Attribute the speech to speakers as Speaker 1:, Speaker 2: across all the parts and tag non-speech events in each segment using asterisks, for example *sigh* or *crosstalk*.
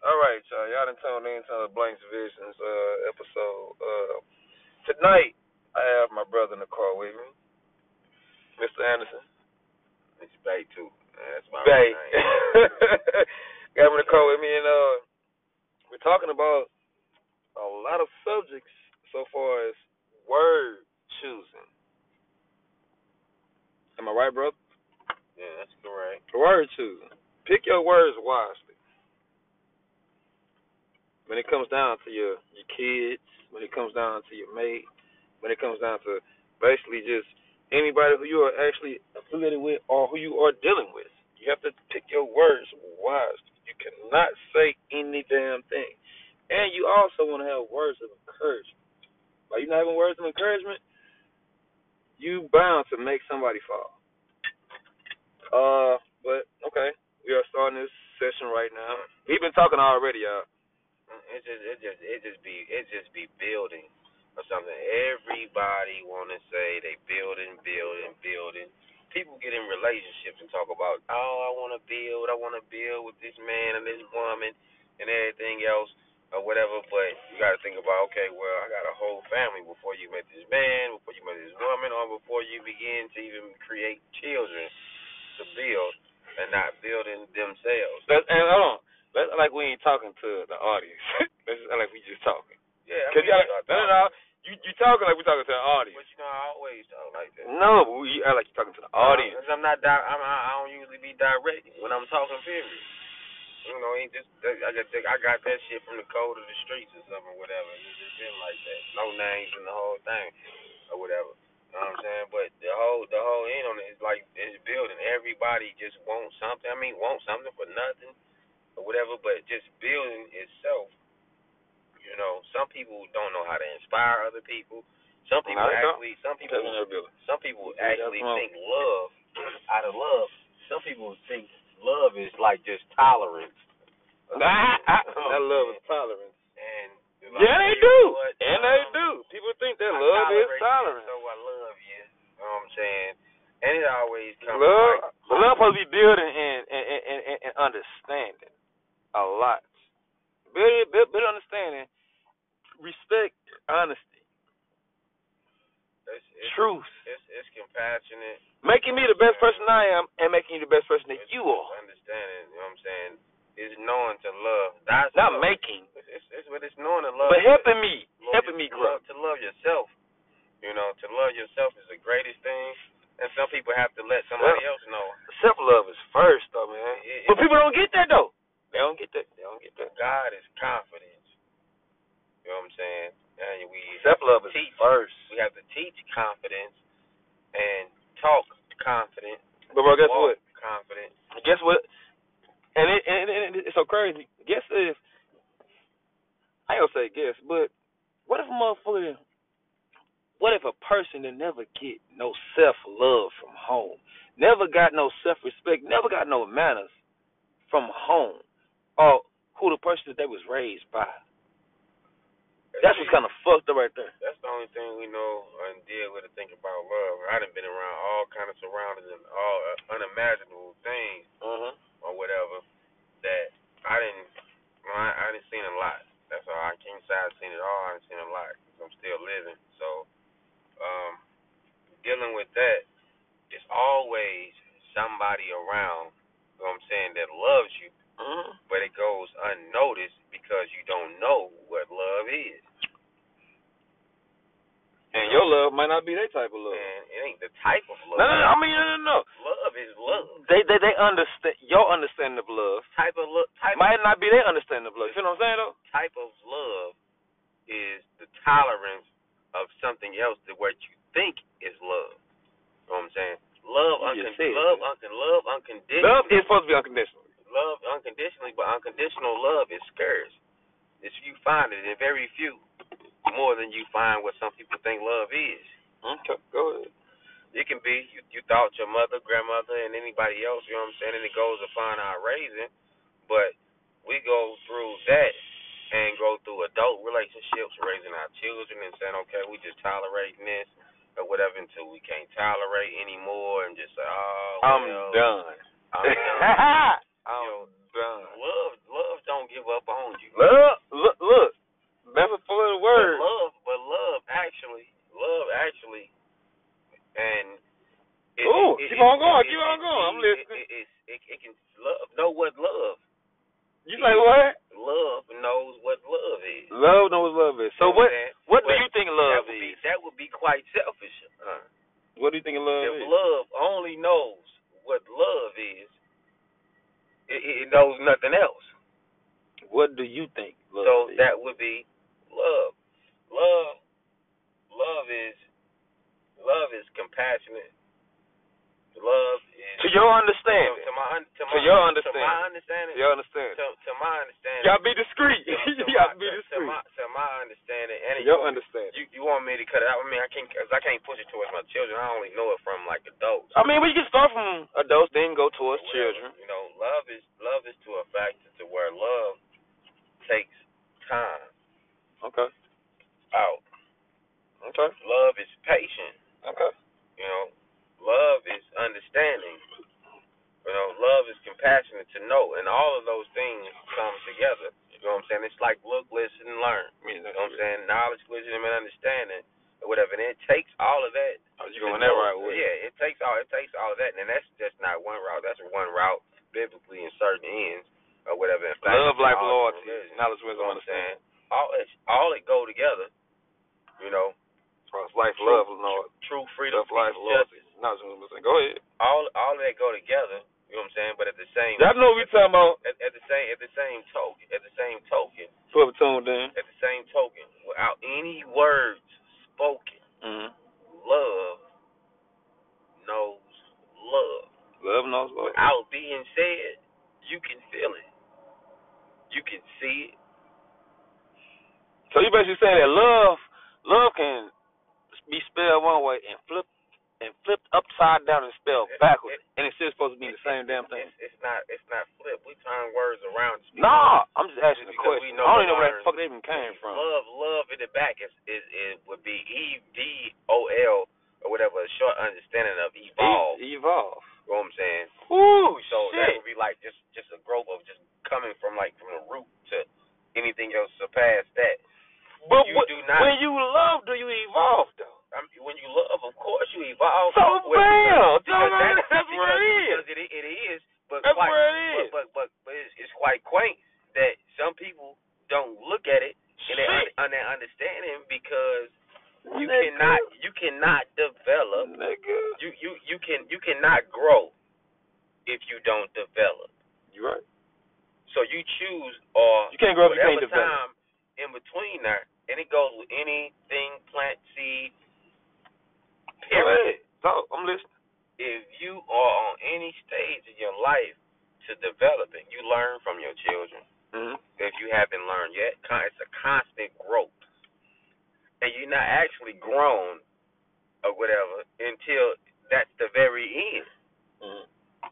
Speaker 1: All right, y'all. Y'all done tuned in to the Blanks Visions uh, episode. Uh, tonight, I have my brother in the car with me, Mr. Anderson.
Speaker 2: It's Bay too. That's my
Speaker 1: Bay. *laughs*
Speaker 2: real name.
Speaker 1: Got him in the car with me, and uh, we're talking about a lot of subjects so far as word choosing. Am I right, brother?
Speaker 2: Yeah, that's correct.
Speaker 1: Word choosing. Pick your words wisely. When it comes down to your your kids, when it comes down to your mate, when it comes down to basically just anybody who you are actually affiliated with or who you are dealing with. You have to pick your words wisely. You cannot say any damn thing. And you also want to have words of encouragement. By you not having words of encouragement, you bound to make somebody fall. Uh, but okay, we are starting this session right now. We've been talking already, y'all.
Speaker 2: It just, it just, it just be, it just be building or something. Everybody want to say they building, building, building. People get in relationships and talk about, oh, I want to build, I want to build with this man and this woman and everything else or whatever. But you got to think about, okay, well, I got a whole family before you met this man, before you met this woman, or before you begin to even create children to build and not building themselves.
Speaker 1: Let's, and hold on, let's act like we ain't talking to the audience. *laughs* let's act like we just talking.
Speaker 2: Yeah, I
Speaker 1: Cause
Speaker 2: mean,
Speaker 1: y'all,
Speaker 2: you gotta
Speaker 1: no, no,
Speaker 2: talk.
Speaker 1: no, you you talking like we talking to the audience.
Speaker 2: But you know, I always talk like that.
Speaker 1: No, but you act like you talking to the Mm. audience.
Speaker 2: Cause I'm not. Di- I'm, I I don't usually be direct when I'm talking. Period. You know, it just I just think I got that shit from the code of the streets or something, whatever. It's just been like that. No names and the whole thing or whatever. You know what I'm saying? But the whole the whole end on it is like it's building. Everybody just wants something. I mean, wants something for nothing or whatever. But just building itself. You know, some people don't know how to inspire other people. Some people
Speaker 1: No, they don't.
Speaker 2: actually, some people
Speaker 1: *laughs*
Speaker 2: some people
Speaker 1: Yeah,
Speaker 2: actually
Speaker 1: that's wrong.
Speaker 2: think love out of love. Some people think love is like just tolerance.
Speaker 1: that love is tolerance.
Speaker 2: And they're like,
Speaker 1: Yeah,
Speaker 2: "You
Speaker 1: they do,
Speaker 2: know what?
Speaker 1: and they
Speaker 2: Um,
Speaker 1: do. People think
Speaker 2: I
Speaker 1: that love
Speaker 2: tolerate
Speaker 1: is
Speaker 2: you,
Speaker 1: tolerance.
Speaker 2: So I love you. You know what I'm saying? And it always comes
Speaker 1: Love,
Speaker 2: like
Speaker 1: love supposed to be building and and, and, and, and- and understanding a lot. Build, build, build understanding, respect, honesty,
Speaker 2: it's, it's,
Speaker 1: truth,
Speaker 2: it's it's compassionate,
Speaker 1: making me the best person I am, and making you the best person that you are.
Speaker 2: understanding. You know what I'm saying? It's knowing to love. That's
Speaker 1: Not
Speaker 2: love.
Speaker 1: making,
Speaker 2: It's, it's, it's but it's knowing to love.
Speaker 1: but helping me,
Speaker 2: love
Speaker 1: helping
Speaker 2: your-
Speaker 1: me grow.
Speaker 2: love- to love yourself. You know, to love yourself is the greatest thing, and some people have to let somebody else know.
Speaker 1: Self love is first, though, man.
Speaker 2: It-
Speaker 1: But
Speaker 2: it-
Speaker 1: people don't get that though. They don't get that. They don't get that.
Speaker 2: God is confidence. You know what I'm saying? And we
Speaker 1: Self love is
Speaker 2: teach.
Speaker 1: first.
Speaker 2: We have to teach confidence and talk confident.
Speaker 1: But bro, guess
Speaker 2: walk
Speaker 1: what?
Speaker 2: Confident.
Speaker 1: guess what? And it, and, and it's so crazy. Guess if I don't say guess, but what if a motherfucker? What if a person that never get no self love from home, never got no self respect, never got no manners from home, or who the person that they was raised by? That's what's kind of fucked up right there.
Speaker 2: That's the only thing we know and deal with and think about love. I done been around all kind of surroundings and all uh, unimaginable things.
Speaker 1: Uh-huh.
Speaker 2: or whatever that I didn't well, I, I didn't seen a lot. That's all I can't say I've seen it all, I didn't seen a lot. 'cause I'm still living. So um dealing with that, it's always somebody around, you know what I'm saying, that loves you
Speaker 1: Uh-huh.
Speaker 2: but it goes unnoticed because you don't know what love is.
Speaker 1: And your love might not be that type of love.
Speaker 2: And it ain't the type of
Speaker 1: No,
Speaker 2: love.
Speaker 1: no, no. I mean, no, no, no.
Speaker 2: Love is love.
Speaker 1: They, they, they understand your understanding of love
Speaker 2: Type of love type of
Speaker 1: might not be their understanding of love. You feel what I'm saying though?
Speaker 2: type of love is the tolerance of something else to what you think is love. You know what I'm saying? Love,
Speaker 1: You
Speaker 2: uncon-
Speaker 1: just said
Speaker 2: love,
Speaker 1: that.
Speaker 2: uncon- love unconditionally.
Speaker 1: Love is supposed to be unconditional.
Speaker 2: love unconditionally, but unconditional love is scarce. It's you find it in very few, more than you find what some people think love is.
Speaker 1: Okay, go ahead.
Speaker 2: It can be you, you thought your mother, grandmother, and anybody else. You know what I'm saying? And it goes upon our raising, but we go through that and go through adult relationships, raising our children, and saying, okay, we just tolerating this or whatever until we can't tolerate anymore, and just say, oh,
Speaker 1: I'm
Speaker 2: well,
Speaker 1: done.
Speaker 2: *laughs* I'm done.
Speaker 1: *laughs* I'm
Speaker 2: You know,
Speaker 1: done.
Speaker 2: love, love don't give up on
Speaker 1: Love, look, look, metaphor and word.
Speaker 2: But love, but love actually, love actually, and it,
Speaker 1: Ooh,
Speaker 2: it-
Speaker 1: keep
Speaker 2: it-
Speaker 1: on going,
Speaker 2: it-
Speaker 1: keep
Speaker 2: it-
Speaker 1: on going. I'm
Speaker 2: it-
Speaker 1: listening.
Speaker 2: It, it, it, it can love know what love.
Speaker 1: You like what?
Speaker 2: Love knows what love is.
Speaker 1: Love knows love is. So
Speaker 2: You know
Speaker 1: what?
Speaker 2: I'm saying?
Speaker 1: What do
Speaker 2: But
Speaker 1: you think
Speaker 2: that
Speaker 1: love
Speaker 2: would be
Speaker 1: is?
Speaker 2: that would be quite selfish. Uh,
Speaker 1: What do you think of love
Speaker 2: if
Speaker 1: is?
Speaker 2: love only knows what love is, it, it it knows nothing else.
Speaker 1: What do you think love
Speaker 2: so
Speaker 1: is?
Speaker 2: that would be love. Love, love is love is compassionate. Love is
Speaker 1: to your
Speaker 2: to,
Speaker 1: understanding.
Speaker 2: to my un- to
Speaker 1: To
Speaker 2: my to my
Speaker 1: your understanding.
Speaker 2: understanding
Speaker 1: Your understanding.
Speaker 2: to, to my understanding. *laughs*
Speaker 1: Y'all be discreet. *laughs*
Speaker 2: to, to
Speaker 1: Y'all
Speaker 2: my,
Speaker 1: be
Speaker 2: to, to
Speaker 1: discreet.
Speaker 2: my to my understanding and you,
Speaker 1: Your understanding.
Speaker 2: you you want me to cut it out? I mean, I can't cause I can't push it towards my children. I only know it from like adults.
Speaker 1: I mean, we can start from adults, then go
Speaker 2: or
Speaker 1: towards
Speaker 2: whatever.
Speaker 1: children.
Speaker 2: You know, love is love is to a factor to where love takes time
Speaker 1: Okay.
Speaker 2: out.
Speaker 1: Okay.
Speaker 2: Love is patient.
Speaker 1: Okay.
Speaker 2: You know, love is understanding. You know, love is compassionate to know, and all of those things come together. You know what I'm saying? It's like look, listen, learn. You know what I'm saying? Knowledge, wisdom, and understanding, or whatever. And it takes all of that.
Speaker 1: Oh, you
Speaker 2: to
Speaker 1: going that
Speaker 2: know.
Speaker 1: right way?
Speaker 2: Yeah, it takes all it takes all of that, and that's just not one route. That's one route biblically in certain ends or whatever. In fact,
Speaker 1: Love,
Speaker 2: it's
Speaker 1: life,
Speaker 2: all
Speaker 1: loyalty,
Speaker 2: religion.
Speaker 1: knowledge,
Speaker 2: You
Speaker 1: wisdom,
Speaker 2: know what I'm saying?
Speaker 1: understanding.
Speaker 2: All it all it go together. You know,
Speaker 1: Trust, life, love, Lord.
Speaker 2: true freedom,
Speaker 1: Love, life,
Speaker 2: peace,
Speaker 1: loyalty.
Speaker 2: justice.
Speaker 1: Knowledge, wisdom, understanding. Go ahead.
Speaker 2: All all of that go together. You know what I'm saying? But at the same
Speaker 1: Y'all know we talking about
Speaker 2: at, at the same at the same token at the same token
Speaker 1: Put tuned in.
Speaker 2: at the same token without any words spoken
Speaker 1: Mm-hmm.
Speaker 2: love knows love
Speaker 1: Love knows love.
Speaker 2: without being said you can feel it you can see it
Speaker 1: So you basically saying that love, love can be spelled one way and flip and flipped upside down and spelled backwards, and it's still supposed to mean the same damn thing.
Speaker 2: it's, it's not it's not flip we turn words around
Speaker 1: Nah, I'm just asking a
Speaker 2: Because we
Speaker 1: question. I
Speaker 2: know the
Speaker 1: don't even know where
Speaker 2: learn-
Speaker 1: that fuck they even came from.
Speaker 2: love love in the back is is it would be e d o l or whatever a short understanding of evolve
Speaker 1: E- evolve.
Speaker 2: you know what i'm saying
Speaker 1: Ooh,
Speaker 2: So that
Speaker 1: shit.
Speaker 2: would be like just just a growth of just coming from like from the root to anything else surpass that.
Speaker 1: But
Speaker 2: you
Speaker 1: what-
Speaker 2: do not-
Speaker 1: when you love, do you evolve though?
Speaker 2: I mean, when you love, of course you evolve.
Speaker 1: So
Speaker 2: with-
Speaker 1: bam,
Speaker 2: because that-
Speaker 1: that's, that's where it is.
Speaker 2: because it i- it is, but
Speaker 1: That's
Speaker 2: quite,
Speaker 1: where it is.
Speaker 2: but but but, but it's, it's quite quaint that some people don't look at it and they
Speaker 1: Shit.
Speaker 2: un- and they understand it because you
Speaker 1: Nigga.
Speaker 2: cannot you cannot develop
Speaker 1: Nigga.
Speaker 2: you you you can you cannot grow if you don't develop.
Speaker 1: You right.
Speaker 2: So you choose or
Speaker 1: You can't grow up, you
Speaker 2: whatever
Speaker 1: can't develop.
Speaker 2: time in between there, and it goes with anything, plant, seed,
Speaker 1: Go
Speaker 2: period.
Speaker 1: ahead. Talk. I'm listening.
Speaker 2: If you are on any stage in your life to develop it, you learn from your children.
Speaker 1: Mm-hmm.
Speaker 2: If you haven't learned yet, con- it's a constant growth. And you're not actually grown or whatever until that's the very end.
Speaker 1: Mm-hmm.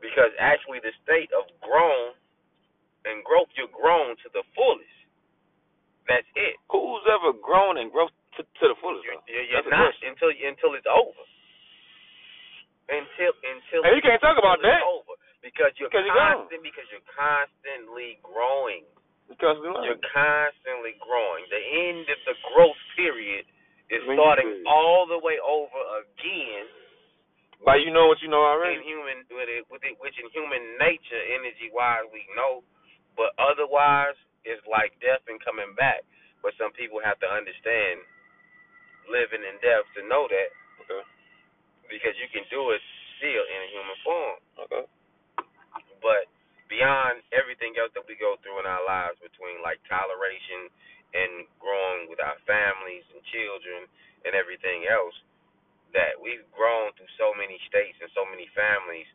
Speaker 2: Because actually, the state of grown and growth, you're grown to the fullest. That's it.
Speaker 1: Who's ever grown and grown to, to the fullest?
Speaker 2: You're,
Speaker 1: though?
Speaker 2: you're, you're
Speaker 1: That's a
Speaker 2: not
Speaker 1: question.
Speaker 2: until until it's over. Until until
Speaker 1: Hey, you can't talk about
Speaker 2: until it's
Speaker 1: that.
Speaker 2: over because you're
Speaker 1: Because you're grown.
Speaker 2: constant because you're constantly growing.
Speaker 1: Because we learn.
Speaker 2: You're constantly growing. The end of the growth period is
Speaker 1: When you
Speaker 2: starting
Speaker 1: do.
Speaker 2: all the way over again
Speaker 1: By you know what you know
Speaker 2: in
Speaker 1: already.
Speaker 2: human with it, with it, which in human nature, energy wise, we know, but otherwise, it's like death and coming back. But some people have to understand living and death to know that
Speaker 1: Okay.
Speaker 2: because you can do it still in a human form.
Speaker 1: Okay.
Speaker 2: But beyond everything else that we go through in our lives, between like toleration and growing with our families and children and everything else, that we've grown through so many states and so many families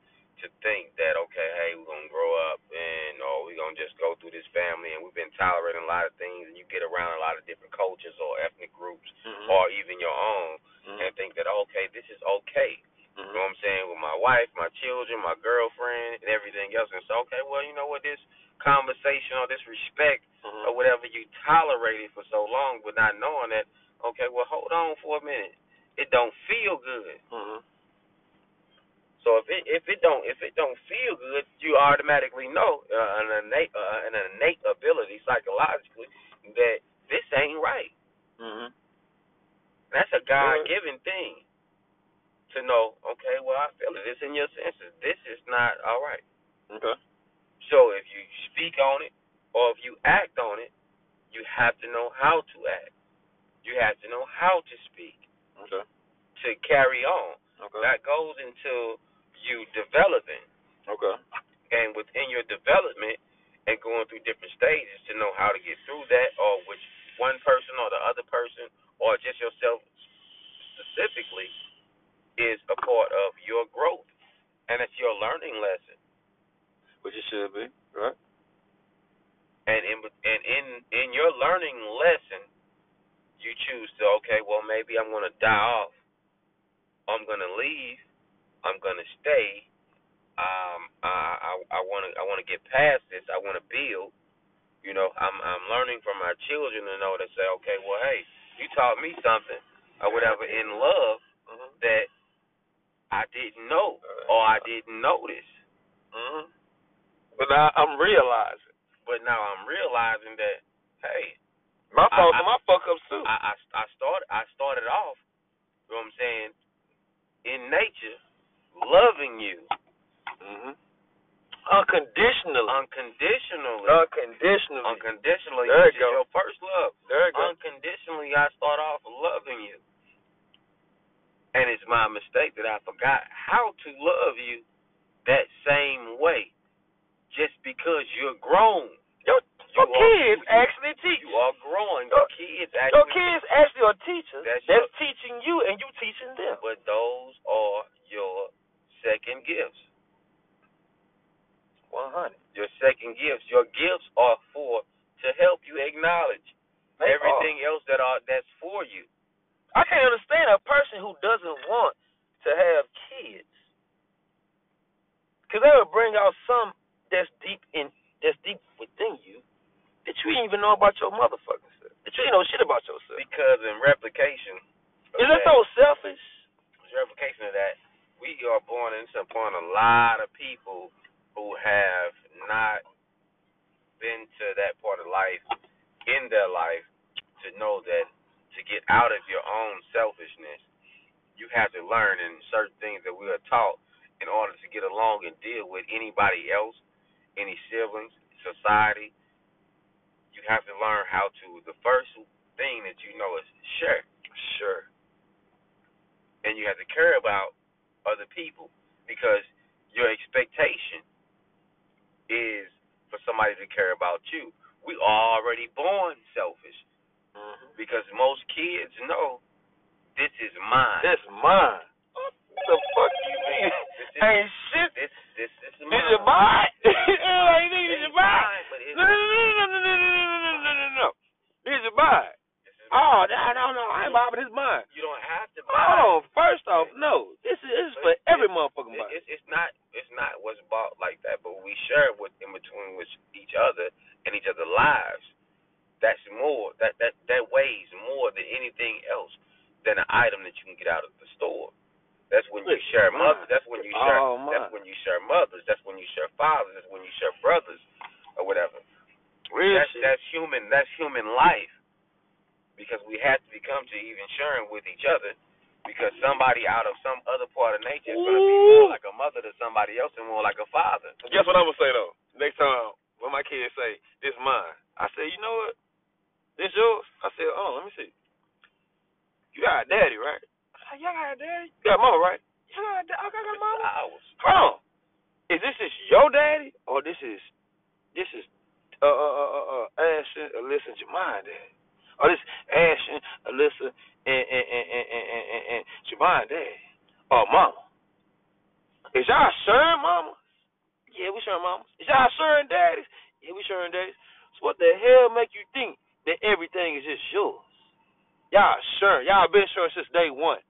Speaker 2: to think that okay, hey, we're gonna grow up and oh, we're gonna just go through this family and we've been tolerating a lot of things and you get around a lot of different cultures or ethnic groups
Speaker 1: Mm-hmm.
Speaker 2: or even your own and think that okay, this is okay. You know what I'm saying? With my wife, my children, my girlfriend, and everything else. And so, okay, well, you know what? This conversation or this respect
Speaker 1: Mm-hmm.
Speaker 2: or whatever you tolerated for so long, but not knowing that, okay, well, hold on for a minute. It don't feel good.
Speaker 1: Mm-hmm.
Speaker 2: So if it if it don't if it don't feel good, you automatically know uh, an innate uh, an innate ability psychologically
Speaker 1: Mm-hmm.
Speaker 2: speak on it or if you act on it, you have to know how to act. You have to know how to speak
Speaker 1: Okay.
Speaker 2: to carry on.
Speaker 1: Okay.
Speaker 2: That goes into you developing
Speaker 1: Okay.
Speaker 2: and within your development and going through different stages to know how to get through that or which one person or the other person or just yourself specifically is a part of your growth and it's your learning lesson
Speaker 1: Which it should be, right?
Speaker 2: and in and in in your learning lesson you choose to okay well maybe I'm going to die off I'm going to leave I'm going to stay um I I I want to I want to get past this I want to build you know I'm I'm learning from my children to know to say okay well hey you taught me something or whatever in love
Speaker 1: Mhm.
Speaker 2: that I didn't know or I didn't notice
Speaker 1: Mhm. But now I'm realizing
Speaker 2: but now I'm realizing that hey
Speaker 1: my
Speaker 2: I-
Speaker 1: faults
Speaker 2: I-
Speaker 1: and my fuck ups too.
Speaker 2: *laughs* I, I I started I started off, you know what I'm saying, in nature, loving you mm-hmm.
Speaker 1: Mhm. Unconditionally.
Speaker 2: unconditionally,
Speaker 1: unconditionally.
Speaker 2: unconditionally.
Speaker 1: There
Speaker 2: which
Speaker 1: you
Speaker 2: is
Speaker 1: go.
Speaker 2: your first love.
Speaker 1: there you go.
Speaker 2: Unconditionally, I start off loving you, and it's my mistake that I forgot how to love you that same way, just because you're grown.
Speaker 1: your
Speaker 2: you are-
Speaker 1: your kids
Speaker 2: you-
Speaker 1: actually teach.
Speaker 2: You are growing. Your kids
Speaker 1: Your
Speaker 2: actually,
Speaker 1: kids actually are teachers
Speaker 2: That's
Speaker 1: that's,
Speaker 2: your-
Speaker 1: teaching you and you teaching them.
Speaker 2: but those are your second gifts.
Speaker 1: One hundred.
Speaker 2: your second gifts. Your gifts are for to help you acknowledge everything else that are that's for you.
Speaker 1: I can't understand a person who doesn't want to have kids, because that would bring out some that's deep in that's deep within you that you didn't even know about your motherfucking self. That you didn't know shit about yourself.
Speaker 2: Because in replication, of
Speaker 1: Is that so selfish?
Speaker 2: in replication of that, we are born into upon a lot of people who have not been to that part of life in their life to know that to get out of your own selfishness, you have to learn and certain things that we are taught in order to get along and deal with anybody else, any siblings, society. You have to learn how to. The first thing that you know is share,
Speaker 1: Sure.
Speaker 2: and you have to care about other people because your expectation is for somebody to care about you. We are already born selfish
Speaker 1: Mm-hmm.
Speaker 2: because most kids know this is mine.
Speaker 1: That's mine. What the fuck you mean?
Speaker 2: This is
Speaker 1: Ain't shit
Speaker 2: this this this is
Speaker 1: Is
Speaker 2: mine.
Speaker 1: it mine? *laughs* like,
Speaker 2: This is
Speaker 1: nigga, is it mine?
Speaker 2: mine, but it's,
Speaker 1: No, no, no, no, no, no, no, no, no, no, no. Is it mine?
Speaker 2: this is mine.
Speaker 1: Oh, no, no, no, I ain't bobbing, it's mine.
Speaker 2: You don't have to buy.
Speaker 1: Hold on, first off, no. This is, this is for every motherfucking
Speaker 2: It,
Speaker 1: body.
Speaker 2: it's it's not it's not what's bought like that, but we share with in between with each other and each other's lives. That's more that that that weighs more than anything else than an item that you can get out of the store. That's when you
Speaker 1: It's
Speaker 2: share
Speaker 1: mine.
Speaker 2: mothers. That's when you share.
Speaker 1: Oh,
Speaker 2: That's
Speaker 1: mine.
Speaker 2: when you share mothers. That's when you share fathers. That's when you share brothers, or whatever.
Speaker 1: Real
Speaker 2: that's
Speaker 1: shit.
Speaker 2: that's human that's human life because we have to become to even sharing with each other because somebody out of some other part of nature is going to be
Speaker 1: Ooh.
Speaker 2: more like a mother to somebody else and more like a father
Speaker 1: Guess what I'm going to say, though? Next time when my kids say, this mine, I say, you know what? This yours? I said, oh, let me see. You got a daddy, right? I said, yeah, I got a daddy. You got mama, right? Yeah, I got a da- I got a
Speaker 2: it's
Speaker 1: mama.
Speaker 2: ours
Speaker 1: Hold on. Is this is your daddy or this is this is uh uh uh, uh, uh Ashton Alyssa Jemima daddy? Or this Ashton Alyssa and and and and and, and, and, and Jemima daddy? Or mama? Is y'all sharing mamas? Yeah, we sharing mamas. Is y'all sharing daddies? Yeah, we sharing daddies. So what the hell make you think that everything is just yours? Y'all sharing. Y'all been sharing since day one.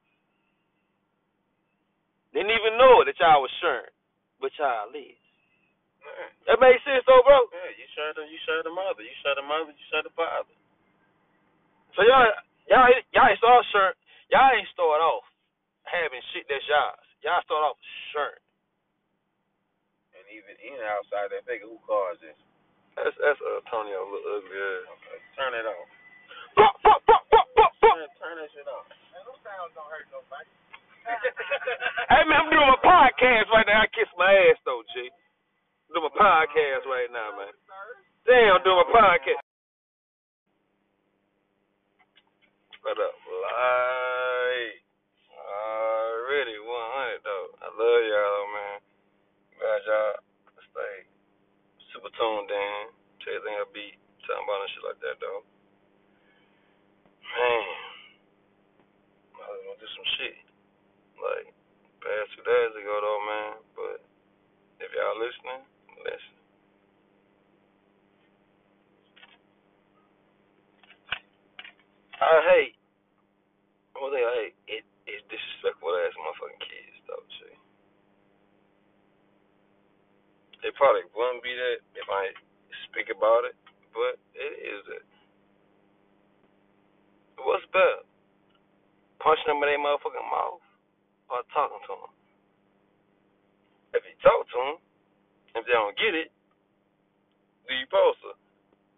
Speaker 1: Didn't even know it that y'all was sharing, but y'all live.
Speaker 2: yeah,
Speaker 1: That makes sense though, bro.
Speaker 2: yeah you share the you share the mother you share the mother you share the father
Speaker 1: So y'all, y'all, ain't- y'all ain't start shirt. Y'all ain't start off having shit that's y'all's. Y'all start off shirt.
Speaker 2: and even in and outside that figure who caused this
Speaker 1: That's that's uh, Tony a little ugly. ass.
Speaker 2: okay turn it off
Speaker 1: Fuck, fuck, fuck, fuck, fuck, fuck.
Speaker 2: turn, turn that shit off
Speaker 1: Hey man, I'm doing my podcast right now. I kiss my ass though, G. I'm doing my podcast right now, man.
Speaker 3: Damn, I'm doing a podcast. What up, like already 100 though. I love y'all, man. Glad y'all stay super tuned in to everything I be talking about and shit like that, though. Man, I was gonna do some shit like past two days ago, though, man. But if y'all listening, listen.
Speaker 2: Uh,
Speaker 3: I hate. One thing I hate it is disrespectful ass motherfucking kids though. See, it probably wouldn't be that if I speak about it, but it is that. What's better, punching them in their motherfucking mouth or talking to them? If you talk to them, if they don't get it, do you supposed to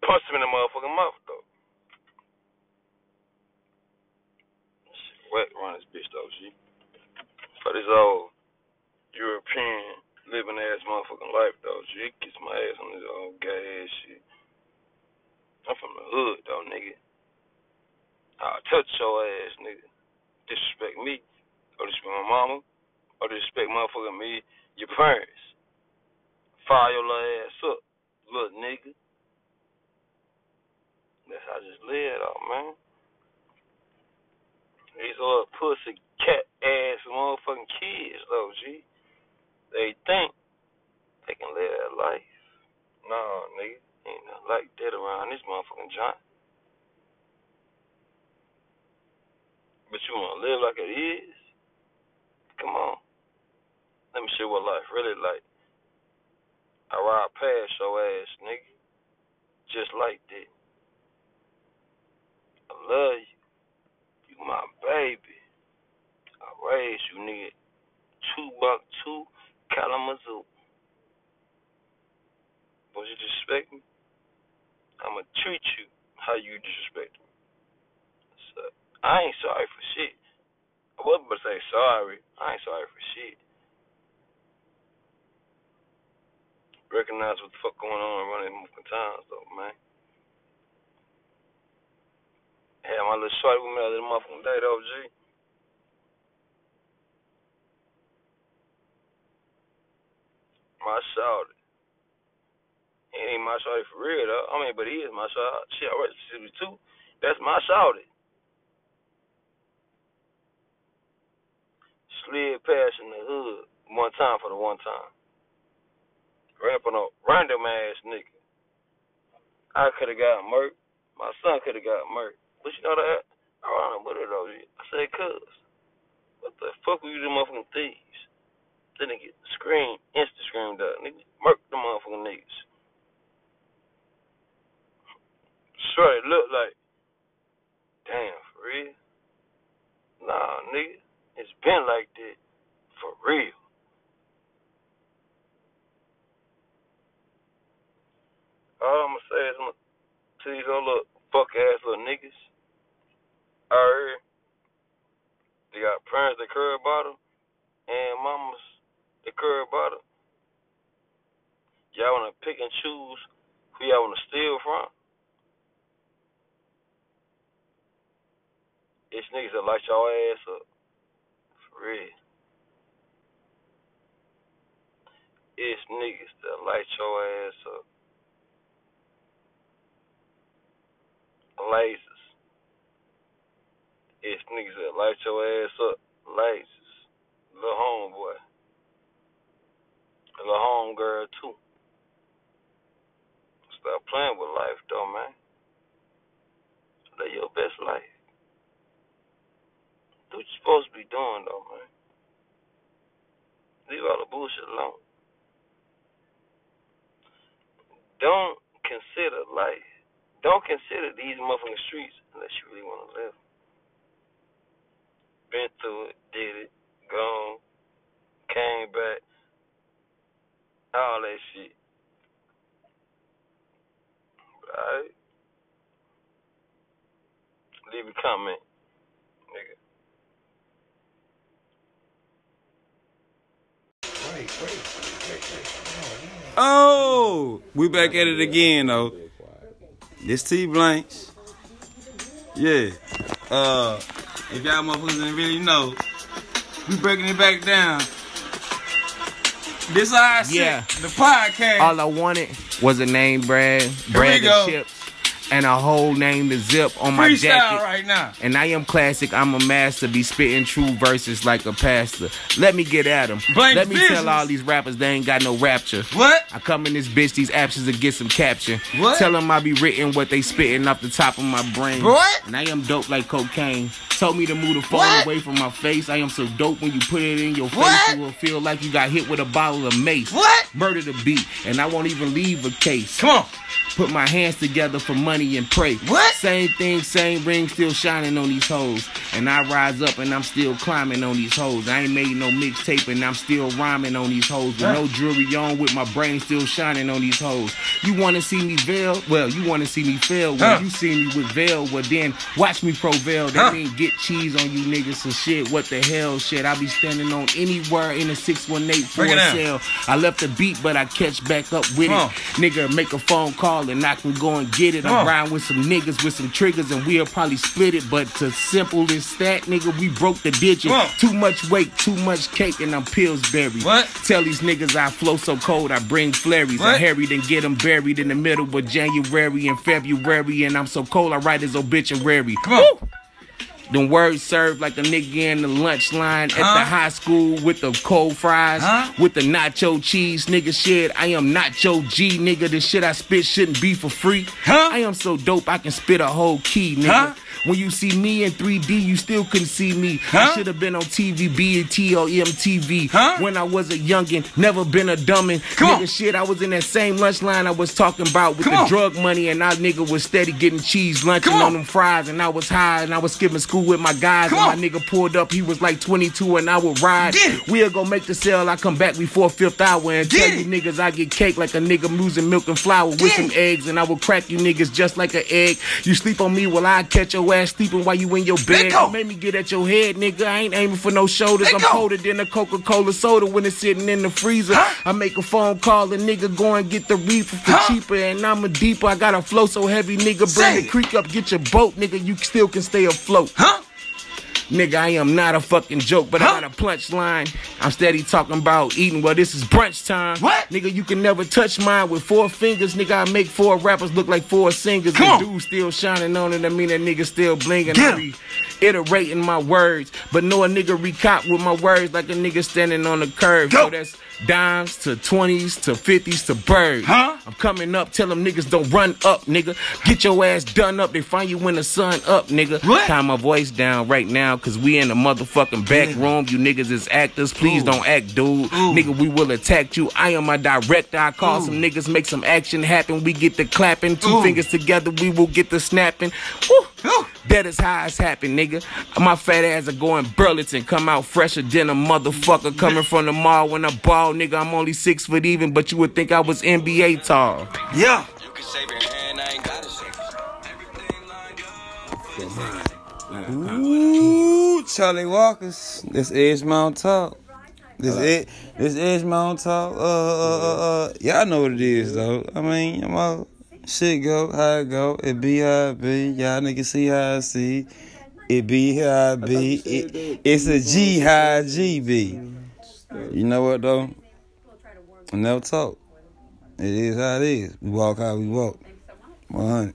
Speaker 3: punch them in the motherfucking mouth though? Shit, wet run this bitch though, G. For this old European living ass motherfucking life though, G. It Gets my ass on this old gay ass shit. I'm from the hood though, nigga. I'll touch your ass, nigga. Disrespect me, or disrespect my mama, or disrespect motherfucking me, your parents. Fire your little ass up, little nigga. That's how I just live though, man. These little uh, pussy cat ass motherfucking kids though, G. They think they can live that life. Nah, nigga, ain't nothing like that around this motherfucking John. But you wanna live like it is? Come on. Let me show you what life really like. I ride past your ass, nigga. Just like that. I love you. You my baby. I raised you, nigga. Two buck two Kalamazoo. Don't you disrespect me? I'ma treat you how you disrespect me. So, I ain't sorry for shit. I wasn't gonna say sorry. I ain't sorry for shit. Recognize what the fuck going on around these moving times though, man. Had my little shorty with me the other motherfucking day though, G. My shorty. It ain't my shorty for real though. I mean, but he is my shorty. She already she was too. That's my shorty. Slid past in the hood one time for the one time. Rapping on a random ass nigga. I could have got murked. My son could have got murked. But you know that I run with it though. I said, cuz, what the fuck were you them motherfucking thieves? That nigga screamed, insta screamed up. Nigga, murk the motherfucking niggas. Sure, it looked like, damn, for real? Nah, nigga, it's been like that for real. All I'ma say is, I'ma to these old little fuck ass little niggas. I heard they got parents that care about them and mamas that care about them. Y'all wanna pick and choose who y'all wanna steal from? It's niggas that light y'all ass up. For real. It's niggas that light your ass up. lasers. It's niggas that light your ass up, lasers. Little homeboy. Little homegirl, too. Stop playing with life, though, man. Live your best life. Do what you supposed to be doing, though, man. Leave all the bullshit alone. Don't consider life don't consider these motherfucking streets unless you really want to live. Been through it, did it, gone, came back, all that shit. Alright? Leave a comment, nigga.
Speaker 4: Right, right, right, right. Oh, yeah.
Speaker 5: Oh, we back at it again though. This T Blanks. Yeah. Uh, if y'all motherfuckers didn't really know, we breaking it back down. This I
Speaker 6: Yeah.
Speaker 5: shit, the podcast.
Speaker 6: All I wanted was a name brand,
Speaker 5: we
Speaker 6: brand
Speaker 5: go.
Speaker 6: of chips, and a whole name to zip on my
Speaker 5: Freestyle
Speaker 6: jacket.
Speaker 5: right now.
Speaker 6: And I am classic, I'm a master, be spitting true verses like a pastor. Let me get at 'em.
Speaker 5: Blank
Speaker 6: Let me
Speaker 5: business.
Speaker 6: tell all these rappers they ain't got no rapture.
Speaker 5: What?
Speaker 6: I come in this bitch, these actions to get some caption.
Speaker 5: What?
Speaker 6: Tell them I be written what they spitting off the top of my brain.
Speaker 5: What?
Speaker 6: And I am dope like cocaine. Told me to move the phone
Speaker 5: What?
Speaker 6: away from my face. I am so dope when you put it in your face,
Speaker 5: What?
Speaker 6: you will feel like you got hit with a bottle of mace.
Speaker 5: What?
Speaker 6: Murder the beat, and I won't even leave a case.
Speaker 5: Come on.
Speaker 6: Put my hands together for money and pray.
Speaker 5: What?
Speaker 6: Same thing, same ring, still shining on these hoes. And I rise up and I'm still climbing on these hoes. I ain't made no mixtape and I'm still rhyming on these hoes. With no jewelry on, with my brain still shining on these hoes. You wanna see me veil? Well, you wanna see me fail. Well,
Speaker 5: Huh.
Speaker 6: you see me with veil. Well, then watch me prevail. That
Speaker 5: Huh.
Speaker 6: mean get cheese on you niggas and shit. What the hell, shit? I be standing on anywhere in the 618 for
Speaker 5: Break it down.
Speaker 6: sale. I left the beat, but I catch back up with
Speaker 5: Come
Speaker 6: it.
Speaker 5: on.
Speaker 6: Nigga, make a phone call and I can go and get it.
Speaker 5: Come on.
Speaker 6: I'm riding with some niggas with some triggers and we'll probably split it. But to simple as that, nigga, we broke the digit.
Speaker 5: Come on.
Speaker 6: Too much weight, too much cake, and I'm Pillsbury.
Speaker 5: What?
Speaker 6: Tell these niggas I flow so cold, I bring flurries.
Speaker 5: What?
Speaker 6: I harried and get them buried in the middle of January and February. And I'm so cold, I write his obituary.
Speaker 5: Come on.
Speaker 6: Them words served like a nigga in the lunch line at
Speaker 5: Huh?
Speaker 6: the high school with the cold fries,
Speaker 5: Huh?
Speaker 6: with the nacho cheese, nigga. Shit, I am nacho G, nigga. The shit I spit shouldn't be for free.
Speaker 5: Huh?
Speaker 6: I am so dope, I can spit a whole key, nigga.
Speaker 5: Huh?
Speaker 6: When you see me in 3D, you still couldn't see me.
Speaker 5: Huh?
Speaker 6: I should have been on TV, BET, or MTV.
Speaker 5: Huh?
Speaker 6: When I was a youngin', never been a dummin'.
Speaker 5: Come
Speaker 6: nigga,
Speaker 5: on.
Speaker 6: shit, I was in that same lunch line I was talking about with
Speaker 5: Come
Speaker 6: the
Speaker 5: on.
Speaker 6: drug money, and our nigga was steady getting cheese lunching
Speaker 5: Come on.
Speaker 6: on them fries, and I was high, and I was skipping school with my guys,
Speaker 5: Come
Speaker 6: and
Speaker 5: on.
Speaker 6: my nigga pulled up, he was like 22, and I would ride.
Speaker 5: Get it.
Speaker 6: We'll go make the sale, I come back before fifth hour, and
Speaker 5: Get
Speaker 6: tell
Speaker 5: it.
Speaker 6: you niggas I get cake like a nigga losing milk and flour with
Speaker 5: Get
Speaker 6: some
Speaker 5: it.
Speaker 6: eggs, and I will crack you niggas just like an egg. You sleep on me while I catch your ass sleeping while you in your bed.
Speaker 5: go.
Speaker 6: You made me get at your head, nigga. I ain't aiming for no shoulders.
Speaker 5: Let
Speaker 6: I'm
Speaker 5: go.
Speaker 6: colder than a Coca Cola soda when it's sitting in the freezer.
Speaker 5: Huh?
Speaker 6: I make a phone call, and nigga go and get the reefer for
Speaker 5: Huh?
Speaker 6: cheaper, and I'm a deeper. I got a flow so heavy, nigga.
Speaker 5: Say
Speaker 6: Bring the
Speaker 5: it.
Speaker 6: creek up, get your boat, nigga. You still can stay afloat.
Speaker 5: Huh?
Speaker 6: Nigga, I am not a fucking joke, but
Speaker 5: Huh?
Speaker 6: I got a punchline. I'm steady talking about eating. Well, this is brunch time.
Speaker 5: What?
Speaker 6: Nigga, you can never touch mine with four fingers. Nigga, I make four rappers look like four singers.
Speaker 5: Come
Speaker 6: the
Speaker 5: on.
Speaker 6: dude still shining on it. I mean, that nigga still blinging.
Speaker 5: Get
Speaker 6: I
Speaker 5: him.
Speaker 6: reiterating my words, but no, a nigga recop with my words like a nigga standing on the curb.
Speaker 5: Go.
Speaker 6: So that's dimes to 20s to 50s to birds.
Speaker 5: Huh?
Speaker 6: I'm coming up, tell them niggas don't run up, nigga. Get your ass done up. They find you when the sun up, nigga.
Speaker 5: What?
Speaker 6: Turn my voice down right now, cause we in the motherfucking back room. You niggas is actors. Please
Speaker 5: Ooh.
Speaker 6: don't act, dude. Nigga, we will attack you. I am my director. I call some niggas, make some action happen. We get the clapping. Two
Speaker 5: Ooh.
Speaker 6: fingers together, we will get the snapping. Woo!
Speaker 5: Ooh.
Speaker 6: That is how it's happened, nigga. My fat ass are going Burlington. Come out fresher than a motherfucker coming from the mall when I ball, nigga. I'm only six foot even, but you would think I was NBA tall.
Speaker 5: Yeah.
Speaker 4: You can save your hand, I ain't gotta shake it. Everything lined up.
Speaker 5: Ooh, Charlie Walkers. This is Mount Talk. This is this is Mount Talk. Uh, uh, uh, uh, y'all know what it is though. I mean, I'm all, shit go how it go. It be how it be. Y'all niggas see how I see. It be how it be. It, it's a G how G be. You know what though? I never talk. It is how it is. We walk how we walk. One hundred.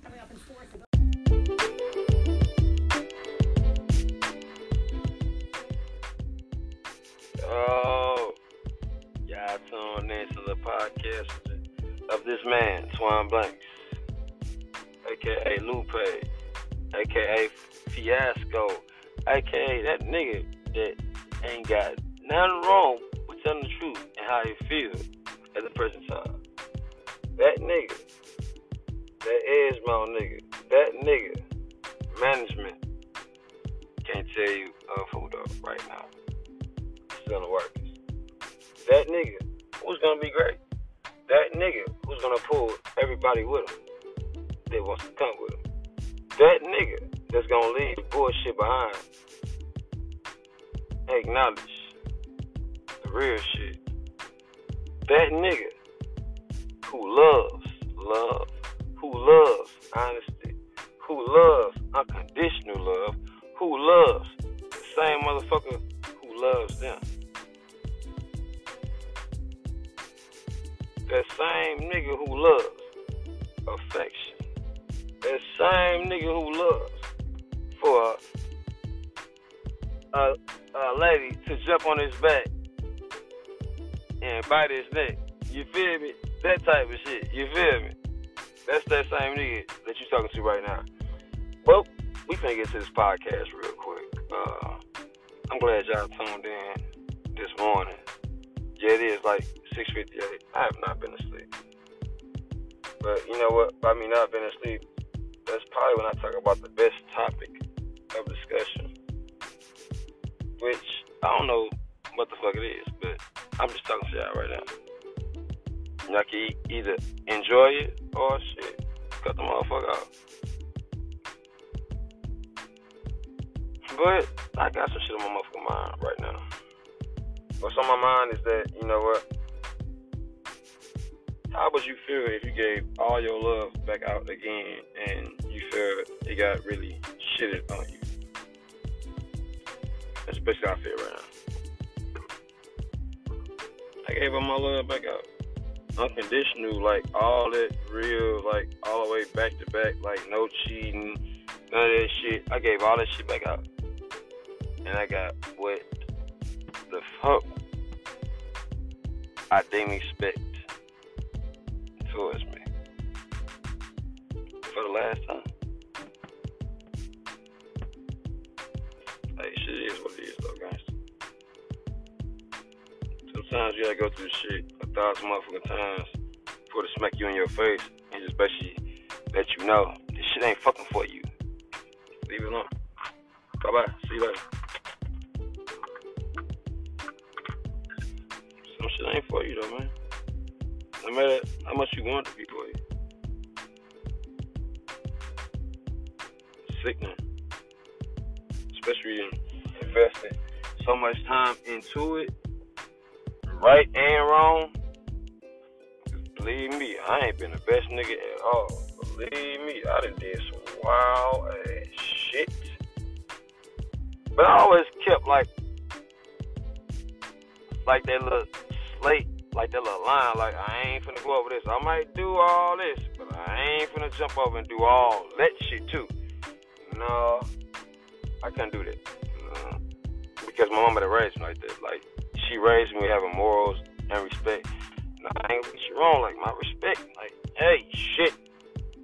Speaker 1: Oh, y'all tuned in to the podcast of this man, Twine Blanks, aka Lupe, aka Fiasco, aka that nigga that ain't got nothing wrong with telling the truth and how he feels at the present time. That nigga, that is my nigga, that nigga, management can't tell you uh, food up right now is gonna work. That nigga who's gonna be great. That nigga who's gonna pull everybody with him that wants to come with him. That nigga that's gonna leave the bullshit behind. Acknowledge the real shit. That nigga who loves love, who loves honesty, who loves unconditional love, who loves the same motherfucker who loves them. That same nigga who loves affection. That same nigga who loves for a, a, a lady to jump on his back and bite his neck. You feel me? That type of shit. You feel me? That's that same nigga that you talking to right now. Well, we finna get to this podcast real quick. Uh, I'm glad y'all tuned in this morning. Yeah, it is like 6:58. I have not been asleep, but you know what? By me not being asleep, that's probably when I talk about the best topic of discussion, which I don't know what the fuck it is, but I'm just talking to y'all right now. Y'all can e- either enjoy it or shit, cut the motherfucker off. But I got some shit on my motherfucking mind right now. What's on my mind is that, you know what? How would you feel if you gave all your love back out again and you feel it got really shitted on you? That's basically how I feel right now. I gave all my love back out unconditional, like all that real, like all the way back to back, like no cheating, none of that shit. I gave all that shit back out. And I got what the fuck I didn't expect towards me. For the last time. Like shit is what it is though, guys. Sometimes you gotta go through shit a thousand motherfucking times before to smack you in your face and just basically let you know this shit ain't fucking for you. Leave it alone. Bye bye. See you later. Some shit ain't for you though, man. No matter how much you want it to be for you. Sickening. Especially in investing so much time into it right and wrong. Believe me, I ain't been the best nigga at all. Believe me, I done did some wild ass shit. But I always kept like like that little slate, like that little line, like I ain't finna go over this. I might do all this, but I ain't finna jump over and do all that shit too. No, I can't do that. No. Because my mama that raised me like that. Like she raised me having morals and respect. And I ain't what you wrong, like my respect. Like, hey, shit.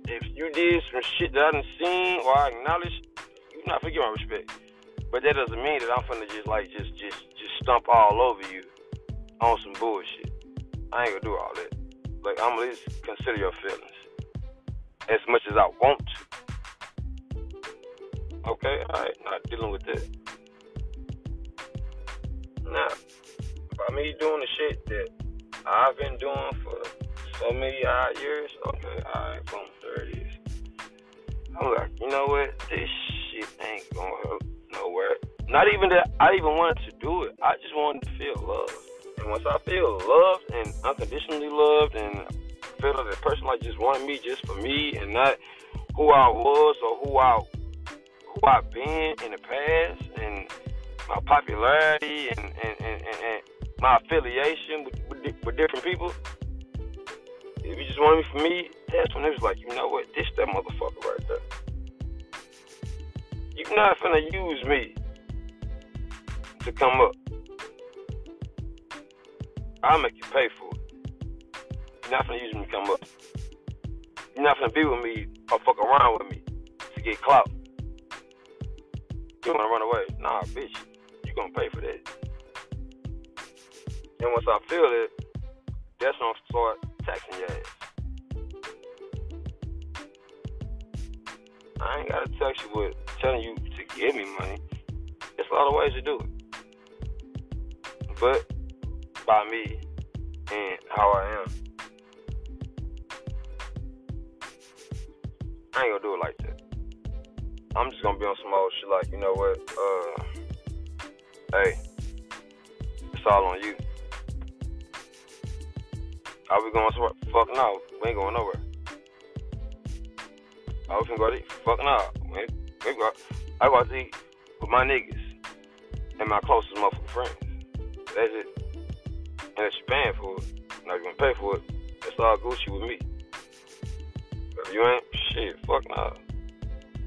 Speaker 1: If you did some shit that I didn't seen or I acknowledged, you not forget my respect. But that doesn't mean that I'm finna just like just just just stump all over you on some bullshit. I ain't gonna do all that. Like I'm gonna just consider your feelings as much as I want to. Okay, alright, not dealing with that. Nah, by me doing the shit that I've been doing for so many odd years, okay, alright, boom, there it is. I'm like, you know what? This shit ain't going help nowhere. Not even that I even wanted to do it. I just wanted to feel love. And once I feel loved and unconditionally loved and feel that the person like just wanted me just for me and not who I was or who I who I've been in the past and my popularity and, and, and, and, and my affiliation with, with, di- with different people. If you just wanted me for me, that's when it was like, you know what, this that motherfucker right there. You not finna use me to come up. I'll make you pay for it. You're not finna use me to come up. You're not finna be with me or fuck around with me to get clout. You wanna run away? Nah, bitch. You gonna pay for that. And once I feel it, that's when I start taxing your ass. I ain't gotta tax you with telling you to give me money. There's a lot of ways to do it. But by me and how I am, I ain't gonna do it like that. I'm just gonna be on some old shit like, you know what, uh hey, it's all on you. Are we going somewhere? Fuck no. We ain't going nowhere. Are we finna go to eat? Fuck no. We ain't, we ain't go. I go out to eat with my niggas and my closest motherfucking friends. That's it. And if you're paying for it, now you gonna pay for it, that's all Gucci with me. If you ain't, shit, fuck no. I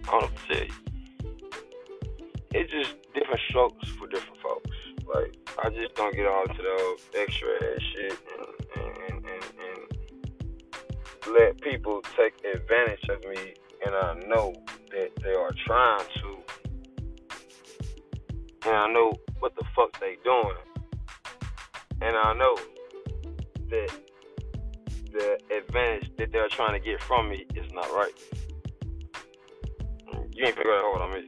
Speaker 1: don't know what to tell you. It's just different strokes for different folks. Like, I just don't get all into the old extra ass shit and, and, and, and, and let people take advantage of me. And I know that they are trying to. And I know what the fuck they doing. And I know that the advantage that they're trying to get from me is not right. You ain't figure out hold on me.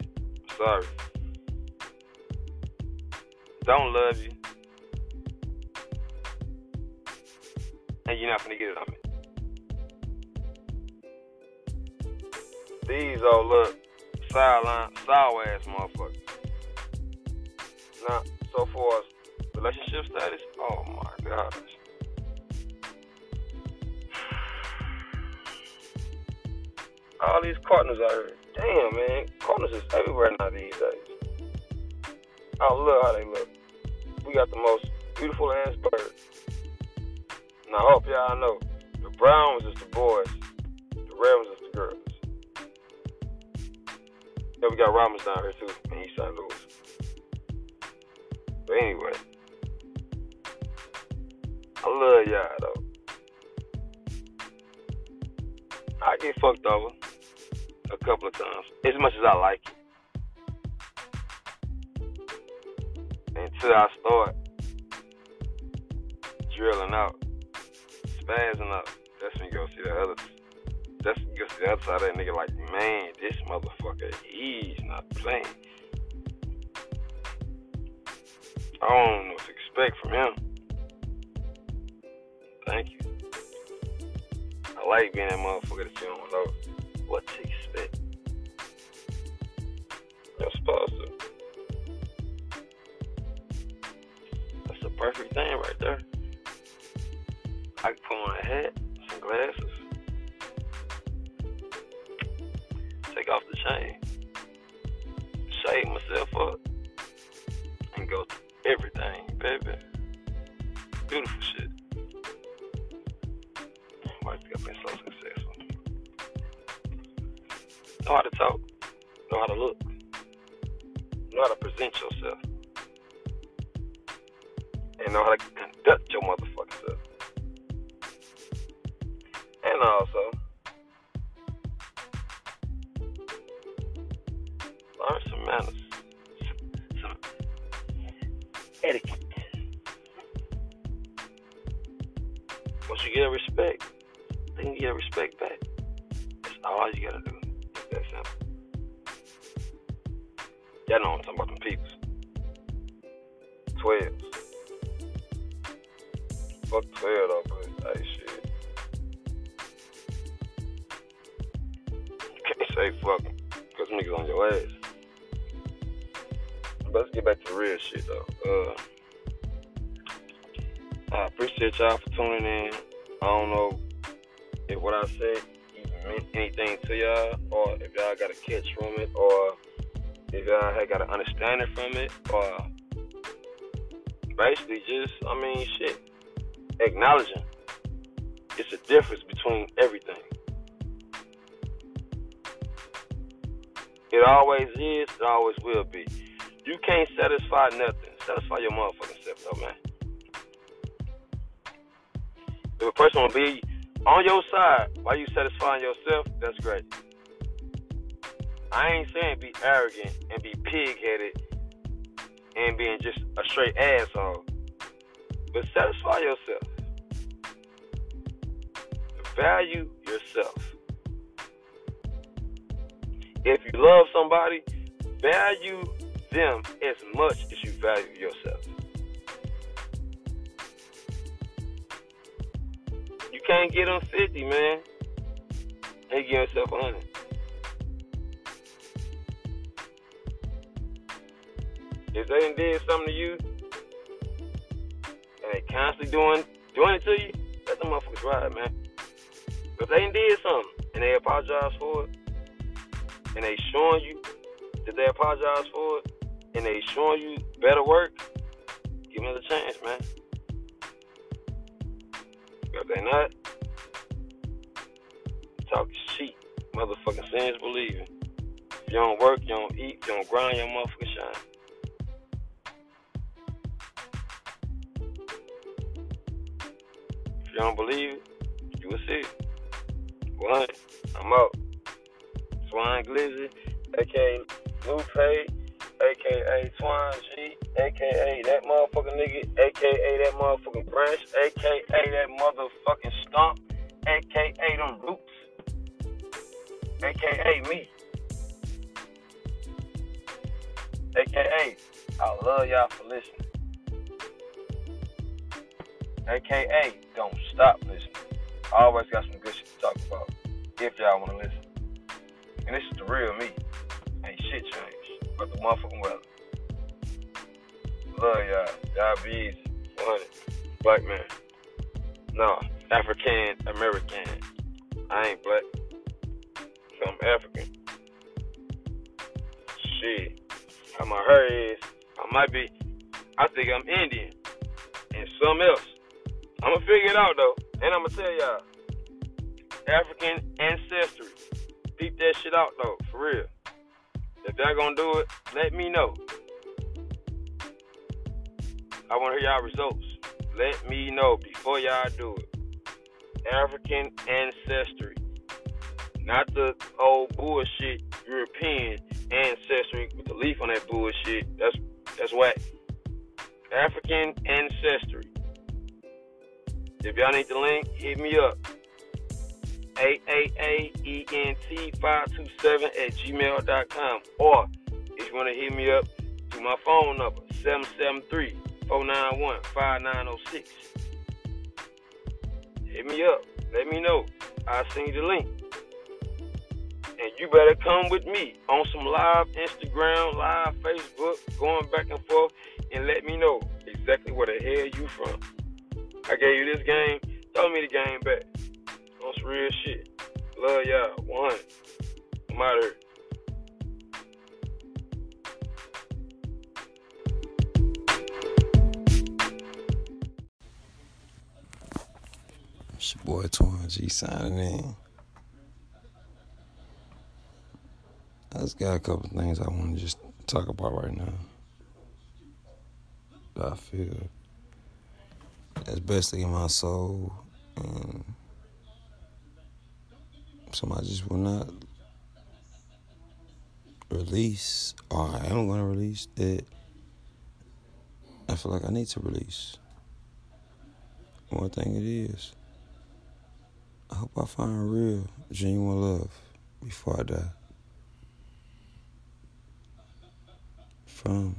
Speaker 1: Sorry. Don't love you. And you're not gonna get it on me. These all up sideline sour ass motherfuckers. Now, so far as relationship status, oh my gosh. all these cardinals out here. Damn, man. Cardinals is everywhere now these days. I love how they look. We got the most beautiful ass bird. And I hope y'all know the Browns is the boys, the Ravens is the girls. Yeah, we got Robins down here too in East St. Louis. But anyway, I love y'all though. I get fucked over a couple of times, as much as I like it. Until I start drilling out, spazzing out, that's when you go see the other. That's when you go see the other side of that nigga. Like, man, this motherfucker, he's not playing. I don't know what to expect from him. Thank you. I like being that motherfucker that you don't know what to expect. You're supposed to. That's the perfect thing right there. I can put on a hat, some glasses, take off the chain, shave myself up, and go through everything, baby. Beautiful shit. Why do you think I've been so successful? Know how to talk. Know how to look. Know how to present yourself. And know how to conduct your motherfucking self. And also, learn some manners. Some, some etiquette. Once you get respect, then you get respect back. That's all you gotta do. It's that simple. Y'all know what I'm talking about, them peeps. Twelves. Fuck twelve though, but hey shit. You can't say fuck 'em, cause them niggas on your ass. But let's get back to the real shit though. Uh, I appreciate y'all for tuning in. I don't know if what I said even meant anything to y'all, or if y'all got a catch from it, or if y'all had got an understanding from it, or basically just, I mean, shit, acknowledging it's a difference between everything. It always is, it always will be. You can't satisfy nothing. Satisfy your motherfucking self, though, man. If a person will be on your side while you satisfying yourself, that's great. I ain't saying be arrogant and be pig headed and being just a straight asshole. But satisfy yourself. Value yourself. If you love somebody, value them as much as you value yourself. You can't get them 50, man. And give yourself 100. If they done did something to you, and they constantly doing doing it to you, Let the motherfuckers ride, man. If they done did something and they apologize for it, and they showing you that they apologize for it, and they showing you better work, give them the chance, man. If they not, talk shit. Motherfucking sins believing. If you don't work, you don't eat, you don't grind your motherfucking shine. If you don't believe it, you will see it. Well, I'm out. Swine Glizzy, aka Lupe, aka Twine G, aka that motherfucking nigga, aka that motherfucking branch, aka that motherfucking stump, aka them roots, aka me, aka I love y'all for listening, aka don't stop listening. I always got some good shit to talk about if y'all want to listen. And this is the real me. Ain't shit changed, but the motherfucking weather. Love y'all. Y'all be easy. 100. Black man. No, African American. I ain't black. So I'm African. Shit. How my hair is. I might be. I think I'm Indian. And some else. I'ma figure it out though. And I'ma tell y'all. African ancestry. Peep that shit out though, for real. If y'all gonna do it, let me know. I wanna hear y'all results. Let me know before y'all do it. African ancestry. Not the old bullshit European ancestry with the leaf on that bullshit. That's that's whack. African ancestry. If y'all need the link, hit me up. E AAAENT527 at gmail.com. Or if you want to hit me up through my phone number, 773 491 5906. Hit me up. Let me know. I'll send you the link. And you better come with me on some live Instagram, live Facebook, going back and forth, and let me know exactly where the hell you from. I gave you this game, throw me the game back. On some real shit. Love y'all. One. I'm out here.
Speaker 7: It's your boy Twin G signing in. I just got a couple things I want to just talk about right now. That I feel that's basically in my soul, and some I just will not release, or I am going to release that I feel like I need to release. One thing it is. I hope I find real, genuine love before I die. From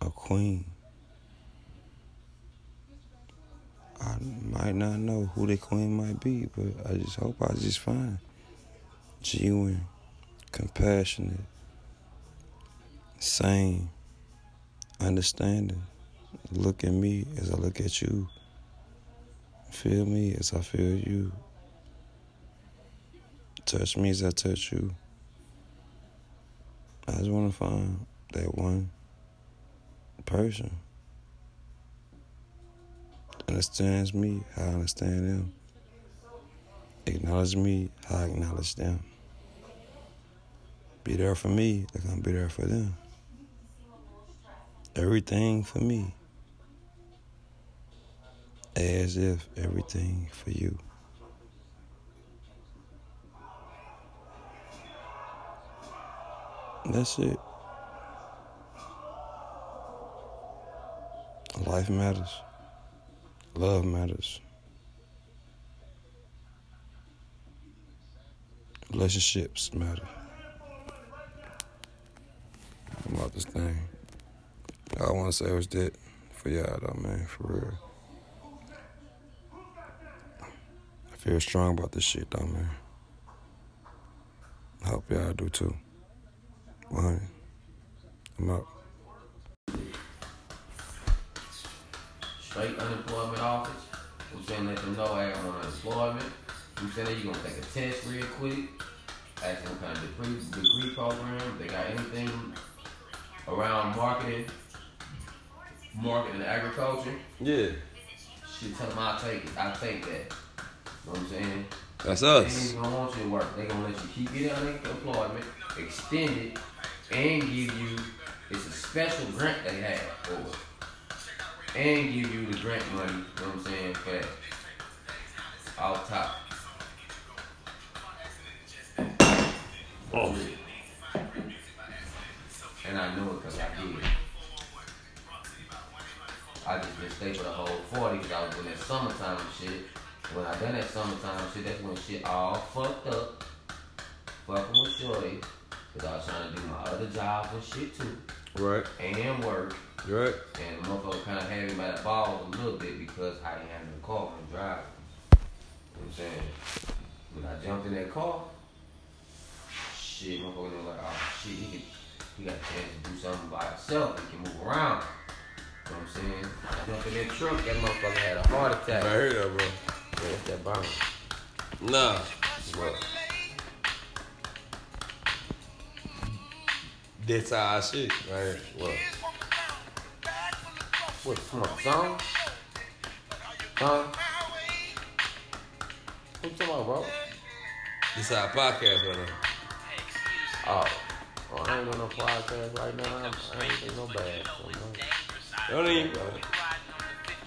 Speaker 7: a queen. I might not know who the queen might be, but I just hope I just find genuine, compassionate, sane, understanding. Look at me as I look at you. Feel me as I feel you. Touch me as I touch you. I just want to find that one person that understands me how I understand them, acknowledge me how I acknowledge them, be there for me like I'm be there for them. Everything for me as if everything for you. That's it. Life matters. Love matters. Relationships matter. About this thing. All I want to say was that for y'all, though, man, for real. I feel strong about this shit, though, man. I hope y'all do too. 100. I'm out.
Speaker 8: Straight unemployment office. I'm saying let them know I am on unemployment. I'm saying that you're gonna take a test real quick. Ask them what kind of degree, degree program. They got anything around marketing, marketing and agriculture.
Speaker 5: Yeah,
Speaker 8: Shit, tell them I'll take it. I'll take that. know what I'm saying?
Speaker 5: that's
Speaker 8: They ain't
Speaker 5: us.
Speaker 8: gonna want you to work. They gonna let you keep getting unemployment, extend it, and give you it's a special grant they have for it. And give you the grant money, you know what I'm saying, for that. Off top. Oh. And I know it because I did it. I just been stay for the whole 40 because I was doing that summertime shit. When I done that summertime shit, that's when shit all fucked up. Fucking with Shorty. Because I was trying to do my other jobs and shit too.
Speaker 5: Right,
Speaker 8: And work.
Speaker 5: right.
Speaker 8: And the motherfucker kind of had me by the balls a little bit because I didn't have no car when driving. You know what I'm saying? When I jumped in that car, shit, motherfucker was like, oh shit, he, can, he got a chance to do something by himself. He can move around. You know what I'm saying? I jumped in that truck, that motherfucker had a heart attack.
Speaker 5: I heard that,
Speaker 8: Yeah, that's that bomb.
Speaker 5: bro. Nah,
Speaker 8: Well,
Speaker 5: that's how I shit.
Speaker 8: right, well. What, from a song? Huh? Who you talking about, bro?
Speaker 5: This our podcast right now.
Speaker 8: Oh. Well, I ain't on no podcast right now. I'm, I ain't in no bad. so, man.
Speaker 5: Don't even.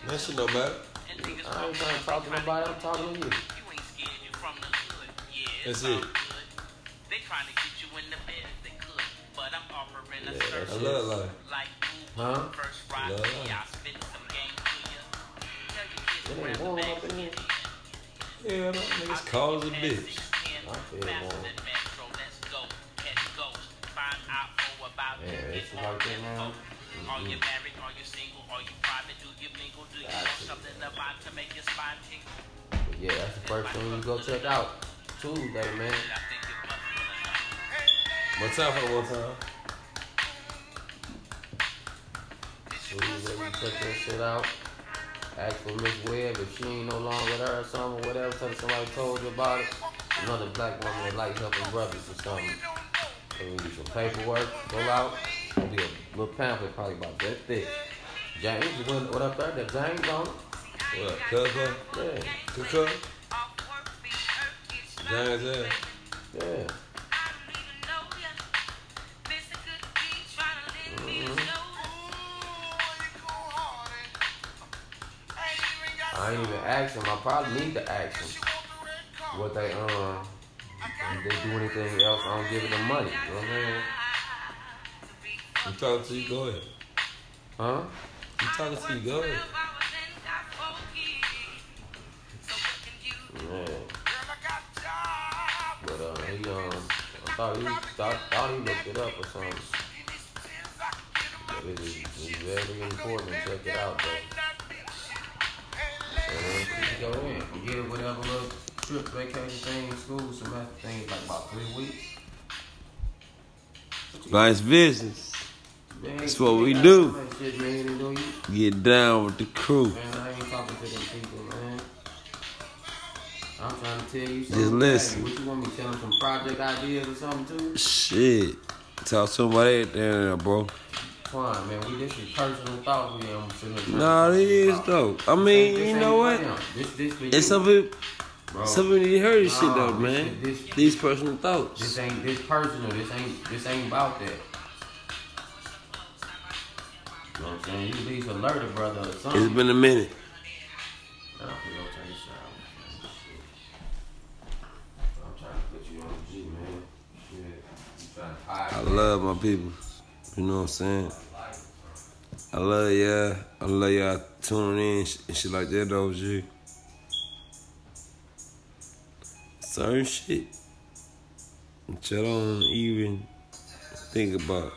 Speaker 5: That shit no matter.
Speaker 8: I ain't trying to talk to nobody. I'm talking to you.
Speaker 5: That's it.
Speaker 9: They trying to get you in the bed if they could, but I'm offering a
Speaker 8: Yeah, that's
Speaker 5: I
Speaker 9: service
Speaker 5: love life.
Speaker 9: like Uber.
Speaker 8: Huh?
Speaker 9: First ride,
Speaker 5: Love.
Speaker 9: yeah, I spit some game to you. Tell your kids
Speaker 8: It
Speaker 9: grab
Speaker 8: ain't
Speaker 9: the
Speaker 8: warm
Speaker 9: bags
Speaker 8: up in here.
Speaker 5: Yeah, man, niggas calls a bitch.
Speaker 8: I feel warm. Yeah, it's about that now. Mm-hmm.
Speaker 9: Are you married? Are you single? Are you private? Do you mingle? Do you know
Speaker 8: Gotcha.
Speaker 9: something about to make your spine tingle?
Speaker 8: But yeah, that's the first thing you go check out. Tuesday, man.
Speaker 9: I think it must be enough.
Speaker 5: One time for one time.
Speaker 8: Tuesday, you check that shit out. Ask for Miss Webb if she ain't no longer with her or something or whatever. Tell her somebody told you about it. Another black woman that like helping brothers or something. So we do some paperwork, go out. It'll be a little pamphlet probably about that thick. James, what, what up there? That James on it?
Speaker 5: What up, cousin?
Speaker 8: Yeah,
Speaker 5: Cuckoo? James ass.
Speaker 8: yeah. I ain't even asked them. I probably need to ask them what they um if they do anything else. I don't give them money. You know what I'm saying?
Speaker 5: I'm talking to you, go ahead.
Speaker 8: Huh?
Speaker 5: I'm talking to you, go ahead.
Speaker 8: Yeah. But uh, he um, I thought he thought, thought he looked it up or something. But it is it's very important. Check it out, though. And then you go in, you get whatever little trip, vacation thing, school semester thing, it's like about three weeks.
Speaker 5: Vice business.
Speaker 8: Man,
Speaker 5: That's what we
Speaker 8: I-
Speaker 5: do.
Speaker 8: I Shit, man, you know, you-
Speaker 5: Get down with the crew.
Speaker 8: Man, I ain't talking to them people, man. I'm trying to tell you something.
Speaker 5: Just listen.
Speaker 8: Hey, what you want me to tell them some project ideas or something too?
Speaker 5: Shit. Talk to somebody down there, bro.
Speaker 8: Fine, man. We this is personal thoughts we am sitting here trying
Speaker 5: Nah,
Speaker 8: to
Speaker 5: it is
Speaker 8: talk about.
Speaker 5: though. I
Speaker 8: This
Speaker 5: mean, you
Speaker 8: ain't
Speaker 5: know
Speaker 8: for
Speaker 5: what?
Speaker 8: them. This this for you.
Speaker 5: It's something,
Speaker 8: bro.
Speaker 5: something you hear this shit
Speaker 8: Nah,
Speaker 5: though,
Speaker 8: this
Speaker 5: man.
Speaker 8: is- this-
Speaker 5: These personal
Speaker 8: This
Speaker 5: thoughts.
Speaker 8: ain't this personal. This ain't this ain't about that. You know what I'm saying? You at least alert a brother or something.
Speaker 5: It's been a minute.
Speaker 8: Nah, I'm gonna take a shower. Shit. I'm trying to put you on the G, man. Shit. You trying to hide
Speaker 5: I
Speaker 8: that.
Speaker 5: love my people. You know what I'm saying? I love y'all. I love y'all tuning in sh- and shit like that though, G. Certain shit that y'all don't even think about.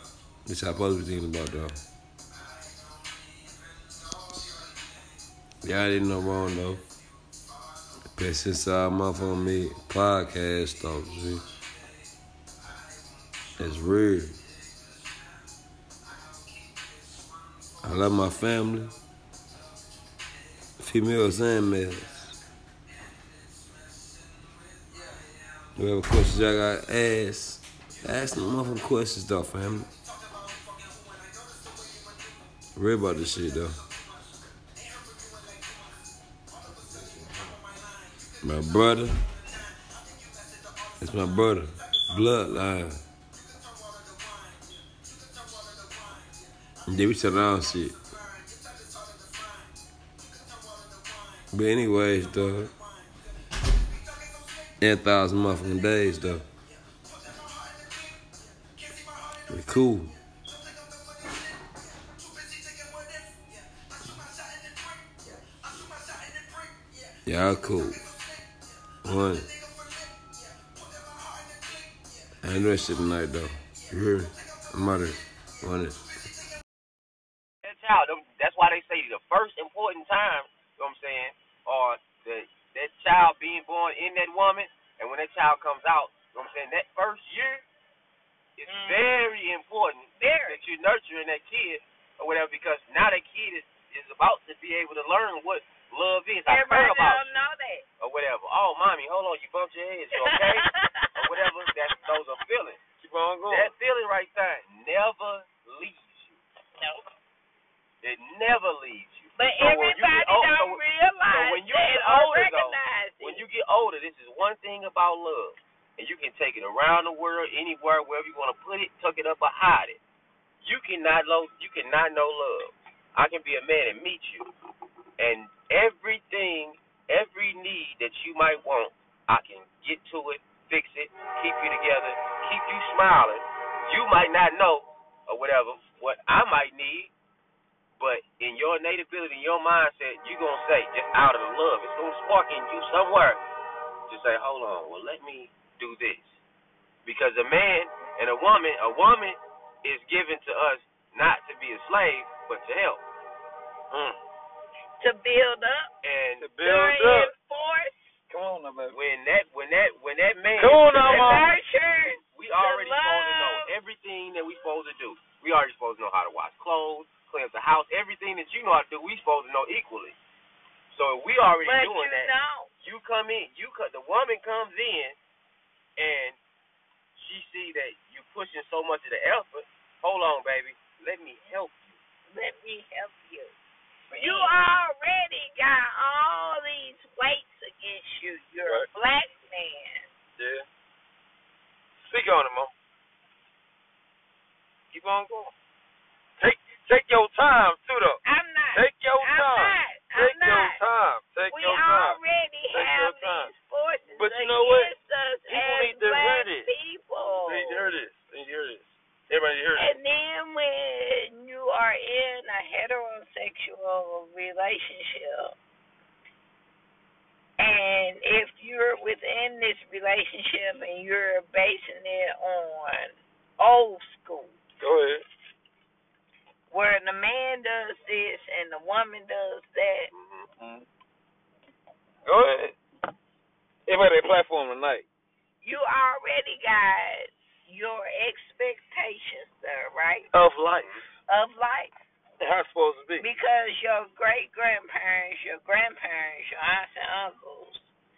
Speaker 5: Which I supposed to be thinking about though. Y'all didn't know wrong though. uh, That's inside my phone me podcast though, G. It's real. I love my family. If females and males. Whatever questions y'all got to ask, ask them motherfucking questions though, family. Read about this shit though. My brother. It's my brother. Bloodline. And then we shut down shit. But anyways, though. 10,000 motherfucking days, though. We cool. Y'all cool. One. I ain't doing that shit tonight, though. You hear me? I'm out of here. One.
Speaker 2: That's how. Them, that's why they say the first important time. You know what I'm saying? Or the that child being born in that woman, and when that child comes out, you know what I'm saying? That first year is
Speaker 10: Mm.
Speaker 2: very important that you're nurturing that kid or whatever, because now that kid is is about to be able to learn what love is. I
Speaker 10: Everybody
Speaker 2: care about
Speaker 10: don't know that.
Speaker 2: you, or whatever. Oh, mommy, hold on, you bumped your head. You
Speaker 10: *laughs*
Speaker 2: okay? or whatever. That those are feelings.
Speaker 1: Keep on going.
Speaker 2: That feeling right there never leaves you.
Speaker 10: Nope.
Speaker 2: It never leaves you.
Speaker 10: But
Speaker 2: So when you get
Speaker 10: everybody
Speaker 2: old- so
Speaker 10: don't
Speaker 2: when-
Speaker 10: realize
Speaker 2: so when you
Speaker 10: that
Speaker 2: get
Speaker 10: or
Speaker 2: older, though,
Speaker 10: recognize
Speaker 2: when
Speaker 10: it.
Speaker 2: you get older, this is one thing about love. And you can take it around the world, anywhere, wherever you want to put it, tuck it up or hide it. You cannot lo- you cannot know love. I can be a man and meet you. And everything, every need that you might want, I can get to it, fix it, keep you together, keep you smiling. You might not know or whatever what I might need, but in your native ability, in your mindset, you're going to say, just out of the love, it's going to spark in you somewhere. Just say, hold on, well, let me do this. Because a man and a woman, a woman is given to us not to be a slave, but to help. Mm.
Speaker 10: to build up,
Speaker 2: And
Speaker 1: To
Speaker 10: to
Speaker 1: build up.
Speaker 10: reinforce,
Speaker 1: Come on now, baby.
Speaker 2: when that, when that, when that man,
Speaker 1: Come on
Speaker 2: when
Speaker 1: now,
Speaker 2: that
Speaker 1: Mom.
Speaker 2: man-
Speaker 10: nurture.
Speaker 2: We already
Speaker 10: The
Speaker 2: supposed to know
Speaker 10: love.
Speaker 2: everything that we supposed to do. We already supposed to know how to wash clothes, clean up the house, everything that you know how to do. We supposed to know equally. So if we already
Speaker 10: But you
Speaker 2: doing that.
Speaker 10: don't.
Speaker 2: you come in, you co- the woman comes in, and she see that you pushing so much of the effort. Hold on, baby, let me help you.
Speaker 10: Let me help you. You already got all these weights against you. You're a black man.
Speaker 1: Yeah. Speak on it, Mom. Keep on going. Take take your time, too, though.
Speaker 10: I'm not.
Speaker 1: Take your
Speaker 10: I'm
Speaker 1: time.
Speaker 10: not. I'm
Speaker 1: Take your
Speaker 10: not.
Speaker 1: time. Take
Speaker 10: we
Speaker 1: your time.
Speaker 10: already
Speaker 1: Take your
Speaker 10: have
Speaker 1: time.
Speaker 10: these forces
Speaker 1: But you know what?
Speaker 10: against us
Speaker 1: People
Speaker 10: as
Speaker 1: need to hear
Speaker 10: black
Speaker 1: this.
Speaker 10: people.
Speaker 1: They need to hear this. They need to hear this. Everybody need to hear
Speaker 10: And
Speaker 1: this.
Speaker 10: then when you are in a heterosexual relationship, and if you're within this relationship and you're basing it on old school,
Speaker 1: Go ahead.
Speaker 10: where the man does this and the woman does that,
Speaker 1: Mm-hmm. Go ahead. Everybody that platform tonight.
Speaker 10: you already got your expectations there, right?
Speaker 1: Of life.
Speaker 10: Of life.
Speaker 1: How it's supposed to be.
Speaker 10: Because your great grandparents, your grandparents, your aunts and uncles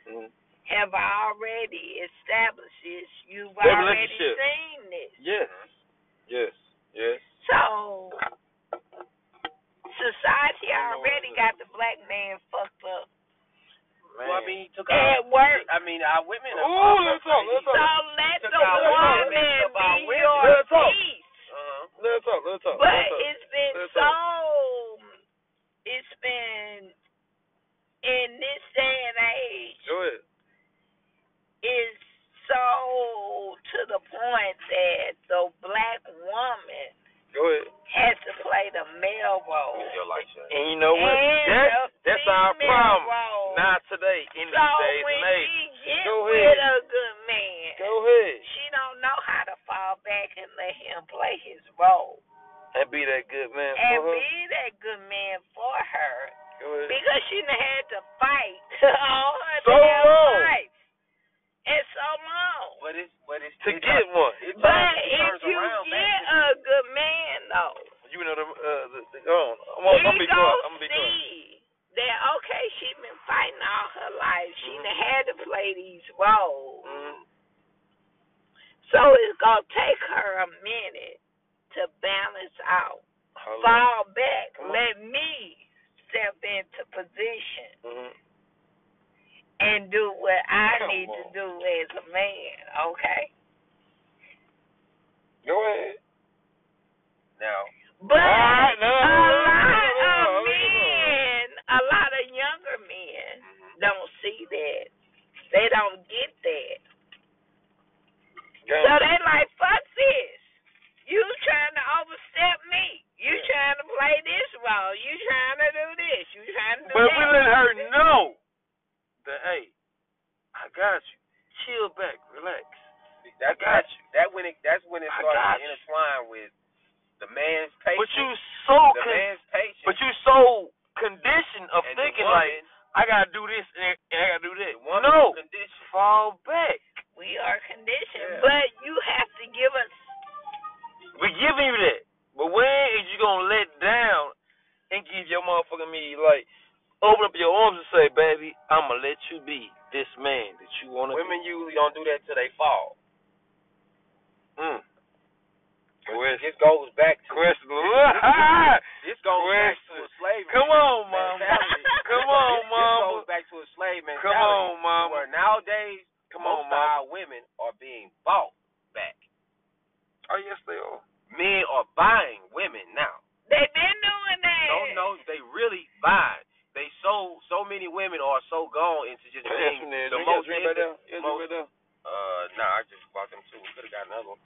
Speaker 1: Mhm.
Speaker 10: have already established this. You've
Speaker 1: Their
Speaker 10: already
Speaker 1: relationship.
Speaker 10: seen this.
Speaker 1: Yes. Yes. Yes.
Speaker 10: So society already got the black man fucked up
Speaker 2: Well, I mean, he took
Speaker 10: at
Speaker 2: our,
Speaker 10: work.
Speaker 2: I mean, our women. are-
Speaker 1: Ooh, let's talk. Let's
Speaker 10: So
Speaker 1: talk.
Speaker 10: let
Speaker 2: Took
Speaker 10: the
Speaker 2: our
Speaker 10: woman
Speaker 2: women, took our
Speaker 10: be
Speaker 2: women.
Speaker 10: your
Speaker 1: Real talk.
Speaker 10: peace.
Speaker 2: Uh-huh.
Speaker 1: Let's talk. Let's talk.
Speaker 10: But
Speaker 1: *laughs* let's talk.
Speaker 10: it's been
Speaker 1: That's
Speaker 10: so. It's been in this day and age
Speaker 1: Go ahead.
Speaker 10: is so to the point that the black woman
Speaker 1: Go ahead.
Speaker 10: has to play the male role
Speaker 2: Your life, Shay.
Speaker 1: And you know what?
Speaker 10: and
Speaker 1: That's,
Speaker 10: the
Speaker 1: that's our
Speaker 10: female
Speaker 1: problem.
Speaker 10: Role.
Speaker 1: Not today, in
Speaker 10: so
Speaker 1: these days
Speaker 10: when
Speaker 1: and age.
Speaker 10: she gets
Speaker 1: Go
Speaker 10: with
Speaker 1: ahead.
Speaker 10: a good man,
Speaker 1: Go ahead.
Speaker 10: she don't know how to fall back and let him play his role
Speaker 1: And be that good man
Speaker 10: and
Speaker 1: for her.
Speaker 10: be that good man for her
Speaker 1: Go ahead.
Speaker 10: because she done had to fight *laughs* all her
Speaker 1: So
Speaker 10: damn
Speaker 1: long.
Speaker 10: life. It's so long.
Speaker 2: But it's but it's
Speaker 1: To
Speaker 2: it
Speaker 1: get
Speaker 2: turns-
Speaker 1: one.
Speaker 2: It turns,
Speaker 10: But
Speaker 2: it
Speaker 10: if
Speaker 2: turns
Speaker 10: you
Speaker 2: around
Speaker 10: get
Speaker 2: back.
Speaker 10: a good man, though,
Speaker 1: You know the, uh, the, the go on. I'm gonna I'm
Speaker 10: he
Speaker 1: gonna be
Speaker 10: gonna
Speaker 1: quiet. I'm gonna be quiet.
Speaker 10: see that okay, she been fighting all her life. She done
Speaker 2: Mm-hmm.
Speaker 10: had to play these roles.
Speaker 1: Mm-hmm.
Speaker 10: So it's gonna take her a minute to balance out. Fall back. Let me step into position
Speaker 1: Mm-hmm.
Speaker 10: and do what I
Speaker 1: Come
Speaker 10: need to
Speaker 1: on.
Speaker 10: do as a man, okay?
Speaker 1: Go ahead.
Speaker 2: Now,
Speaker 10: But
Speaker 1: Ah,
Speaker 10: a
Speaker 1: no, no, no,
Speaker 10: lot
Speaker 1: no,
Speaker 10: of
Speaker 1: no, no.
Speaker 10: men, a lot of younger men
Speaker 1: Mm-hmm.
Speaker 10: don't see that. They don't get that. So
Speaker 1: Go.
Speaker 10: they like, fuck this. You trying to overstep me. You trying to play this role. You trying to do this. You trying to do
Speaker 1: But
Speaker 10: that.
Speaker 1: we let her know that, hey, I got you. Chill back, relax.
Speaker 2: that
Speaker 1: I got
Speaker 2: that, that when it that's when it
Speaker 1: I
Speaker 2: starts
Speaker 1: got
Speaker 2: to
Speaker 1: you.
Speaker 2: intertwine with the man's patience.
Speaker 1: But you so
Speaker 2: the
Speaker 1: con-
Speaker 2: man's patience.
Speaker 1: but you so conditioned of
Speaker 2: and the
Speaker 1: thinking
Speaker 2: woman,
Speaker 1: like I gotta do this and I gotta do that.
Speaker 2: the woman's
Speaker 1: No,
Speaker 2: condition.
Speaker 1: fall back.
Speaker 10: We are conditioned,
Speaker 2: Yeah.
Speaker 10: but you have to give us.
Speaker 1: We giving you that, but when is you gonna let down and give your motherfucking me like open up your arms and say, baby, I'ma let you be this man that you wanna
Speaker 2: Women usually don't do that till they fall.
Speaker 1: be. Mm.
Speaker 2: Which *laughs* this goes back to
Speaker 1: Question.
Speaker 2: this goes back to
Speaker 1: Question.
Speaker 2: a slavery.
Speaker 1: Come
Speaker 2: *laughs*
Speaker 1: on, mama.
Speaker 2: mentality.
Speaker 1: Come on,
Speaker 2: This- This
Speaker 1: mama.
Speaker 2: goes back to a slave mentality.
Speaker 1: Come on,
Speaker 2: Where
Speaker 1: mama.
Speaker 2: nowadays,
Speaker 1: Come
Speaker 2: most
Speaker 1: on,
Speaker 2: of
Speaker 1: mama.
Speaker 2: our women are being bought back.
Speaker 1: Oh yes, they are.
Speaker 2: Men are buying women now.
Speaker 10: They've been doing that.
Speaker 2: Don't know if they really buying. They so so many women are so gone into just being the most. into- most- uh, nah, I just bought them two. Could have got another one.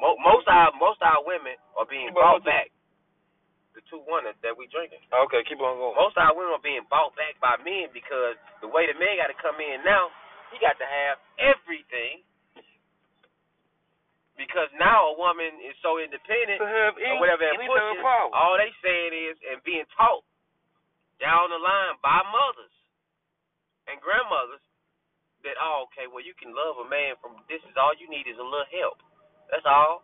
Speaker 2: Mo- most of our most of our women are being
Speaker 1: You bought
Speaker 2: bought
Speaker 1: two?
Speaker 2: back. The two one that- that we drinking.
Speaker 1: Okay, keep on going.
Speaker 2: Most of our women are being bought back by men because the way the man got to come in now, he got to have everything. Because now a woman is so independent
Speaker 1: to have
Speaker 2: or
Speaker 1: any,
Speaker 2: whatever that
Speaker 1: any
Speaker 2: pushes,
Speaker 1: type of power.
Speaker 2: all they saying is and being taught down the line by mothers and grandmothers that oh okay well you can love a man from this is all you need is a little help. That's all,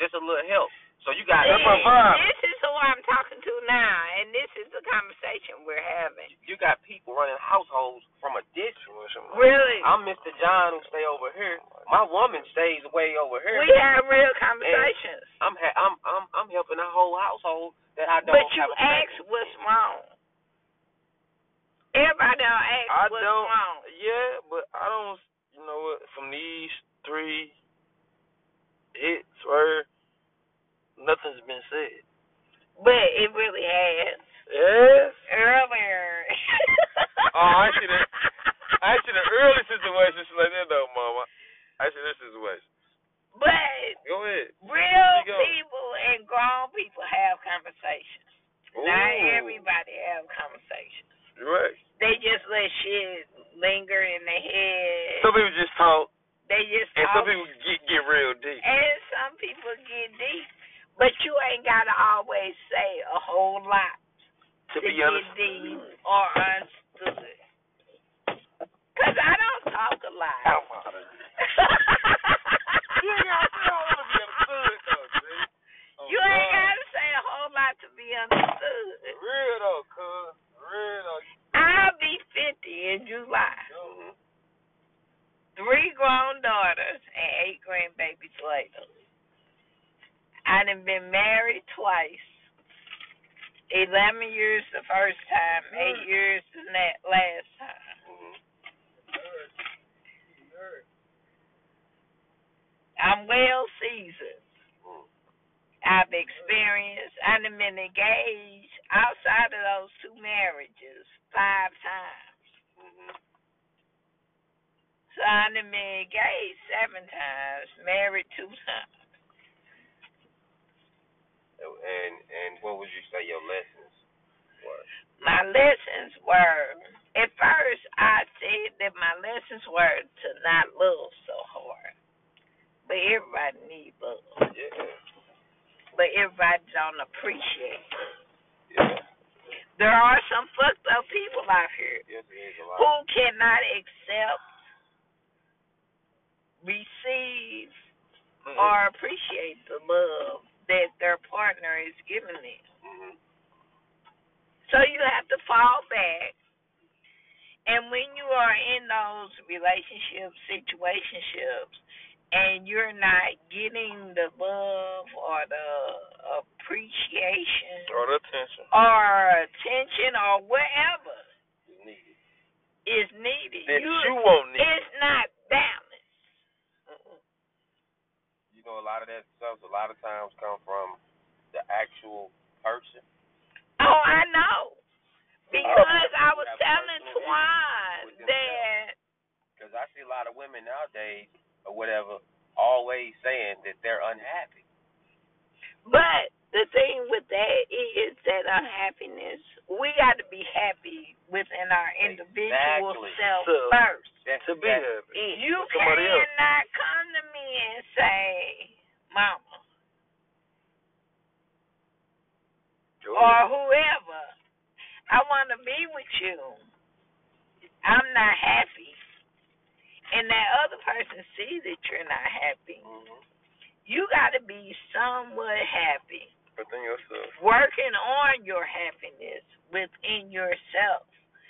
Speaker 2: just a little help. So you got
Speaker 1: That's my
Speaker 2: men-
Speaker 1: vibe.
Speaker 10: This is who I'm talking to now, and this is the conversation we're having.
Speaker 2: you got people running households from a distance.
Speaker 10: Really.
Speaker 2: I'm Mr. John who stay over here. My woman stays way over here.
Speaker 1: *laughs*
Speaker 10: We have real conversations.
Speaker 1: uh,
Speaker 2: I'm ha- I'm I'm I'm helping a whole household that I don't
Speaker 10: But you
Speaker 2: have a
Speaker 10: ask
Speaker 2: family.
Speaker 10: what's wrong. Everybody don't ask
Speaker 1: I
Speaker 10: what's
Speaker 1: don't.
Speaker 10: wrong.
Speaker 1: Yeah, but I don't. You know what? From these three hits, where nothing's been said.
Speaker 10: But it really has.
Speaker 1: Yes.
Speaker 10: *laughs* Earlier.
Speaker 1: Oh, I see that. I see the early situations like that though, Mama. I see this situation.
Speaker 10: But
Speaker 1: Go ahead.
Speaker 10: real
Speaker 1: You go.
Speaker 10: people and grown people have conversations. Not everybody have conversations.
Speaker 1: You're right.
Speaker 10: They just let shit linger in their head.
Speaker 1: Some people just talk,
Speaker 10: they just
Speaker 1: and some
Speaker 10: talk
Speaker 1: people get get real deep.
Speaker 10: And some people get deep, but you ain't gotta always say a whole lot
Speaker 1: To be
Speaker 10: get
Speaker 1: honest,
Speaker 10: deep or understood. Cause I don't talk a lot. *laughs*
Speaker 1: You ain't gotta say all to be understood, though, man. Oh,
Speaker 10: You ain't
Speaker 1: God.
Speaker 10: gotta say a whole lot to be understood.
Speaker 1: Real though, cuz. Real though.
Speaker 10: I'll be fifty in July. Three grown daughters and eight grandbabies later. I done been married twice. Eleven years the first time, eight years the na- last time. I'm well seasoned. I've experienced. I've been engaged outside of those two marriages five times. So I've been engaged seven times, married two times.
Speaker 2: And and what would you say your lessons?
Speaker 10: my lessons were at first I said that my lessons were to not love so hard. But everybody need love.
Speaker 2: Yeah.
Speaker 10: But everybody don't appreciate it.
Speaker 2: Yeah.
Speaker 10: There are some fucked up people out here
Speaker 2: Yes, it is a
Speaker 10: who
Speaker 2: lot.
Speaker 10: cannot accept, receive,
Speaker 1: Mm-mm.
Speaker 10: or appreciate the Mm-hmm. love that their partner is giving them. So you have to fall back. And when you are in those relationships, situationships, and you're not getting the love or the appreciation
Speaker 1: All the attention
Speaker 10: or attention or whatever
Speaker 2: is needed.
Speaker 10: is needed,
Speaker 1: that
Speaker 10: you,
Speaker 1: you won't need.
Speaker 10: it's not balanced.
Speaker 2: You know, a lot of that stuff, a lot of times come from the actual person.
Speaker 10: Oh, I know. Because I was telling Twan that
Speaker 2: Because I see a lot of women nowadays or whatever always saying that they're unhappy.
Speaker 10: But the thing with that is that unhappiness, we got to be happy within our individual
Speaker 2: Exactly.
Speaker 10: self
Speaker 1: So-
Speaker 10: first.
Speaker 2: That's,
Speaker 1: To be
Speaker 2: that's,
Speaker 1: happy.
Speaker 10: You
Speaker 1: with somebody else.
Speaker 10: cannot come to me and say, Mama, or whoever, I want to be with you. I'm not happy. And that other person sees that you're not happy.
Speaker 1: Mhm.
Speaker 10: You got to be somewhat happy.
Speaker 1: Within yourself.
Speaker 10: working on your happiness within yourself.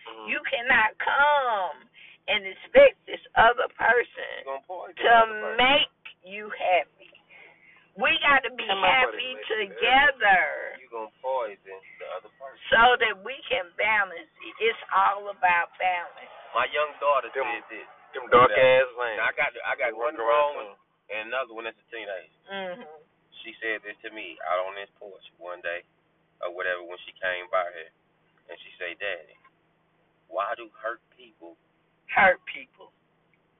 Speaker 1: Mhm.
Speaker 10: You cannot come and expect this other
Speaker 2: You're
Speaker 10: person
Speaker 2: gonna poison
Speaker 10: to
Speaker 2: another person.
Speaker 10: make you happy. We got to be
Speaker 1: Come on,
Speaker 10: happy
Speaker 1: buddy, make it
Speaker 10: together
Speaker 2: You're gonna poison the other person.
Speaker 10: so that we can balance it. It's all about balance.
Speaker 2: My young daughter
Speaker 1: Them-
Speaker 2: said this.
Speaker 1: Them dark ass lanes.
Speaker 2: Now, I got I got
Speaker 1: They
Speaker 2: one
Speaker 1: walk around
Speaker 2: grown and another one that's a teenager.
Speaker 10: Mm-hmm.
Speaker 2: She said this to me out on this porch one day or whatever when she came by here, and she said, "Daddy, why do hurt people
Speaker 10: Hurt people.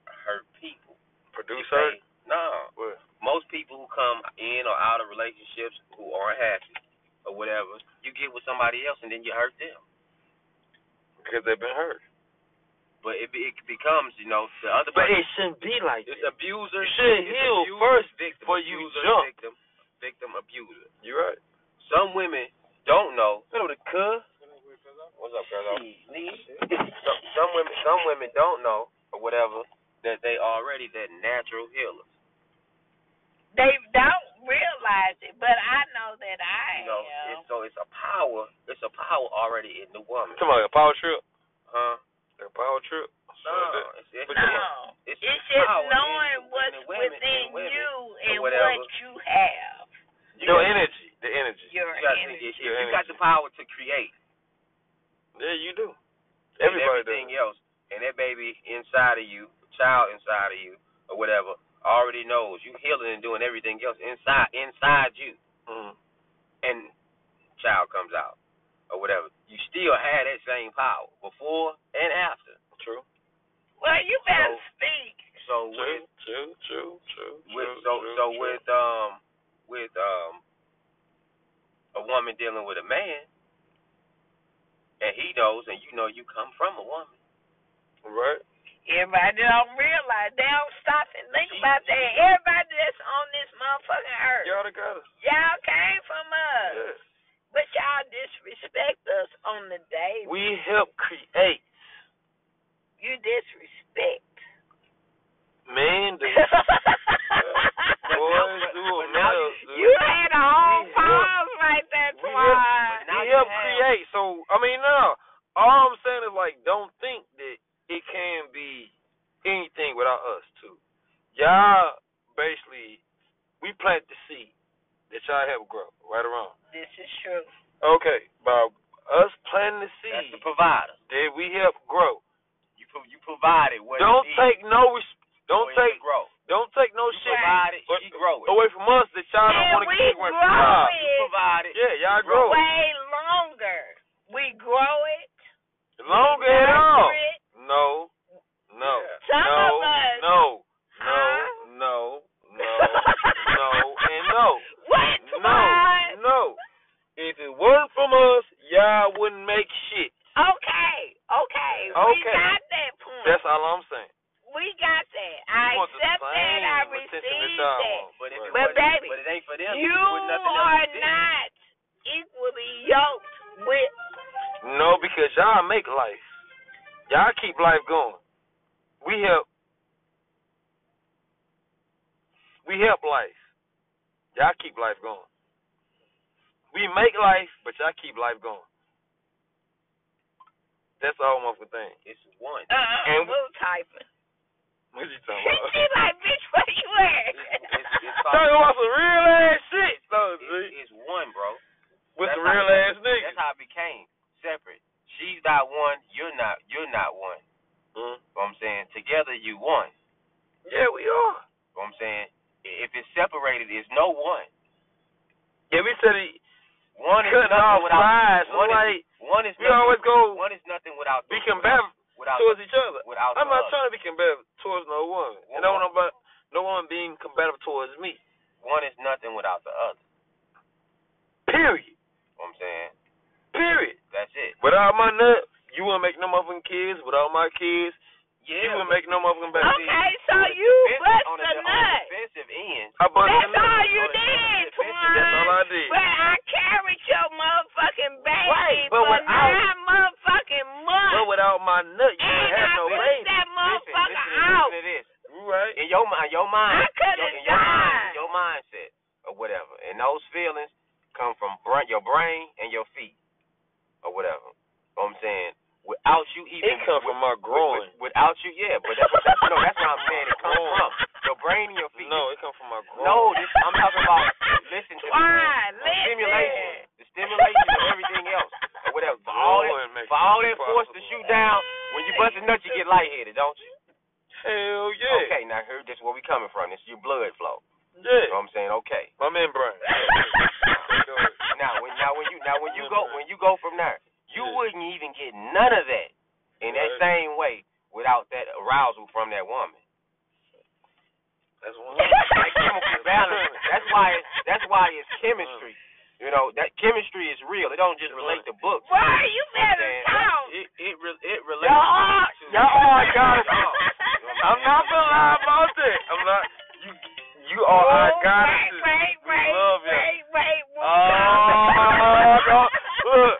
Speaker 2: hurt people?" She
Speaker 1: Producer.
Speaker 2: said, No,
Speaker 1: What?
Speaker 2: most people who come in or out of relationships who aren't happy or whatever, you get with somebody else and then you hurt them.
Speaker 1: Because they've been hurt.
Speaker 2: But it be- it becomes, you know, the other
Speaker 1: But
Speaker 2: person.
Speaker 1: it shouldn't be like
Speaker 2: It's
Speaker 1: that.
Speaker 2: abuser.
Speaker 1: You should
Speaker 2: it's
Speaker 1: heal
Speaker 2: abuser,
Speaker 1: first
Speaker 2: victim,
Speaker 1: before you
Speaker 2: abuser,
Speaker 1: jump.
Speaker 2: Victim, victim, abuser.
Speaker 1: You're right.
Speaker 2: Some women don't know.
Speaker 1: You know the cuh?
Speaker 2: What's up, girl? some, some women, some women don't know or whatever that they already that natural healers.
Speaker 10: They don't realize it, but I know that I
Speaker 2: You know,
Speaker 10: am.
Speaker 2: it's, so it's a power. It's a power already in the woman.
Speaker 1: Come on, a power trip.
Speaker 2: Huh?
Speaker 1: A power trip.
Speaker 2: No, it's, it's,
Speaker 1: But
Speaker 2: it's-
Speaker 10: No.
Speaker 2: It's
Speaker 10: It's,
Speaker 2: just
Speaker 10: just
Speaker 2: power in-
Speaker 10: knowing
Speaker 2: in
Speaker 10: what's
Speaker 2: the women-
Speaker 10: within
Speaker 2: in women,
Speaker 10: you
Speaker 2: or
Speaker 10: and
Speaker 2: whatever.
Speaker 10: what you have.
Speaker 1: Your
Speaker 2: got-
Speaker 1: energy. The energy.
Speaker 10: Your
Speaker 2: You got, to
Speaker 10: energy.
Speaker 2: if you got the power to create
Speaker 1: Yeah, you do.
Speaker 2: and
Speaker 1: Everybody
Speaker 2: everything
Speaker 1: does.
Speaker 2: else, and that baby inside of you, child inside of you, or whatever, already knows you healing and doing everything else inside inside you,
Speaker 1: Mhm.
Speaker 2: and child comes out or whatever. You still had that same power before and after.
Speaker 1: True.
Speaker 10: Well, you better
Speaker 2: So-
Speaker 10: speak.
Speaker 2: So with
Speaker 1: True. True. True. True.
Speaker 2: with
Speaker 1: true,
Speaker 2: so
Speaker 1: true,
Speaker 2: so
Speaker 1: true.
Speaker 2: with um with um a woman dealing with a man, and he knows, and you know you come from a woman.
Speaker 1: right.
Speaker 10: Everybody don't realize. They don't stop and think about that. Everybody that's on this motherfucking earth,
Speaker 1: Y'all done got us.
Speaker 10: y'all came from us.
Speaker 1: Yes.
Speaker 10: But y'all disrespect us on the day.
Speaker 1: We help create.
Speaker 10: You disrespect.
Speaker 1: Man, do. *laughs* Boys
Speaker 10: *laughs*
Speaker 1: do a
Speaker 2: But now
Speaker 1: male, do.
Speaker 10: you had a whole
Speaker 1: We help.
Speaker 10: pause right there,
Speaker 1: We help.
Speaker 10: Twine.
Speaker 1: We
Speaker 2: Now you
Speaker 1: help
Speaker 2: have-
Speaker 1: create. So I mean, no. All I'm saying is like, don't think that it can be anything without us too. Y'all basically, we plant the seed that y'all help grow, right or wrong.
Speaker 10: This is true.
Speaker 1: Okay, by us planting the
Speaker 2: That's
Speaker 1: seed
Speaker 2: the provider.
Speaker 1: that we help grow.
Speaker 2: You pro- you provided what
Speaker 1: Don't
Speaker 2: it
Speaker 1: take no res- don't
Speaker 2: for it
Speaker 1: take
Speaker 2: to grow.
Speaker 1: don't take no
Speaker 2: You
Speaker 1: shit
Speaker 2: provide it,
Speaker 1: a-
Speaker 2: she grow it.
Speaker 1: away from us that y'all don't
Speaker 10: And
Speaker 1: want to
Speaker 10: we
Speaker 1: keep away from
Speaker 10: grow
Speaker 1: y'all.
Speaker 10: it.
Speaker 2: You provide it.
Speaker 1: Yeah, y'all grow it.
Speaker 10: way longer. We grow it. we
Speaker 1: Longer at all.
Speaker 10: nurture it.
Speaker 1: No. No.
Speaker 10: Some
Speaker 1: no.
Speaker 10: of us.
Speaker 1: No. No.
Speaker 10: Huh?
Speaker 1: No.
Speaker 10: *laughs*
Speaker 1: No. no. And no.
Speaker 10: What?
Speaker 1: No.
Speaker 10: What?
Speaker 1: No. If it weren't from us, y'all wouldn't make shit.
Speaker 10: Okay, okay. We
Speaker 1: Okay.
Speaker 10: got that point.
Speaker 1: That's all I'm saying.
Speaker 10: we got that. I
Speaker 1: you want the
Speaker 10: accept that.
Speaker 1: same
Speaker 10: I
Speaker 1: attention
Speaker 10: receive that.
Speaker 1: y'all want.
Speaker 2: But if it
Speaker 1: Right.
Speaker 10: But
Speaker 2: wasn't-
Speaker 10: baby,
Speaker 2: but it ain't for them.
Speaker 10: You
Speaker 2: put nothing else
Speaker 10: are
Speaker 2: in it.
Speaker 10: not equally yoked with.
Speaker 1: No, because y'all make life. Y'all keep life going. We help. We help life. Y'all keep life going. We make life, but y'all keep life going. That's a whole motherfucking thing.
Speaker 2: It's one.
Speaker 10: Uh,
Speaker 1: And-
Speaker 10: we'll type
Speaker 1: *laughs*
Speaker 10: *laughs* it.
Speaker 1: What you talking about?
Speaker 10: she like, bitch, where you at?
Speaker 2: It's- it's-
Speaker 10: *laughs*
Speaker 2: it's all-
Speaker 1: *laughs* Talking about some real ass shit, though, G.
Speaker 2: It's, it's one, bro.
Speaker 1: With
Speaker 2: that's
Speaker 1: some
Speaker 2: how-
Speaker 1: real ass
Speaker 2: That's
Speaker 1: niggas.
Speaker 2: how it became separate. She's not one. You're not. You're not one.
Speaker 1: Mhm.
Speaker 2: You know what I'm saying together you one.
Speaker 1: Yeah, we are.
Speaker 2: You know what I'm saying I- if it's separated, it's no one.
Speaker 1: Yeah, we said it.
Speaker 2: One is
Speaker 1: Cutting
Speaker 2: nothing
Speaker 1: off
Speaker 2: without
Speaker 1: sides. So
Speaker 2: one is-
Speaker 1: like,
Speaker 2: one is
Speaker 1: we always
Speaker 2: nothing.
Speaker 1: go
Speaker 2: One is nothing without
Speaker 1: be
Speaker 2: the- without,
Speaker 1: combative
Speaker 2: without
Speaker 1: towards each other.
Speaker 2: without
Speaker 1: I'm
Speaker 2: the
Speaker 1: not
Speaker 2: other.
Speaker 1: trying to be combative towards no woman. And I don't know about no one being combative towards me.
Speaker 2: One is nothing without the other.
Speaker 1: Period.
Speaker 2: You know what I'm saying
Speaker 1: Period.
Speaker 2: that's it.
Speaker 1: Without my nut, you wouldn't make no motherfucking kids. Without my kids, you
Speaker 2: Yeah.
Speaker 1: wouldn't make no motherfucking baby.
Speaker 10: okay, so
Speaker 2: on the
Speaker 10: you
Speaker 2: defensive-
Speaker 10: bust
Speaker 2: on
Speaker 10: a
Speaker 2: the, on the
Speaker 10: nut.
Speaker 2: defensive end.
Speaker 1: I bust
Speaker 10: That's
Speaker 1: a nut.
Speaker 10: all you
Speaker 2: on the
Speaker 10: did,
Speaker 2: defensive end,
Speaker 10: Twan.
Speaker 1: That's all I did.
Speaker 10: But I carried your motherfucking baby
Speaker 1: Right, but
Speaker 10: for
Speaker 1: without-
Speaker 10: nine motherfucking
Speaker 1: But
Speaker 10: months.
Speaker 1: without my nut, you
Speaker 10: and
Speaker 1: wouldn't have
Speaker 10: I
Speaker 1: no
Speaker 10: pushed
Speaker 1: baby.
Speaker 10: that
Speaker 2: Listen,
Speaker 10: motherfucker
Speaker 2: listen, to-
Speaker 10: out.
Speaker 2: listen to this.
Speaker 1: You right?
Speaker 2: in your mind, your mind,
Speaker 10: I could've
Speaker 2: your, in your mind,
Speaker 10: died.
Speaker 2: your mindset or whatever, and those feelings come from br- your brain and your feet or whatever. You know what I'm saying without you even
Speaker 1: It comes from my groin.
Speaker 2: with- without you, yeah, but that's what, no, that's what I'm saying. It comes from your brain and your feet.
Speaker 1: No, it comes from my groin.
Speaker 2: No, this, I'm talking about listen to me.
Speaker 10: Why?
Speaker 2: The stimulation,
Speaker 10: Listen.
Speaker 2: the stimulation of everything else or whatever. For all that,
Speaker 1: Groin makes
Speaker 2: for all
Speaker 1: it
Speaker 2: that force to
Speaker 1: possible.
Speaker 2: shoot down, when you bust a nut, you get lightheaded, don't you?
Speaker 1: Hell yeah.
Speaker 2: Okay, now here, this is where we coming from. This is your blood flow. You know
Speaker 1: Yeah.
Speaker 2: what I'm saying? Okay.
Speaker 1: My man, Brian.
Speaker 10: *laughs*
Speaker 2: Now when now when you now when you go when you go from there, you
Speaker 1: Yeah.
Speaker 2: wouldn't even get none of that in that
Speaker 1: Right.
Speaker 2: same way without that arousal from that woman.
Speaker 1: That's one.
Speaker 2: That chemical *laughs* balance. That's why it's, that's why it's chemistry. You know that chemistry is real. It don't just relate to books.
Speaker 10: Why you better
Speaker 2: Man,
Speaker 10: talk?
Speaker 2: It it re- it
Speaker 10: Y'all
Speaker 2: relates.
Speaker 10: are.
Speaker 2: to
Speaker 1: Y'all are gotta-
Speaker 2: Y'all.
Speaker 1: I'm not gonna lie about that. I'm not. You, you are our goddesses.
Speaker 10: Wait,
Speaker 1: We
Speaker 10: wait,
Speaker 1: love you.
Speaker 10: wait, wait, wait.
Speaker 1: Oh, no. Look,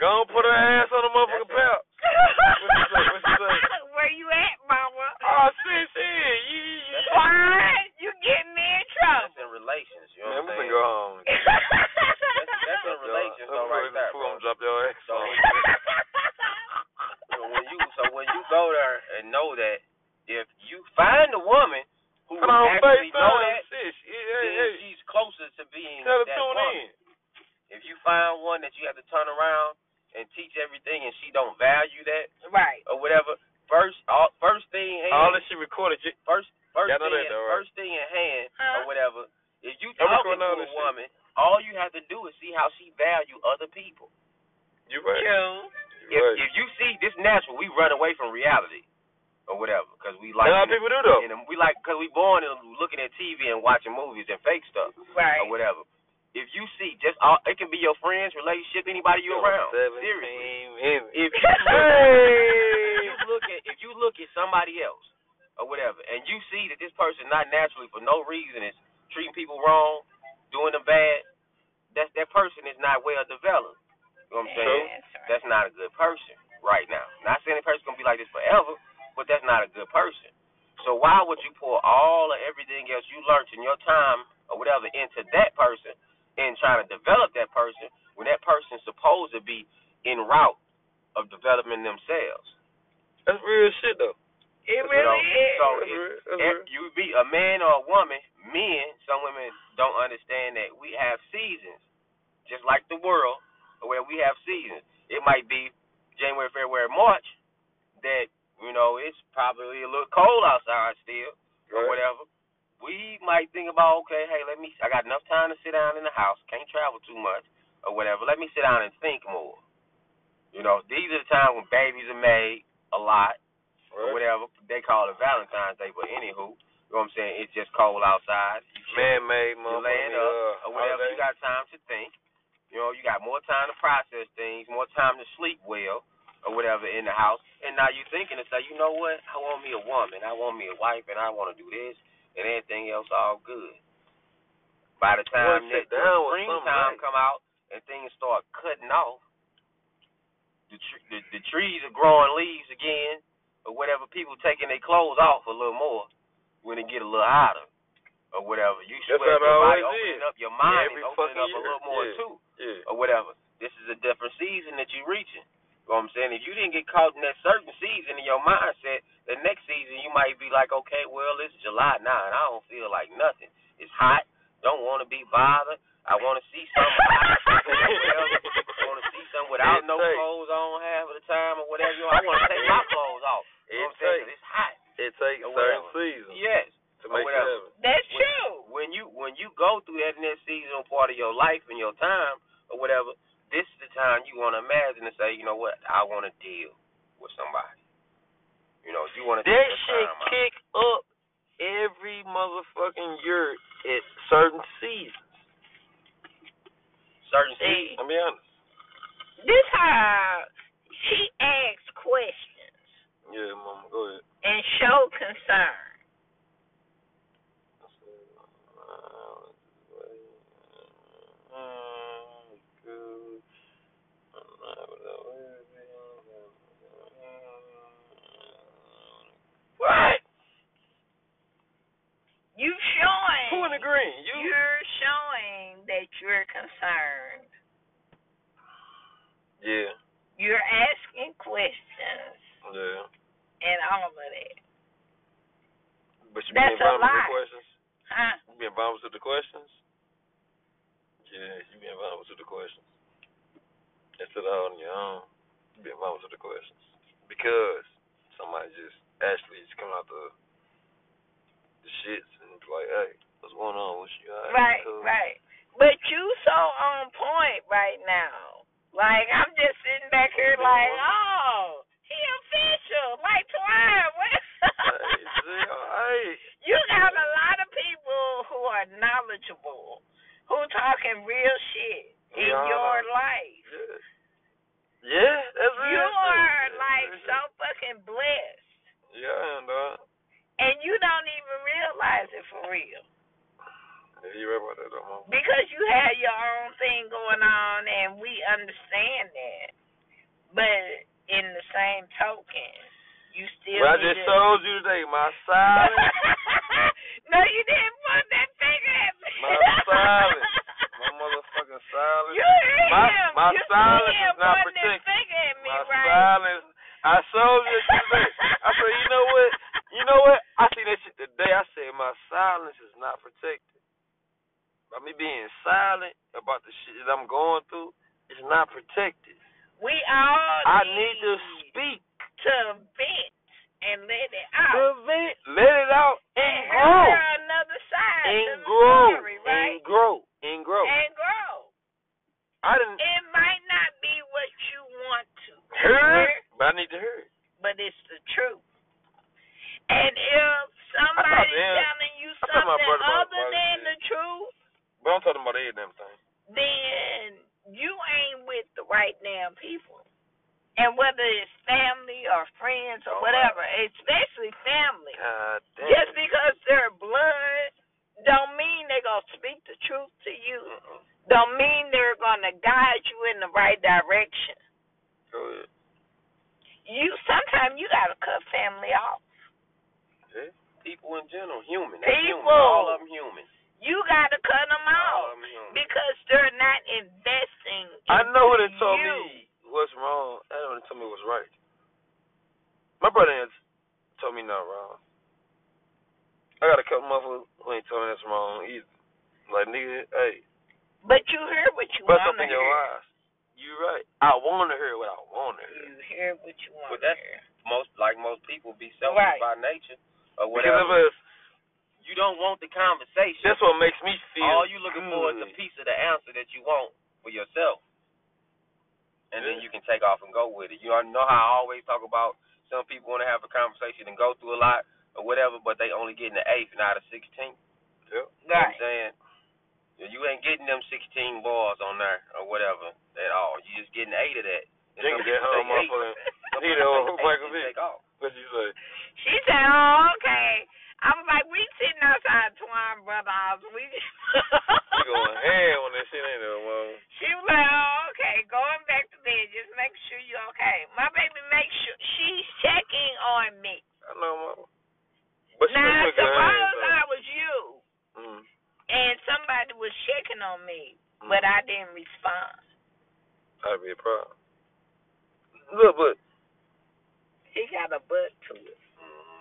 Speaker 1: go and put her ass on the motherfucking
Speaker 2: That's
Speaker 1: belt. What you say? What you say?
Speaker 10: *laughs* Where you at, mama?
Speaker 1: Oh, shit, shit. You, you, you.
Speaker 10: Why? You getting me in trouble.
Speaker 2: That's in relations. You know
Speaker 1: Man,
Speaker 2: what I'm
Speaker 1: we can
Speaker 2: saying?
Speaker 1: go home.
Speaker 2: That's in relations though, right there.
Speaker 1: We're
Speaker 2: bro.
Speaker 1: gonna drop your ass.
Speaker 2: So So when you so when you go there and know that if you find a woman who
Speaker 1: Put her on
Speaker 2: actually know
Speaker 1: FaceTime and
Speaker 2: that,
Speaker 1: shit. She-
Speaker 2: then
Speaker 1: Hey, hey,
Speaker 2: she's closer to being
Speaker 1: tell her
Speaker 2: that
Speaker 1: tune
Speaker 2: woman.
Speaker 1: in.
Speaker 2: If you find one that you have to turn around and teach everything, and she don't value that
Speaker 10: Right.
Speaker 2: or whatever, first all, first thing in
Speaker 1: All
Speaker 2: hand,
Speaker 1: this shit recorded. you-
Speaker 2: first first
Speaker 1: Y'all
Speaker 2: thing
Speaker 1: know that though, right?
Speaker 2: first thing in hand
Speaker 10: Huh?
Speaker 2: or whatever. If you
Speaker 1: I'm
Speaker 2: talking
Speaker 1: recording all
Speaker 2: to a
Speaker 1: this shit.
Speaker 2: woman, all you have to do is see how she value other people.
Speaker 1: You right.
Speaker 10: True.
Speaker 2: If,
Speaker 1: Right.
Speaker 2: if you see this natural, we run away from reality or whatever because we like
Speaker 1: That's how people do though.
Speaker 2: and we like because we born and looking at TV and watching movies and fake stuff
Speaker 10: Right.
Speaker 2: or whatever. If you see, just all, it can be your friends, relationship, anybody you around. Seriously,
Speaker 1: Seriously.
Speaker 2: *laughs* if you, if you
Speaker 1: Hey.
Speaker 2: look at if you look at somebody else or whatever, and you see that this person not naturally for no reason is treating people wrong, doing them bad, that that person is not well developed. You know what I'm saying? that's not a good person right now. Not saying a person gonna be like this forever, but that's not a good person. So why would you pour all of everything else you learned in your time or whatever into that person and trying to develop that person when that person's supposed to be en route of developing themselves?
Speaker 1: That's real shit though.
Speaker 10: It
Speaker 2: You know,
Speaker 10: really is.
Speaker 2: So
Speaker 1: That's
Speaker 2: if
Speaker 1: real. That's
Speaker 2: if
Speaker 1: real.
Speaker 2: you be a man or a woman, men, some women don't understand that we have seasons, just like the world, where we have seasons. It might be January, February, March, that you know it's probably a little cold outside still, or
Speaker 1: Right.
Speaker 2: whatever. We might think about, okay, hey, let me. I got enough time to sit down in the house. Can't travel too much, or whatever. Let me sit down and think more. You know, these are the times when babies are made a lot or
Speaker 1: Right.
Speaker 2: whatever they call it Valentine's Day, but anywho, you know what I'm saying? It's just cold outside. You
Speaker 1: Man made
Speaker 2: you
Speaker 1: motherfucker.
Speaker 2: laying
Speaker 3: uh,
Speaker 2: up or whatever. You got time to think. You know, you got more time to process things, more time to sleep well or whatever in the house. And now you thinking to say, you know what? I want me a woman. I want me a wife, and I want to do this and everything else all good. By the time
Speaker 1: Wanna sit
Speaker 2: that the
Speaker 1: down with
Speaker 2: springtime
Speaker 1: somebody.
Speaker 2: come out and things start cutting off, the, tr- the the trees are growing leaves again or whatever. People taking their clothes off a little more when it get a little hotter or whatever. You
Speaker 1: That's
Speaker 2: sweat
Speaker 1: how
Speaker 2: your
Speaker 1: it
Speaker 2: body
Speaker 1: always
Speaker 2: opening
Speaker 1: is.
Speaker 2: up, your mind
Speaker 1: Every
Speaker 2: is opening
Speaker 1: fucking
Speaker 2: up a
Speaker 1: year.
Speaker 2: little more
Speaker 1: Yeah.
Speaker 2: too
Speaker 1: Yeah.
Speaker 2: or whatever. This is a different season that you're reaching. But I'm saying if you didn't get caught in that certain season in your mindset, the next season you might be like, okay, well it's July 9. I don't feel like nothing. It's hot. Don't want to be bothered. I want to see something. I want to see something without no
Speaker 3: It's safe.
Speaker 2: clothes on half of the time or whatever. You know, I want to take
Speaker 3: *laughs*
Speaker 2: my clothes off. You know what I'm
Speaker 3: It's
Speaker 2: saying?
Speaker 3: safe.
Speaker 2: 'Cause It's hot.
Speaker 3: It takes
Speaker 2: Or
Speaker 3: certain
Speaker 2: whatever.
Speaker 3: seasons
Speaker 2: Yes.
Speaker 3: to
Speaker 2: or
Speaker 3: make it
Speaker 2: whatever.
Speaker 3: happen.
Speaker 10: That's true.
Speaker 2: When you when you go through that next seasonal part of your life and your time or whatever, this is the time you want to imagine and say, you know what, I want to deal with somebody. You know, you want to
Speaker 3: That
Speaker 2: take your
Speaker 3: shit
Speaker 2: time out.
Speaker 3: kick up every motherfucking year at certain seasons.
Speaker 2: Certain
Speaker 10: See?
Speaker 2: season. I mean,
Speaker 10: This how she asks questions
Speaker 3: Yeah, mama, go ahead.
Speaker 10: and show concern.
Speaker 3: What?
Speaker 10: You
Speaker 3: Who in
Speaker 10: showing
Speaker 3: the green? You?
Speaker 10: you're showing that you're concerned.
Speaker 3: Yeah,
Speaker 10: You're asking questions
Speaker 3: yeah.
Speaker 10: and all of that.
Speaker 3: But you
Speaker 10: That's
Speaker 3: being
Speaker 10: a
Speaker 3: bombed with the
Speaker 10: lie.
Speaker 3: questions?
Speaker 10: Huh?
Speaker 3: You being bombed with the questions? Yeah, you being bombed with the questions. Instead of holding your own, you being bombed with the questions. Because somebody just actually just coming out the the shits and be like, hey, what's going on? What's you all
Speaker 10: Right,
Speaker 3: Cool.
Speaker 10: right. But you so on point right now. Like I'm just sitting back here like, oh, he official, like Twine.
Speaker 3: Hey, see, all right.
Speaker 10: you got a lot of people who are knowledgeable, who talking real shit in
Speaker 3: Yeah.
Speaker 10: your life.
Speaker 3: Yeah. yeah, that's real.
Speaker 10: You
Speaker 3: shit.
Speaker 10: are
Speaker 3: That's
Speaker 10: like
Speaker 3: real
Speaker 10: so
Speaker 3: shit.
Speaker 10: fucking blessed,
Speaker 3: Yeah, I am, dog.
Speaker 10: and you don't even realize it for real
Speaker 3: Yeah, you right about that, though, mama.
Speaker 10: because you have your own thing going on, and we understand that. But in the same token, you still.
Speaker 3: Well, I
Speaker 10: need
Speaker 3: just
Speaker 10: to-
Speaker 3: showed you today my silence,
Speaker 10: *laughs* no, you didn't point that finger at me.
Speaker 3: My silence.
Speaker 10: *laughs*
Speaker 3: my motherfucking silence.
Speaker 10: You hear
Speaker 3: My-
Speaker 10: him.
Speaker 3: my
Speaker 10: you
Speaker 3: silence
Speaker 10: see him
Speaker 3: is not
Speaker 10: pointing his
Speaker 3: protected.
Speaker 10: finger at me,
Speaker 3: my
Speaker 10: right?
Speaker 3: silence. I showed you today. I said, you know what? You know what? I seen that shit today. I said my silence is not protected. By me being silent about the shit that I'm going through, it's not protected.
Speaker 10: We all
Speaker 3: I need to speak,
Speaker 10: to vent and let it out.
Speaker 3: to vent, let it out, and
Speaker 10: And
Speaker 3: grow,
Speaker 10: hear another side to
Speaker 3: and
Speaker 10: the
Speaker 3: grow,
Speaker 10: story,
Speaker 3: and
Speaker 10: right?
Speaker 3: grow, and grow.
Speaker 10: And grow.
Speaker 3: I didn't
Speaker 10: It might not be what you want to
Speaker 3: hear it, but I need to hear it.
Speaker 10: but it's the truth. And if
Speaker 3: I
Speaker 10: somebody's
Speaker 3: thought that-
Speaker 10: telling you
Speaker 3: I thought my
Speaker 10: something
Speaker 3: brother was
Speaker 10: other
Speaker 3: about
Speaker 10: than
Speaker 3: to-
Speaker 10: the truth,
Speaker 3: But I'm talking about every damn thing.
Speaker 10: then you ain't with the right damn people. And whether it's family or friends or
Speaker 3: Oh,
Speaker 10: whatever, especially family,
Speaker 3: God damn.
Speaker 10: just because they're blood don't mean they're going to speak the truth to you.
Speaker 2: Uh-uh.
Speaker 3: Mm-mm.
Speaker 10: Don't mean they're going to guide you in the right direction.
Speaker 3: Go ahead.
Speaker 10: You sometimes you got to cut family off.
Speaker 3: Yeah.
Speaker 2: eh? People in general, human. They
Speaker 10: People.
Speaker 2: human. All of them human.
Speaker 10: You got to cut them off
Speaker 2: All of them human.
Speaker 10: because they're not investing.
Speaker 3: I know what
Speaker 10: into
Speaker 3: it told
Speaker 10: you.
Speaker 3: me what's wrong. I know what it told me what's right. My brother ain't told me not wrong. I got a couple motherfuckers who ain't told me that's wrong either. Like nigga, hey,
Speaker 10: But you hear what you
Speaker 3: bust
Speaker 10: want
Speaker 3: up
Speaker 10: to
Speaker 3: in your
Speaker 10: hear.
Speaker 3: eyes. You right. I wanna hear what I wanna hear.
Speaker 10: You hear what you want
Speaker 2: But
Speaker 10: to
Speaker 2: that's-
Speaker 10: hear.
Speaker 3: *laughs*
Speaker 2: Most like most people be selfish
Speaker 10: Right.
Speaker 2: by nature or
Speaker 3: Because of
Speaker 2: whatever.
Speaker 3: us
Speaker 2: you don't want the conversation.
Speaker 3: that's what makes me feel
Speaker 2: All you looking for is
Speaker 3: good.
Speaker 2: a piece of the answer that you want for yourself. And then you can take off and go with it. You already know how I always talk about some people want to have a conversation and go through a lot or whatever, but they only getting the eighth and out of 16.
Speaker 3: Yep.
Speaker 2: You know what
Speaker 10: Right.
Speaker 2: I'm saying? You ain't getting them 16 bars on there or whatever at all. You just getting eight of that. And
Speaker 3: Jenkins
Speaker 2: some
Speaker 3: at
Speaker 2: people *laughs* take eight.
Speaker 3: home, motherfucker.
Speaker 2: Some
Speaker 3: He
Speaker 2: people
Speaker 3: know
Speaker 2: take eight
Speaker 3: Michael
Speaker 2: and
Speaker 3: Vick.
Speaker 2: take off.
Speaker 3: What you say?
Speaker 10: She said, "Oh, okay." I was like, "We sitting outside Twine Brother House. We." *laughs*
Speaker 3: You going ham on that shit ain't no mama.
Speaker 10: She was like, "Oh, okay." Going back to bed, just make sure you okay. My baby, make sure she's checking on me.
Speaker 3: I know mama. But she
Speaker 10: now,
Speaker 3: look good.
Speaker 10: suppose I was you
Speaker 3: Mm.
Speaker 10: and somebody was checking on me, but I didn't respond.
Speaker 3: That'd be a problem.
Speaker 1: Look, but
Speaker 10: He got a butt to it.
Speaker 2: Mhm.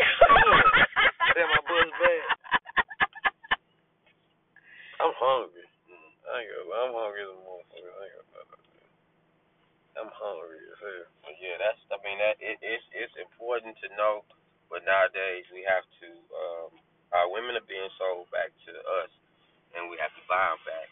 Speaker 10: Damn,
Speaker 1: my butt's bad. I'm hungry. I ain't gonna lie, I'm hungry as a motherfucker. I ain't gonna lie about that. I'm hungry as hell.
Speaker 2: But yeah, that's I mean that it, it's it's important to know, but nowadays we have to um, our women are being sold back to us, and we have to buy them back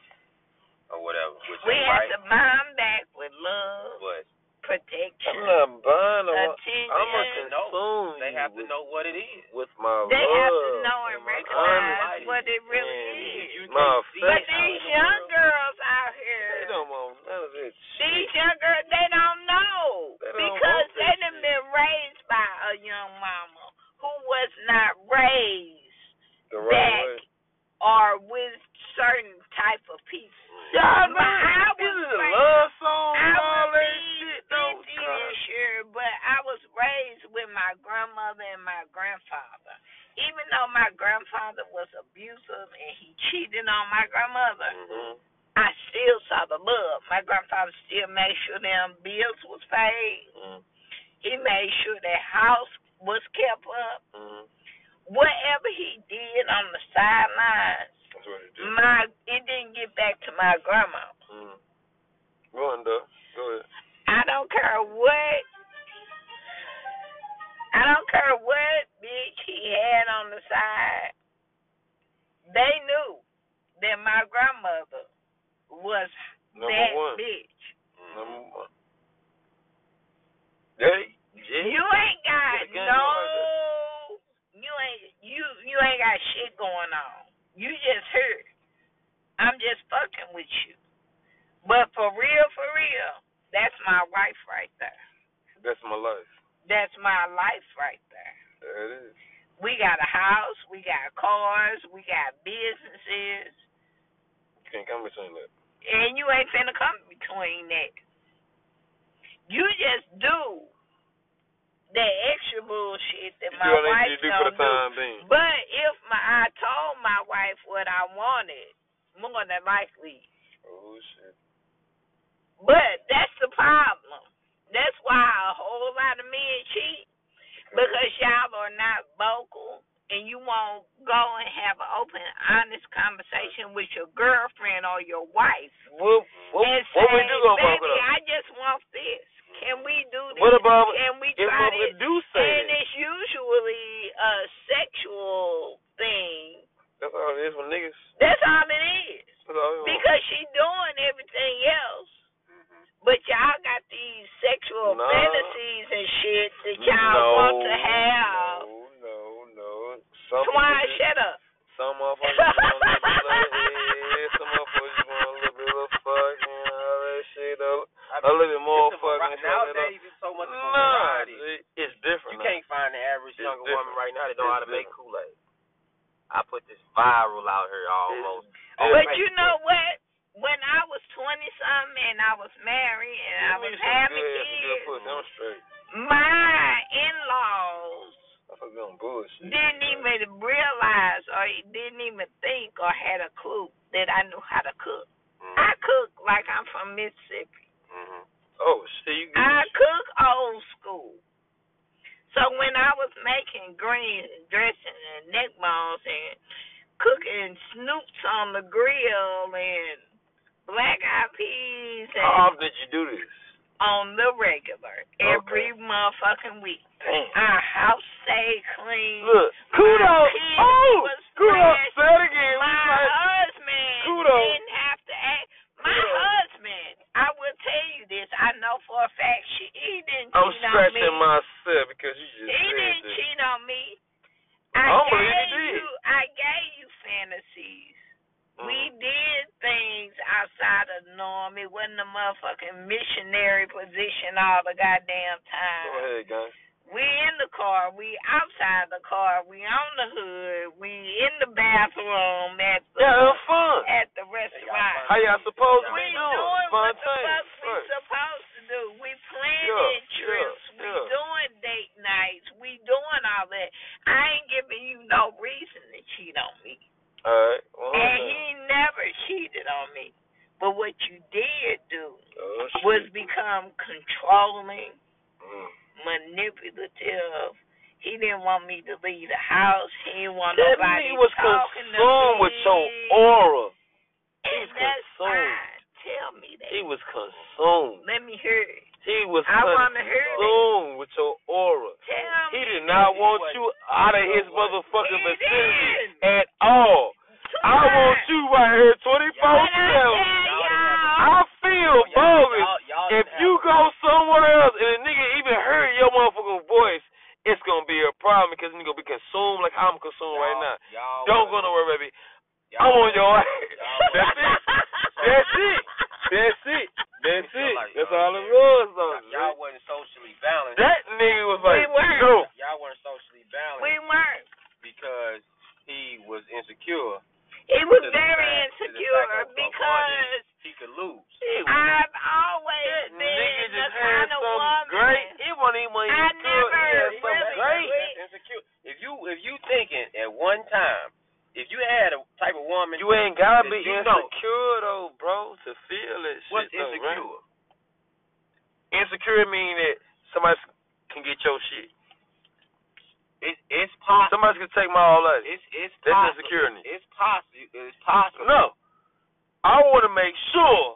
Speaker 2: or whatever, which
Speaker 10: *laughs* We
Speaker 2: is
Speaker 10: have
Speaker 2: right.
Speaker 10: to bomb back with love,
Speaker 2: But
Speaker 1: I'm
Speaker 10: protection,
Speaker 1: not buying them.
Speaker 10: attention.
Speaker 1: I'm a
Speaker 2: to know.
Speaker 1: consume
Speaker 2: they have to
Speaker 1: with,
Speaker 2: know what it is.
Speaker 1: with my
Speaker 10: They
Speaker 1: love.
Speaker 10: have to know and
Speaker 1: my
Speaker 10: recognize
Speaker 1: honesty.
Speaker 10: what it really
Speaker 2: And
Speaker 10: is.
Speaker 2: if you
Speaker 1: My
Speaker 2: can't see
Speaker 10: But
Speaker 1: affection.
Speaker 2: how
Speaker 10: these
Speaker 2: in the
Speaker 10: young
Speaker 2: world-
Speaker 10: girls out
Speaker 1: They
Speaker 10: here,
Speaker 1: don't want none of that shit.
Speaker 10: these young girls, they don't know
Speaker 1: They don't
Speaker 10: because
Speaker 1: want
Speaker 10: they
Speaker 1: that
Speaker 10: done
Speaker 1: shit.
Speaker 10: been raised by a young mama who was not raised
Speaker 1: The
Speaker 10: back
Speaker 1: right way.
Speaker 10: or with certain type of people.
Speaker 1: Y'all
Speaker 10: But
Speaker 1: know
Speaker 10: I
Speaker 1: this
Speaker 10: was
Speaker 1: is a
Speaker 10: raised-
Speaker 1: love song
Speaker 10: I
Speaker 1: and all
Speaker 10: will
Speaker 1: Oh, that
Speaker 10: be 50
Speaker 1: shit. Don't
Speaker 10: this year, but I was raised with my grandmother and my grandfather. Even though my grandfather was abusive and he cheated on my grandmother,
Speaker 1: Mhm.
Speaker 10: I still saw the love. My grandfather still made sure them bills was paid.
Speaker 1: Mhm.
Speaker 10: He made sure their house was kept up.
Speaker 1: Mhm.
Speaker 10: Whatever he did on the sidelines,
Speaker 1: That's what it do.
Speaker 10: my it didn't get back to my grandma.
Speaker 1: Mhm. Go on, though. Go ahead.
Speaker 10: I don't care what. I don't care what bitch he had on the side. They knew that my grandmother was
Speaker 1: Number
Speaker 10: that
Speaker 1: one.
Speaker 10: bitch.
Speaker 1: Number one. Hey,
Speaker 10: You ain't got
Speaker 1: Yeah, gang,
Speaker 10: no.
Speaker 1: I like
Speaker 10: You ain't you you ain't got shit going on. You just hurt. I'm just fucking with you. But for real, for real, that's my wife right there.
Speaker 1: that's my life.
Speaker 10: That's my life right there.
Speaker 1: There it is.
Speaker 10: We got a house, we got cars, we got businesses,
Speaker 1: You can't come between that.
Speaker 10: and you ain't finna come between that. You just do that extra bullshit that
Speaker 1: You
Speaker 10: my
Speaker 1: do all that
Speaker 10: wife
Speaker 1: you do for
Speaker 10: don't
Speaker 1: the
Speaker 10: do.
Speaker 1: time being.
Speaker 10: But if my I told my wife what I wanted, more than likely.
Speaker 1: Oh, shit.
Speaker 10: But that's the problem. That's why a whole lot of men cheat because y'all are not vocal and you won't go and have an open, honest conversation with your girlfriend or your wife
Speaker 1: What, what,
Speaker 10: and say,
Speaker 1: what we do gonna fuck
Speaker 10: "Baby,
Speaker 1: it up?
Speaker 10: I just want this. Can we do this?
Speaker 1: What about
Speaker 10: Can we
Speaker 1: if
Speaker 10: try this?"
Speaker 1: motherfucker do say
Speaker 10: And
Speaker 1: that?
Speaker 10: it's usually a sexual thing.
Speaker 1: That's all it is with niggas.
Speaker 10: That's all it is.
Speaker 1: That's all it is.
Speaker 10: Because she doing everything else. But y'all got these sexual
Speaker 1: No.
Speaker 10: fantasies and shit that y'all
Speaker 1: no,
Speaker 10: want to have.
Speaker 1: No, no, no. Some
Speaker 10: Twine,
Speaker 1: people just-
Speaker 10: shut up.
Speaker 1: Some motherfuckers just want a little bit of head. Some motherfuckers just want a little bit of fucking all that shit. A, a little bit more
Speaker 2: It's a
Speaker 1: fucking.
Speaker 2: vari- nowadays it's so much
Speaker 1: nah,
Speaker 2: variety.
Speaker 1: it, it's
Speaker 2: You
Speaker 1: different. now.
Speaker 2: can't find the average
Speaker 1: It's
Speaker 2: younger
Speaker 1: different.
Speaker 2: woman right now that know
Speaker 1: It's
Speaker 2: how to make
Speaker 1: different.
Speaker 2: Kool Aid. I put this viral out here almost. Oh,
Speaker 10: But
Speaker 2: thank
Speaker 10: you know what? When I was 20 something and I was married and I
Speaker 1: Give me
Speaker 10: was
Speaker 1: some
Speaker 10: having
Speaker 1: good, some good
Speaker 10: kids,
Speaker 1: pussy. I'm straight.
Speaker 10: my in laws
Speaker 1: That's a good bullshit.
Speaker 10: didn't even realize or didn't even think or had a clue that I knew how to cook.
Speaker 1: Mm.
Speaker 10: I cook like I'm from Mississippi.
Speaker 1: Mm-hmm. Oh shit, you good?
Speaker 10: I cook old school. So when I was making greens and dressing and neck bones and cooking snoops on the grill and black eyed peas and
Speaker 1: How often did you do this?
Speaker 10: on the regular every motherfucking week.
Speaker 1: Damn.
Speaker 10: Our house stayed clean.
Speaker 1: Look, kudos. Oh, kudos. Say it again.
Speaker 10: My husband
Speaker 1: Kudos.
Speaker 10: didn't have to act. My
Speaker 1: Kudos.
Speaker 10: husband, I will tell you this. I know for a fact she he didn't
Speaker 1: I'm
Speaker 10: cheat on me.
Speaker 1: scratching myself because you just
Speaker 10: he
Speaker 1: said
Speaker 10: didn't
Speaker 1: this.
Speaker 10: cheat on me. I
Speaker 1: don't believe he
Speaker 10: gave
Speaker 1: did.
Speaker 10: you. I gave you fantasies.
Speaker 1: Mm-hmm.
Speaker 10: We
Speaker 1: Mm.
Speaker 10: did things outside of norm. It wasn't a motherfucking missionary position all the goddamn time.
Speaker 1: Go ahead, guys.
Speaker 10: We in the car, we outside the car, we on the hood, we in the bathroom at the
Speaker 1: Yeah, it was fun.
Speaker 10: at the restaurant.
Speaker 1: How y'all supposed to
Speaker 10: We
Speaker 1: be doing?
Speaker 10: doing what the
Speaker 1: Spontaneous.
Speaker 10: fuck we
Speaker 1: Right.
Speaker 10: supposed to do. We planning
Speaker 1: Yeah, yeah,
Speaker 10: trips, we
Speaker 1: yeah.
Speaker 10: doing date nights, we doing all that. I ain't giving you no reason to cheat on me.
Speaker 1: All right. Well,
Speaker 10: And he never cheated on me. But what you did do
Speaker 1: oh, shit.
Speaker 10: was become controlling,
Speaker 2: Mm.
Speaker 10: manipulative. He didn't want me to leave the house. He didn't want
Speaker 2: That
Speaker 10: nobody
Speaker 2: nigga was
Speaker 10: talking to
Speaker 2: consumed
Speaker 10: me.
Speaker 2: with your aura.
Speaker 10: And
Speaker 2: was
Speaker 10: that's
Speaker 2: consumed.
Speaker 10: fine. Tell me that.
Speaker 2: He was consumed.
Speaker 10: Let me hear it.
Speaker 2: He was
Speaker 10: I want to hear it.
Speaker 2: consumed Mm. with your aura.
Speaker 10: Tell
Speaker 2: He
Speaker 10: me.
Speaker 2: did not want you out of his motherfucking
Speaker 10: He
Speaker 2: vicinity
Speaker 10: did.
Speaker 2: at all. I want you right here 24
Speaker 10: But I
Speaker 2: 7.
Speaker 10: tell
Speaker 2: I
Speaker 10: Oh, y'all,
Speaker 2: feel bogus. If you go somewhere else and a nigga even heard your motherfucking voice, it's gonna be a problem because nigga gonna be consumed like I'm consumed right now. Don't go nowhere, baby. I'm on your ass. *laughs*
Speaker 10: *laughs*
Speaker 2: That's it. That's *laughs* it. That's it. That's it. That's all it was, though. uh, Y'all wasn't socially balanced.
Speaker 1: That nigga was like,
Speaker 10: We weren't.
Speaker 1: no.
Speaker 2: Y'all weren't socially
Speaker 10: we
Speaker 2: balanced
Speaker 10: weren't.
Speaker 2: because he was insecure.
Speaker 10: He was
Speaker 2: To the
Speaker 10: very
Speaker 2: fact- to the
Speaker 10: insecure
Speaker 2: fact of- of
Speaker 10: because
Speaker 2: He could lose.
Speaker 10: I've always
Speaker 2: That
Speaker 10: been
Speaker 2: nigga
Speaker 10: the
Speaker 2: just had
Speaker 10: kind of
Speaker 2: something
Speaker 10: woman.
Speaker 2: great. He wasn't even
Speaker 10: I
Speaker 2: insecure. He
Speaker 10: never
Speaker 2: had something
Speaker 10: really
Speaker 2: great.
Speaker 10: quit.
Speaker 2: That's insecure. If you if you thinking at one time, if you had a type of woman,
Speaker 1: You ain't gotta
Speaker 2: Did
Speaker 1: be
Speaker 2: you know?
Speaker 1: insecure though, bro, to feel that
Speaker 2: what's
Speaker 1: shit. though,
Speaker 2: insecure?
Speaker 1: right? Insecure mean that somebody can get your shit.
Speaker 2: It's it's possible.
Speaker 1: Somebody can take my all out.
Speaker 2: It's it's
Speaker 1: That's
Speaker 2: possible.
Speaker 1: insecurity.
Speaker 2: It's possible. It's possible.
Speaker 1: No. I want to make sure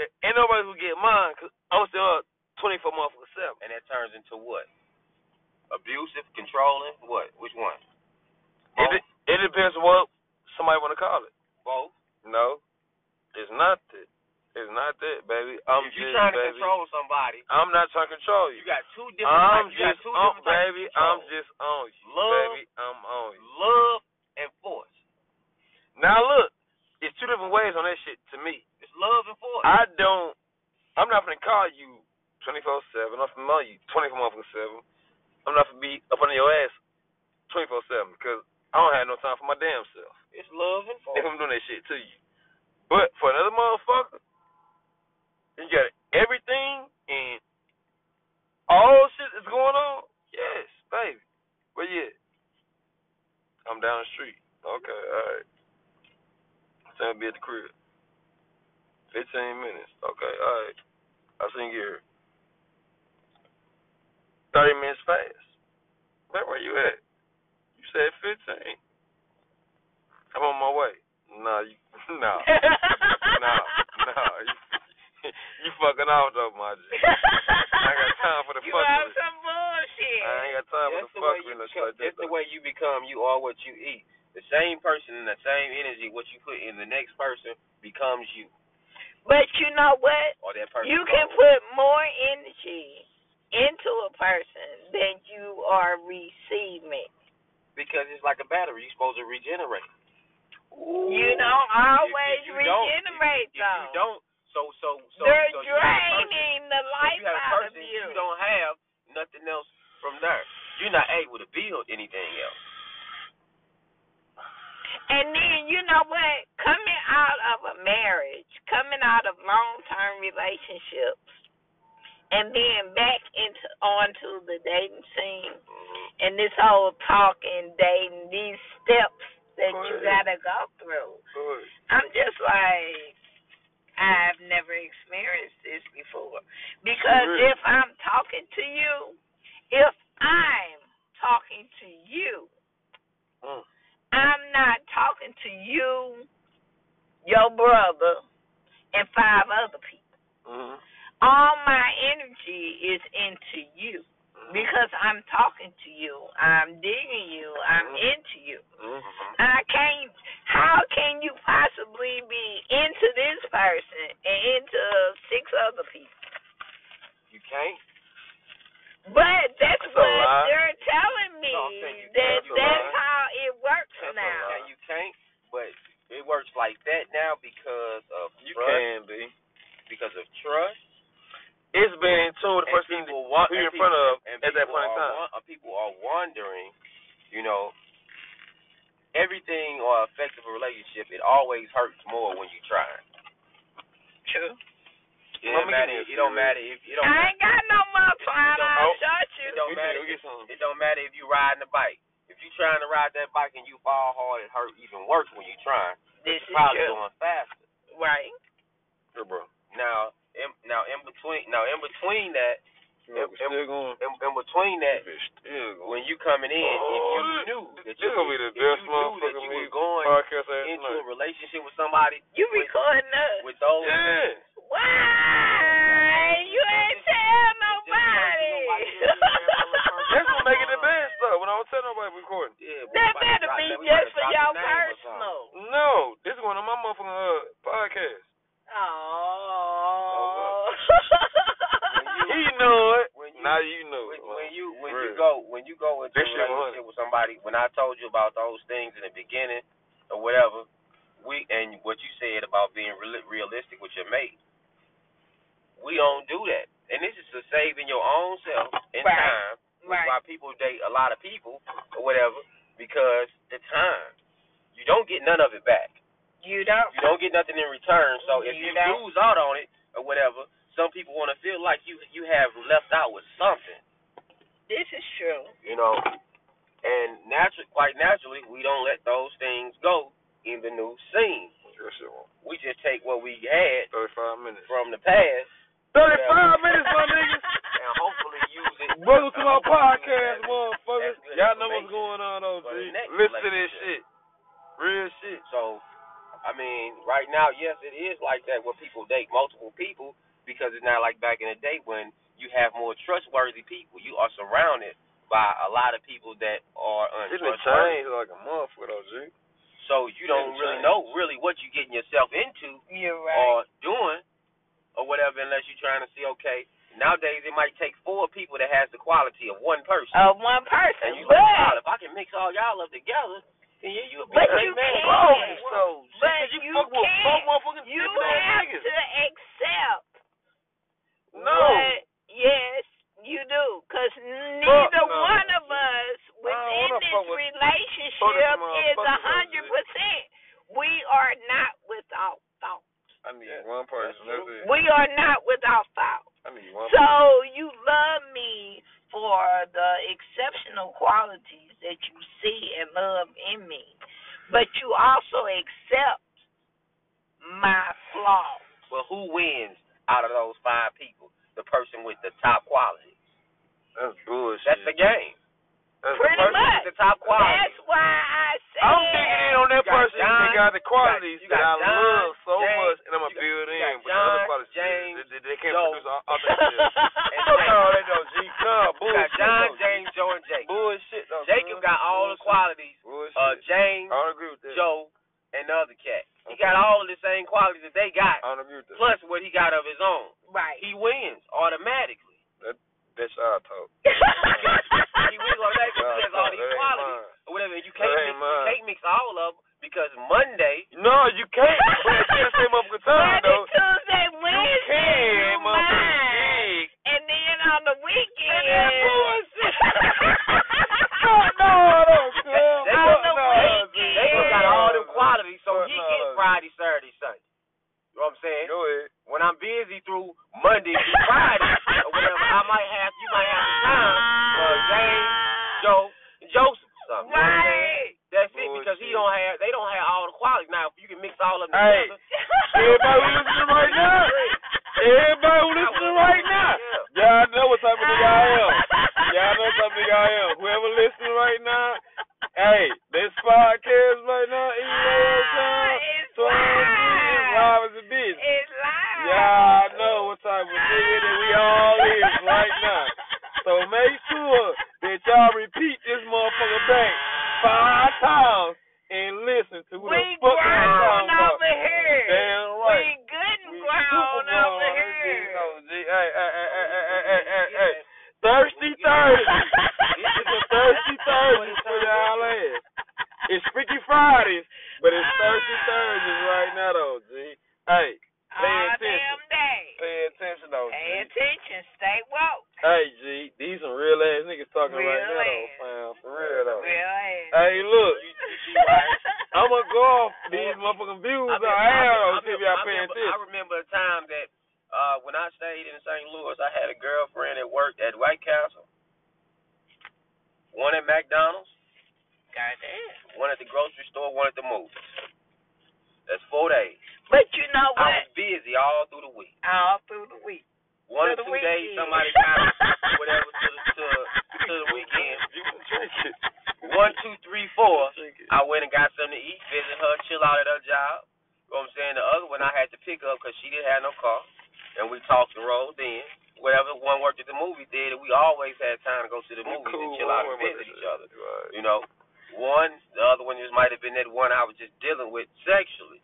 Speaker 1: that ain't nobody who get mine because I'm still up 24 motherfuckers 7.
Speaker 2: And that turns into what? Abusive, controlling, what? Which one?
Speaker 1: It, de- it depends what somebody want to call it.
Speaker 2: Both.
Speaker 1: No, it's not that. It's not that, baby. I'm
Speaker 2: if you
Speaker 1: just,
Speaker 2: trying to
Speaker 1: baby.
Speaker 2: control somebody,
Speaker 1: I'm not trying to control
Speaker 2: you
Speaker 1: you.
Speaker 2: got two different.
Speaker 1: I'm
Speaker 2: types, you got
Speaker 1: just,
Speaker 2: two
Speaker 1: on,
Speaker 2: different types
Speaker 1: baby.
Speaker 2: of control.
Speaker 1: I'm just on you,
Speaker 2: Love.
Speaker 1: baby. I'm on you.
Speaker 2: love and force.
Speaker 1: Now look, it's two different ways on that shit to me.
Speaker 2: It's love and force.
Speaker 1: I don't. I'm not gonna call you 24 seven. I'm gonna you 24 motherfucking seven. I'm not gonna be up under your ass 24 seven because I don't have no time for my damn self
Speaker 2: it's love and
Speaker 1: if
Speaker 2: force.
Speaker 1: I'm doing that shit to you. But for another motherfucker, you got everything and all shit that's going on. Yes, baby. But yeah, I'm down the street. Okay, all right. So I'll be at the crib. 15 minutes. Okay, all right. I seen you. here. 30 minutes fast. Man, where you at? You said 15. I'm on my way. Nah, you, *laughs* nah. nah, nah. *laughs* You, you fucking off though, my G. I ain't got time for the
Speaker 10: you on
Speaker 1: fuckery.
Speaker 10: some bullshit.
Speaker 1: I ain't got time for
Speaker 2: That's
Speaker 1: the
Speaker 2: the way
Speaker 1: fuckery
Speaker 2: you
Speaker 1: and no shit
Speaker 2: become.
Speaker 1: like that.
Speaker 2: That's the
Speaker 1: though.
Speaker 2: way you become. You are what you eat. The same person and the same energy, what you put in the next person becomes you,
Speaker 10: But you know what?
Speaker 2: or that person.
Speaker 10: You can put more energy into a person than you are receiving.
Speaker 2: because it's like a battery. You're supposed to regenerate.
Speaker 10: You don't always
Speaker 2: if, if you don't-
Speaker 10: regenerate
Speaker 2: if, if you
Speaker 10: though.
Speaker 2: don't, so so so.
Speaker 10: They're
Speaker 2: so you have a person-
Speaker 10: draining the
Speaker 2: So if
Speaker 10: life
Speaker 2: you have a
Speaker 10: out of
Speaker 2: person, you.
Speaker 10: you.
Speaker 2: don't have nothing else from there. You're not able to build anything else.
Speaker 10: And then you know what? Coming out of a marriage, coming out of long term relationships and being back into onto the dating scene and this whole talking, dating, these steps that you gotta go through.
Speaker 1: Good.
Speaker 10: I'm just like I've never experienced this before. Because
Speaker 1: Really?
Speaker 10: if I'm talking to you, if I'm talking to you,
Speaker 1: Mm.
Speaker 10: I'm not talking to you, your brother, and five other people.
Speaker 2: Mm-hmm.
Speaker 1: Mhm.
Speaker 10: All my energy is into you
Speaker 1: Mm.
Speaker 10: because I'm talking to you, I'm digging you, I'm
Speaker 1: Mm.
Speaker 10: into you.
Speaker 2: Mm-hmm.
Speaker 1: Mhm.
Speaker 10: I can't. How can you possibly be into this person and into six other people?
Speaker 2: You can't.
Speaker 10: But that's,
Speaker 1: That's a
Speaker 10: what
Speaker 1: lie.
Speaker 10: they're telling me
Speaker 2: No, I'm saying you-
Speaker 10: that
Speaker 2: that's a
Speaker 10: that's
Speaker 1: lie.
Speaker 10: how it works
Speaker 2: That's a
Speaker 10: now.
Speaker 2: lie. You can't. But it works like that now because of
Speaker 1: You
Speaker 2: trust,
Speaker 1: can be.
Speaker 2: because of trust.
Speaker 1: It's been in tune with the
Speaker 2: and
Speaker 1: person
Speaker 2: people wa-
Speaker 1: who
Speaker 2: and
Speaker 1: you're in
Speaker 2: people-
Speaker 1: front of
Speaker 2: and
Speaker 1: at that
Speaker 2: people
Speaker 1: point in
Speaker 2: are
Speaker 1: time.
Speaker 2: wa- uh, people are wondering, you know, everything or effect of a relationship, it always hurts more when you try.
Speaker 10: True.
Speaker 2: It
Speaker 1: Let
Speaker 2: don't
Speaker 1: me
Speaker 2: matter.
Speaker 1: get
Speaker 2: If,
Speaker 1: this
Speaker 2: it don't
Speaker 1: here.
Speaker 2: matter if it don't.
Speaker 10: I ain't got no more time.
Speaker 2: don't-
Speaker 10: I'll
Speaker 2: oh,
Speaker 10: shut you.
Speaker 2: It don't
Speaker 1: We
Speaker 2: matter.
Speaker 1: need to
Speaker 2: If,
Speaker 1: get some.
Speaker 2: it don't matter if you riding the bike. If you trying to ride that bike and you fall hard, it hurt even worse when you trying.
Speaker 10: This is
Speaker 2: Probably
Speaker 10: true.
Speaker 2: going faster.
Speaker 10: Right.
Speaker 1: Here, bro.
Speaker 2: Now, in, now in between, now in between that,
Speaker 1: Look, it's still going.
Speaker 2: in, in between that,
Speaker 1: It's still going.
Speaker 2: when you coming in, if you knew that
Speaker 1: Oh, this
Speaker 2: you,
Speaker 1: gonna be the
Speaker 2: if
Speaker 1: best
Speaker 2: you knew that
Speaker 1: motherfucking
Speaker 2: you was
Speaker 1: music
Speaker 2: going
Speaker 1: podcast last
Speaker 2: into
Speaker 1: night.
Speaker 2: a relationship with somebody
Speaker 10: You recording us?
Speaker 2: with those,
Speaker 1: Yeah.
Speaker 10: Why? You ain't tell *laughs* nobody.
Speaker 1: That's what make it the best though. When I don't tell nobody we recording.
Speaker 2: yeah, we
Speaker 10: That
Speaker 2: about to
Speaker 10: better
Speaker 2: drop
Speaker 10: be
Speaker 2: that- we about
Speaker 10: just
Speaker 2: to
Speaker 10: for
Speaker 2: drop the
Speaker 10: your
Speaker 2: name or something.
Speaker 10: personal.
Speaker 1: No, this is one of my motherfucking uh, podcasts.
Speaker 10: Oh.
Speaker 1: He know it.
Speaker 2: When you-
Speaker 1: Now you know
Speaker 2: When,
Speaker 1: it.
Speaker 2: when you when you
Speaker 1: Real.
Speaker 2: go when you go into a
Speaker 1: This shit
Speaker 2: relationship with somebody, when I told you about those things in the beginning or whatever, we and what you said about being real, realistic with your mate, we don't do that. And this is to saving your own self in
Speaker 10: Right.
Speaker 2: time. That's
Speaker 10: *laughs* Right.
Speaker 2: Why people date a lot of people or whatever because the time you don't get none of it back.
Speaker 10: You don't.
Speaker 2: You don't get nothing in return. So if
Speaker 10: You
Speaker 2: you,
Speaker 10: don't.
Speaker 2: lose out on it or whatever, some people want to feel like you you have left out with something
Speaker 10: This is true.
Speaker 2: you know. And naturally, quite naturally, we don't let those things go in the new scene.
Speaker 1: That shit was
Speaker 2: We just take what we had
Speaker 1: 35 minutes.
Speaker 2: from the past
Speaker 1: 35 minutes, my
Speaker 2: *laughs*
Speaker 1: niggas.
Speaker 2: and hopefully use
Speaker 1: *laughs*
Speaker 2: it.
Speaker 1: Welcome to
Speaker 2: and
Speaker 1: my
Speaker 2: hopefully use
Speaker 1: podcast,
Speaker 2: it as-
Speaker 1: motherfuckers.
Speaker 2: that's good
Speaker 1: Y'all know
Speaker 2: information
Speaker 1: what's going on, though,
Speaker 2: for
Speaker 1: G.
Speaker 2: the next
Speaker 1: Listen to this shit.
Speaker 2: relationship.
Speaker 1: Real shit.
Speaker 2: So, I mean, right now, yes, it is like that where people date multiple people because it's not like back in the day when you have more trustworthy people. You are surrounded by a lot of people that are
Speaker 1: It done
Speaker 2: untrustworthy.
Speaker 1: changed like a motherfucker, though, G.
Speaker 2: So you don't
Speaker 1: Didn't
Speaker 2: really
Speaker 1: change.
Speaker 2: know really what you're getting yourself into.
Speaker 10: You're right.
Speaker 2: or doing or whatever unless you're trying to see okay nowadays it might take four people that has the quality of one person
Speaker 10: Of Uh, one
Speaker 2: and
Speaker 10: person,
Speaker 2: you like
Speaker 10: but
Speaker 2: "God, if i can mix all y'all up together then yeah, you'll be
Speaker 10: But
Speaker 2: a
Speaker 10: you
Speaker 2: man
Speaker 10: can't.
Speaker 2: so
Speaker 10: but you
Speaker 1: fuck with four
Speaker 10: can't.
Speaker 1: motherfucking
Speaker 10: You
Speaker 1: different ass
Speaker 10: have
Speaker 1: niggas.
Speaker 10: to accept.
Speaker 1: No.
Speaker 10: What, yes, you do, because neither
Speaker 1: no.
Speaker 10: one of us within
Speaker 1: wanna
Speaker 10: this
Speaker 1: fuck with- fuck
Speaker 10: relationship
Speaker 1: this
Speaker 10: is a
Speaker 1: motherfucker,
Speaker 10: hundred percent. We are not without thought.
Speaker 1: I need one person. That's it.
Speaker 10: We are not without thought.
Speaker 1: I need one person.
Speaker 10: So you love me for the exceptional qualities that you see and love in me, but you also accept my flaws.
Speaker 2: but who wins out of those five people the person with the top quality
Speaker 1: That's bullshit.
Speaker 2: that's the game
Speaker 1: That's
Speaker 10: Pretty
Speaker 1: the
Speaker 2: person
Speaker 1: person.
Speaker 10: much.
Speaker 2: with the top quality
Speaker 10: That's why I said
Speaker 1: I'm digging in on that
Speaker 2: You got
Speaker 1: person that
Speaker 2: John,
Speaker 1: got the qualities
Speaker 2: you got
Speaker 1: that I
Speaker 2: John,
Speaker 1: love so
Speaker 2: James,
Speaker 1: much, and I'm
Speaker 2: you
Speaker 1: gonna
Speaker 2: got-
Speaker 1: build
Speaker 2: you
Speaker 1: in
Speaker 2: got
Speaker 1: with the other
Speaker 2: John,
Speaker 1: qualities.
Speaker 2: James,
Speaker 1: they, they, they can't
Speaker 2: Joe.
Speaker 1: produce all, all
Speaker 2: *laughs*
Speaker 1: that shit. Fuck all that though, G. Nah,
Speaker 2: you got
Speaker 1: bullshit.
Speaker 2: john
Speaker 1: though, G.
Speaker 2: james joe and jacob
Speaker 1: Bullshit though.
Speaker 2: jacob
Speaker 1: son.
Speaker 2: got all the
Speaker 1: Bullshit.
Speaker 2: qualities
Speaker 1: Bullshit.
Speaker 2: of james
Speaker 1: I don't agree with that.
Speaker 2: joe and the other cat he got all of the same qualities that they got
Speaker 1: I don't agree with that.
Speaker 2: plus what he got of his own.
Speaker 10: *laughs* Right.
Speaker 2: He wins automatically.
Speaker 1: That's y'all talk.
Speaker 2: He
Speaker 1: *laughs*
Speaker 2: wins
Speaker 10: *laughs*
Speaker 2: automatically because he has all these qualities or whatever. You can't, mix,
Speaker 1: That
Speaker 2: you
Speaker 1: ain't mine.
Speaker 2: can't mix all of them because Monday
Speaker 1: No, you
Speaker 2: *laughs*
Speaker 1: can't. But it's the same motherfucking
Speaker 10: Monday,
Speaker 1: time though.
Speaker 10: Tuesday,
Speaker 1: You
Speaker 10: Wednesday, you
Speaker 1: can,
Speaker 10: mine.
Speaker 1: motherfucking dig.
Speaker 10: And then on the weekend.
Speaker 1: And that
Speaker 10: *laughs*
Speaker 1: bullshit.
Speaker 10: no,
Speaker 1: Oh,
Speaker 10: On
Speaker 2: they, gon-
Speaker 10: the
Speaker 1: no,
Speaker 2: they
Speaker 10: weekend.
Speaker 2: gon' got all them qualities, so
Speaker 1: Fuck
Speaker 2: he
Speaker 1: no.
Speaker 2: gets Friday, Saturday, Sunday. You know what I'm saying?
Speaker 1: Go ahead.
Speaker 2: When I'm busy through Monday
Speaker 1: *laughs*
Speaker 2: through Friday or whatever, I might have you might have some time for James, Joe, and Joseph. or something. You know what I'm saying?
Speaker 10: Right.
Speaker 2: That's it because he
Speaker 1: Bullshit.
Speaker 2: don't have they don't have all the qualities. Now if you can mix all of them
Speaker 1: Hey.
Speaker 2: together,
Speaker 1: Everybody listening right now. Everybody who listening right now. Y'all know what type of nigga I *laughs* am. Y'all know what type of nigga I am. Whoever listening right now, hey, this podcast right now, E EAL
Speaker 10: It's
Speaker 1: So it's
Speaker 10: live.
Speaker 1: live as a bitch.
Speaker 10: It's live.
Speaker 1: Y'all know what type of nigga that we all is right now. So make sure that y'all repeat this motherfucker back five times and listen to what
Speaker 10: we
Speaker 1: the fuck we
Speaker 10: grown
Speaker 1: talking about.
Speaker 10: over here.
Speaker 1: Damn right.
Speaker 10: We good and
Speaker 1: We
Speaker 10: grown
Speaker 1: super grown
Speaker 10: over
Speaker 1: on this
Speaker 10: here.
Speaker 1: bitch, though, G. Hey, hey, hey, hey, hey, hey, hey, hey, hey.
Speaker 10: *laughs*
Speaker 1: Thirsty Thursday. It's a Thirsty Thursday for y'all ass. It's Freaky Fridays, but it's Thirsty Thursdays right now, though, G. Hey, pay
Speaker 10: All
Speaker 1: attention.
Speaker 10: damn day.
Speaker 1: Pay attention, though, G.
Speaker 10: Pay attention. Stay woke.
Speaker 1: Hey, G, these some real ass niggas talking
Speaker 10: Real
Speaker 1: right now, though,
Speaker 10: ass.
Speaker 1: fam. For real, though.
Speaker 10: Real ass.
Speaker 1: Hey, look.
Speaker 10: *laughs*
Speaker 2: right.
Speaker 1: I'm gonna go off these motherfucking views I have, though, see if y'all
Speaker 2: I remember, I
Speaker 1: paying attention.
Speaker 2: remember a time that uh, when I stayed in St. Louis, I had a girlfriend that worked at White Castle, one at McDonald's,
Speaker 10: Goddamn.
Speaker 2: one at the grocery store, one at the movies. That's four days.
Speaker 10: But you know
Speaker 2: I
Speaker 10: what?
Speaker 2: was busy all through the week.
Speaker 10: all through the week.
Speaker 2: One
Speaker 10: To
Speaker 2: or
Speaker 10: the
Speaker 2: two days,
Speaker 10: weekend. *laughs*
Speaker 2: somebody got whatever to the to, to the weekend.
Speaker 1: *laughs* You can drink it.
Speaker 2: One, two, three, four.
Speaker 1: Drink it.
Speaker 2: I went and got something to eat, visit her, chill out at her job. You know what I'm saying? The other one I had to pick up because she didn't have no car. And we talked and rolled then. Whatever one worked at the movie theater, we always had time to go to the movies and chill out and visit each other. You know, one, the other one just might have been that one I was just dealing with sexually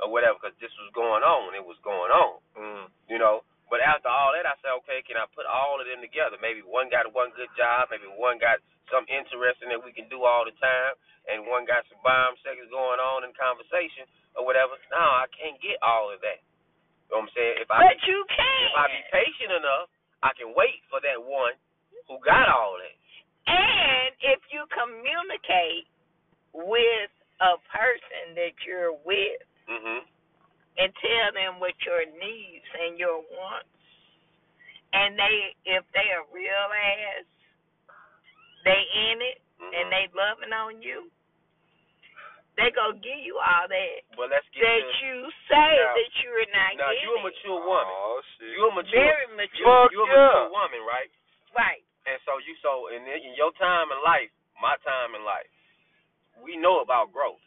Speaker 2: or whatever because this was going on. It was going on
Speaker 1: Mm.
Speaker 2: you know. But after all that, I said, okay, can I put all of them together? Maybe one got one good job, maybe one got something interesting that we can do all the time, and one got some bomb sex going on in conversation or whatever. No, I can't get all of that. You know what I'm saying? If I
Speaker 10: But
Speaker 2: be,
Speaker 10: you
Speaker 2: if I be
Speaker 10: can.
Speaker 2: patient enough, I can wait for that one who got all that.
Speaker 10: And if you communicate with a person that you're with
Speaker 2: Mhm.
Speaker 10: and tell them what your needs and your wants, and they if they are real ass, they in it
Speaker 2: Mhm.
Speaker 10: and they loving on you, they gonna give you all that
Speaker 2: But let's get
Speaker 10: that
Speaker 2: to
Speaker 10: you say
Speaker 2: Now-
Speaker 10: that you're not
Speaker 2: now. You a
Speaker 10: getting.
Speaker 2: mature woman.
Speaker 1: Oh shit.
Speaker 2: You a mature.
Speaker 10: Very
Speaker 2: You,
Speaker 10: mature.
Speaker 1: Fuck
Speaker 2: you a
Speaker 1: yeah.
Speaker 2: mature woman, right?
Speaker 10: Right.
Speaker 2: And so you so in, in your time in life, my time in life, we know about growth.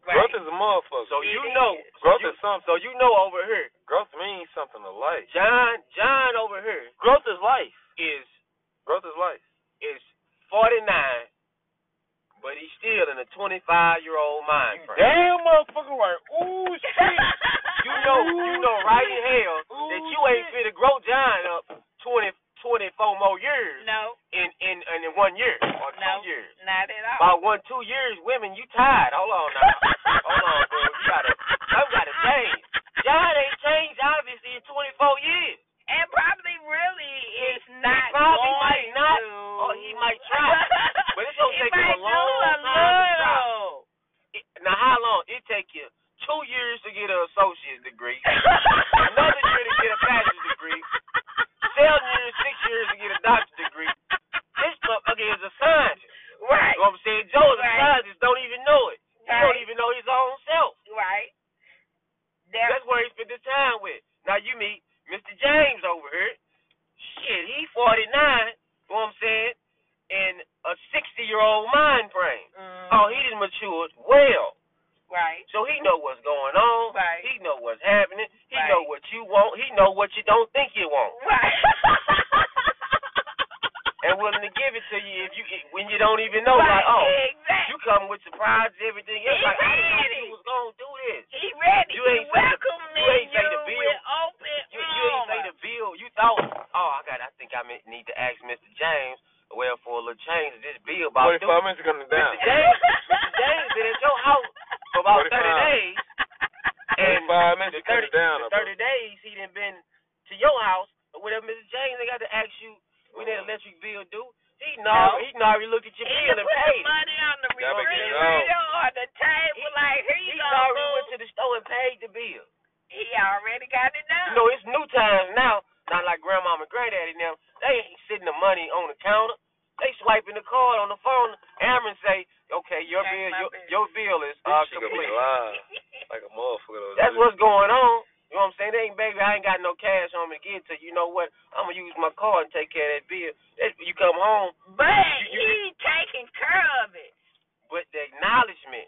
Speaker 10: Right. *laughs*
Speaker 1: Growth is a motherfucker.
Speaker 2: So you
Speaker 10: It
Speaker 2: know,
Speaker 10: is.
Speaker 1: Growth
Speaker 2: you,
Speaker 1: is something.
Speaker 2: so you know over here,
Speaker 1: Growth means something to life.
Speaker 2: John, John over here
Speaker 1: Growth is life.
Speaker 2: is
Speaker 1: Growth is life.
Speaker 2: is 49, but he's still in a 25 year old mind frame.
Speaker 1: Damn motherfucker right. Ooh
Speaker 2: You know, you know right in hell that you ain't fit to grow John up 20, 24 more years
Speaker 10: no,
Speaker 2: in in in one year or two
Speaker 10: No.
Speaker 2: years.
Speaker 10: not at all.
Speaker 2: By one two years, women, you tired. Hold on now. Hold on, bro. You gotta, you gotta change. John ain't changed obviously in 24 years.
Speaker 10: And probably really is not.
Speaker 2: probably
Speaker 10: going
Speaker 2: might not,
Speaker 10: to.
Speaker 2: or he might try.
Speaker 10: *laughs*
Speaker 2: But it's gonna
Speaker 10: He
Speaker 2: take him a
Speaker 10: might do
Speaker 2: long
Speaker 10: a
Speaker 2: time to try.
Speaker 10: little.
Speaker 2: It- Now, how long? It take you two years to get an associate's degree, another year to get a bachelor's degree, seven years, six years to get a doctor's degree. This motherfucker is a scientist.
Speaker 10: Right.
Speaker 2: You know what I'm saying? Joe's a
Speaker 10: Right.
Speaker 2: scientist, don't even know it. He don't
Speaker 10: Right.
Speaker 2: even know his own self.
Speaker 10: Right. There,
Speaker 2: That's where he spent his time with. Now you meet Mr. James over here. Shit, he 49, you know what I'm saying, in a 60 year old mind frame.
Speaker 10: mm,
Speaker 2: Oh, he done matured well.
Speaker 10: right.
Speaker 2: So he know what's going on.
Speaker 10: Right.
Speaker 2: He know what's happening. He
Speaker 10: Right.
Speaker 2: know what you want. He know what you don't think
Speaker 10: *laughs*
Speaker 2: you want.
Speaker 10: Right. *laughs*
Speaker 2: And willing to give it to you if you when you don't even know.
Speaker 10: right.
Speaker 2: Like, oh,
Speaker 10: exactly.
Speaker 2: you come with surprises, everything else.
Speaker 10: He
Speaker 2: Like, I didn't know
Speaker 10: ready.
Speaker 2: you was gonna do this.
Speaker 10: he ready.
Speaker 2: you
Speaker 10: he
Speaker 2: ain't say the-
Speaker 10: welcoming
Speaker 2: you ain't say the bill.
Speaker 10: with open
Speaker 2: You, you didn't say the
Speaker 10: arms.
Speaker 2: bill. You thought, oh, I got. I think I may- need to ask Mr. James. Well, for a little change, this bill about
Speaker 1: Forty
Speaker 2: due.
Speaker 1: five minutes coming down.
Speaker 2: Mr. *laughs* James, Mr. James been at your house for about 30
Speaker 1: 45.
Speaker 2: days. And
Speaker 1: Forty five minutes
Speaker 2: the
Speaker 1: you coming
Speaker 2: 30,
Speaker 1: down.
Speaker 2: the
Speaker 1: bro.
Speaker 2: 30 days he done been to your house or whatever, Mr. James, they got to ask you when that electric bill due. He
Speaker 10: No.
Speaker 2: know, he know, he looked at your
Speaker 10: He
Speaker 2: bill
Speaker 10: done
Speaker 2: and
Speaker 10: put the
Speaker 2: paid. it.
Speaker 10: money on the
Speaker 1: Y'all better get it
Speaker 10: refrigerator or the table. Like, here
Speaker 2: He
Speaker 10: you go.
Speaker 2: already went
Speaker 10: boo.
Speaker 2: to the store and paid the bill.
Speaker 10: He already got it done.
Speaker 2: You know, it's new times now. Not like grandma and granddaddy now. They ain't sitting the money on the counter. They swiping the card on the phone. Aaron say, okay, your
Speaker 10: That's
Speaker 2: bill,
Speaker 10: my
Speaker 2: your,
Speaker 10: bill.
Speaker 2: your bill is uh,
Speaker 1: She gonna be
Speaker 2: complete.
Speaker 1: live
Speaker 2: *laughs*
Speaker 1: like a motherfucker. though.
Speaker 2: That's what's going on. You know what I'm saying? They ain't baby, I ain't got no cash on me to get to. You know what? I'm gonna use my car and take care of that bill. That, you come home,
Speaker 10: But he taking care of it.
Speaker 2: but the acknowledgement,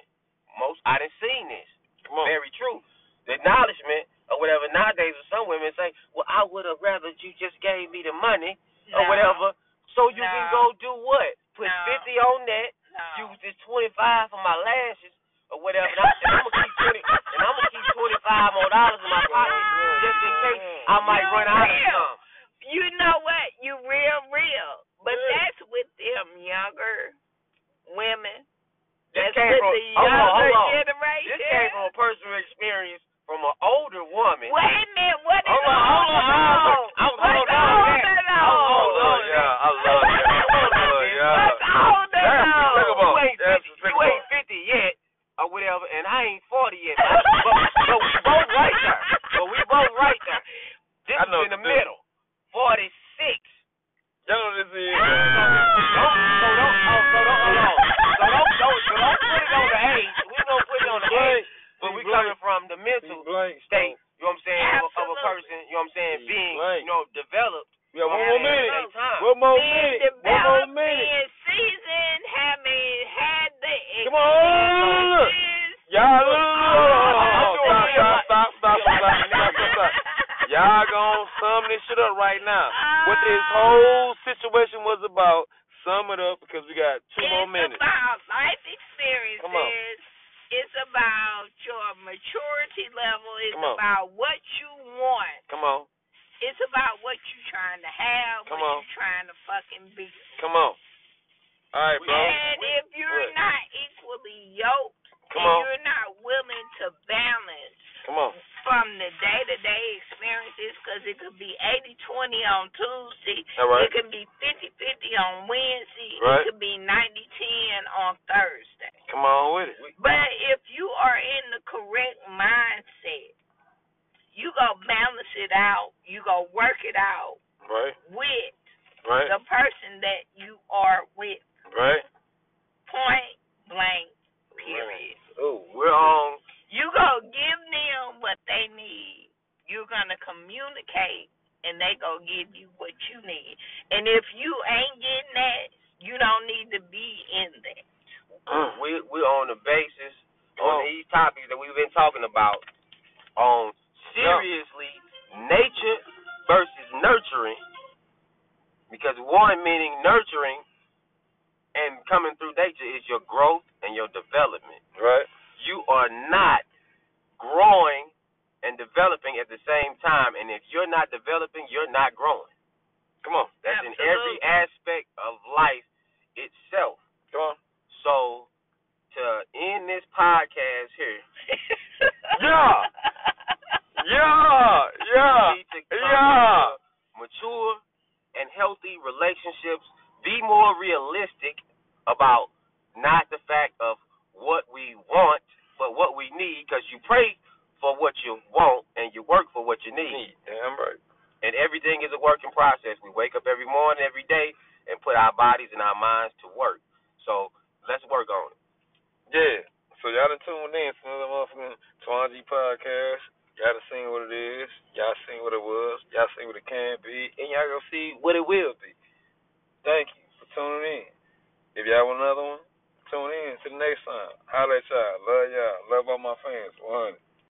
Speaker 2: most I done seen this.
Speaker 1: Come on.
Speaker 2: Very true. The acknowledgement or whatever nowadays with some women say, Well, I would have rather you just gave me the money or
Speaker 10: No,
Speaker 2: whatever. So you can
Speaker 10: No.
Speaker 2: go do what? Put
Speaker 10: No.
Speaker 2: fifty on that,
Speaker 10: no.
Speaker 2: use this twenty five for my lashes or whatever. And, I, and I'm gonna keep twenty and I'm gonna keep twenty five more dollars in my pocket just in case I might
Speaker 10: You
Speaker 2: run out of
Speaker 10: real.
Speaker 2: some.
Speaker 10: You know what? You real, real. But
Speaker 2: Yeah.
Speaker 10: that's with them younger women.
Speaker 2: This
Speaker 10: That's
Speaker 2: came
Speaker 10: with
Speaker 2: from
Speaker 10: the
Speaker 2: hold
Speaker 10: younger
Speaker 2: on, hold on.
Speaker 10: generation.
Speaker 2: This came from a personal experience from an older woman.
Speaker 10: Wait a minute. What is
Speaker 2: Hold on, hold on, hold on. I'm
Speaker 10: What's
Speaker 2: hold on.
Speaker 10: older though?
Speaker 1: I love y'all. Oh, I love Oh, y'all. I
Speaker 10: *laughs*
Speaker 1: love y'all.
Speaker 10: What's older
Speaker 2: *laughs*
Speaker 1: That's
Speaker 10: though?
Speaker 1: despicable.
Speaker 2: You ain't
Speaker 1: That's
Speaker 2: 50, you
Speaker 1: despicable.
Speaker 2: ain't 50 yet, or whatever, and I ain't 40 yet. But, but, but we both right there. But we both right there. This
Speaker 1: I
Speaker 2: is
Speaker 1: know
Speaker 2: in the
Speaker 1: what to do.
Speaker 2: middle. 46.
Speaker 1: Y'all know this is.
Speaker 2: So, don't, so don't, oh, so don't, hold on. So don't, don't, so don't put it on the age. We don't put it on the age, but we coming from the mental
Speaker 1: blank
Speaker 2: state. You know what I'm saying? Of, of a person
Speaker 1: Come on, Oh, look. Y'all look. Stop,
Speaker 10: *laughs*
Speaker 1: stop, stop, stop, stop, stop, stop, stop. *laughs* Y'all gonna sum this shit up right now. What this whole situation was about, sum it up because we got two more
Speaker 10: It's
Speaker 1: minutes.
Speaker 10: about life
Speaker 1: Come on.
Speaker 10: experiences. It's about your maturity level. It's
Speaker 1: Come on.
Speaker 10: about what you want.
Speaker 1: Come on,
Speaker 10: It's about what you trying to have,
Speaker 1: Come
Speaker 10: what
Speaker 1: on.
Speaker 10: you trying to fucking be.
Speaker 1: come on. All right, bro.
Speaker 10: And if you're
Speaker 1: Look.
Speaker 10: not equally yoked
Speaker 1: Come
Speaker 10: and
Speaker 1: on.
Speaker 10: you're not willing to balance
Speaker 1: Come on.
Speaker 10: from the day to day experiences, because it could be 80 20 on Tuesday,
Speaker 1: All
Speaker 10: it
Speaker 1: right.
Speaker 10: could be 50 50 on Wednesday,
Speaker 1: Right.
Speaker 10: it could be 90 10 on Thursday.
Speaker 1: Come on with it.
Speaker 10: But if you are in the correct mindset, you go balance it out, you go work it out
Speaker 1: Right,
Speaker 10: with
Speaker 1: right,
Speaker 10: the person that you are with.
Speaker 1: right.
Speaker 10: point blank, period.
Speaker 1: Oh, we're on.
Speaker 10: You go give them what they need. You're gonna communicate, and they gonna give you what you need. And if you ain't getting that, you don't need to be in that.
Speaker 2: we we on the basis
Speaker 1: Oh.
Speaker 2: on these topics that we've been talking about on seriously nature versus nurturing because one meaning nurturing and coming through nature is your growth and your development.
Speaker 1: Right,
Speaker 2: You are not growing and developing at the same time and if you're not developing, you're not growing.
Speaker 1: come on,
Speaker 2: That's in every
Speaker 10: Absolutely.
Speaker 2: aspect of life itself.
Speaker 1: come on.
Speaker 2: So to end this podcast here,
Speaker 1: Yeah.
Speaker 10: *laughs*
Speaker 1: Yeah, yeah,
Speaker 2: we need to
Speaker 1: yeah.
Speaker 2: find mature and healthy relationships. Be more realistic about not the fact of what we want, but what we need. Because you pray for what you want and you work for what you need.
Speaker 1: Damn right.
Speaker 2: and everything is a working process. We wake up every morning, every day, and put our bodies and our minds to work. So let's work on it.
Speaker 1: Yeah. So y'all done tuned in to another motherfucking Twanji podcast. Y'all done seen what it is. Y'all seen what it was. Y'all seen what it can be. And y'all gonna see what it will be. Thank you for tuning in. If y'all want another one, tune in to the next time. Holla at y'all. Love y'all. Love all my fans. 100.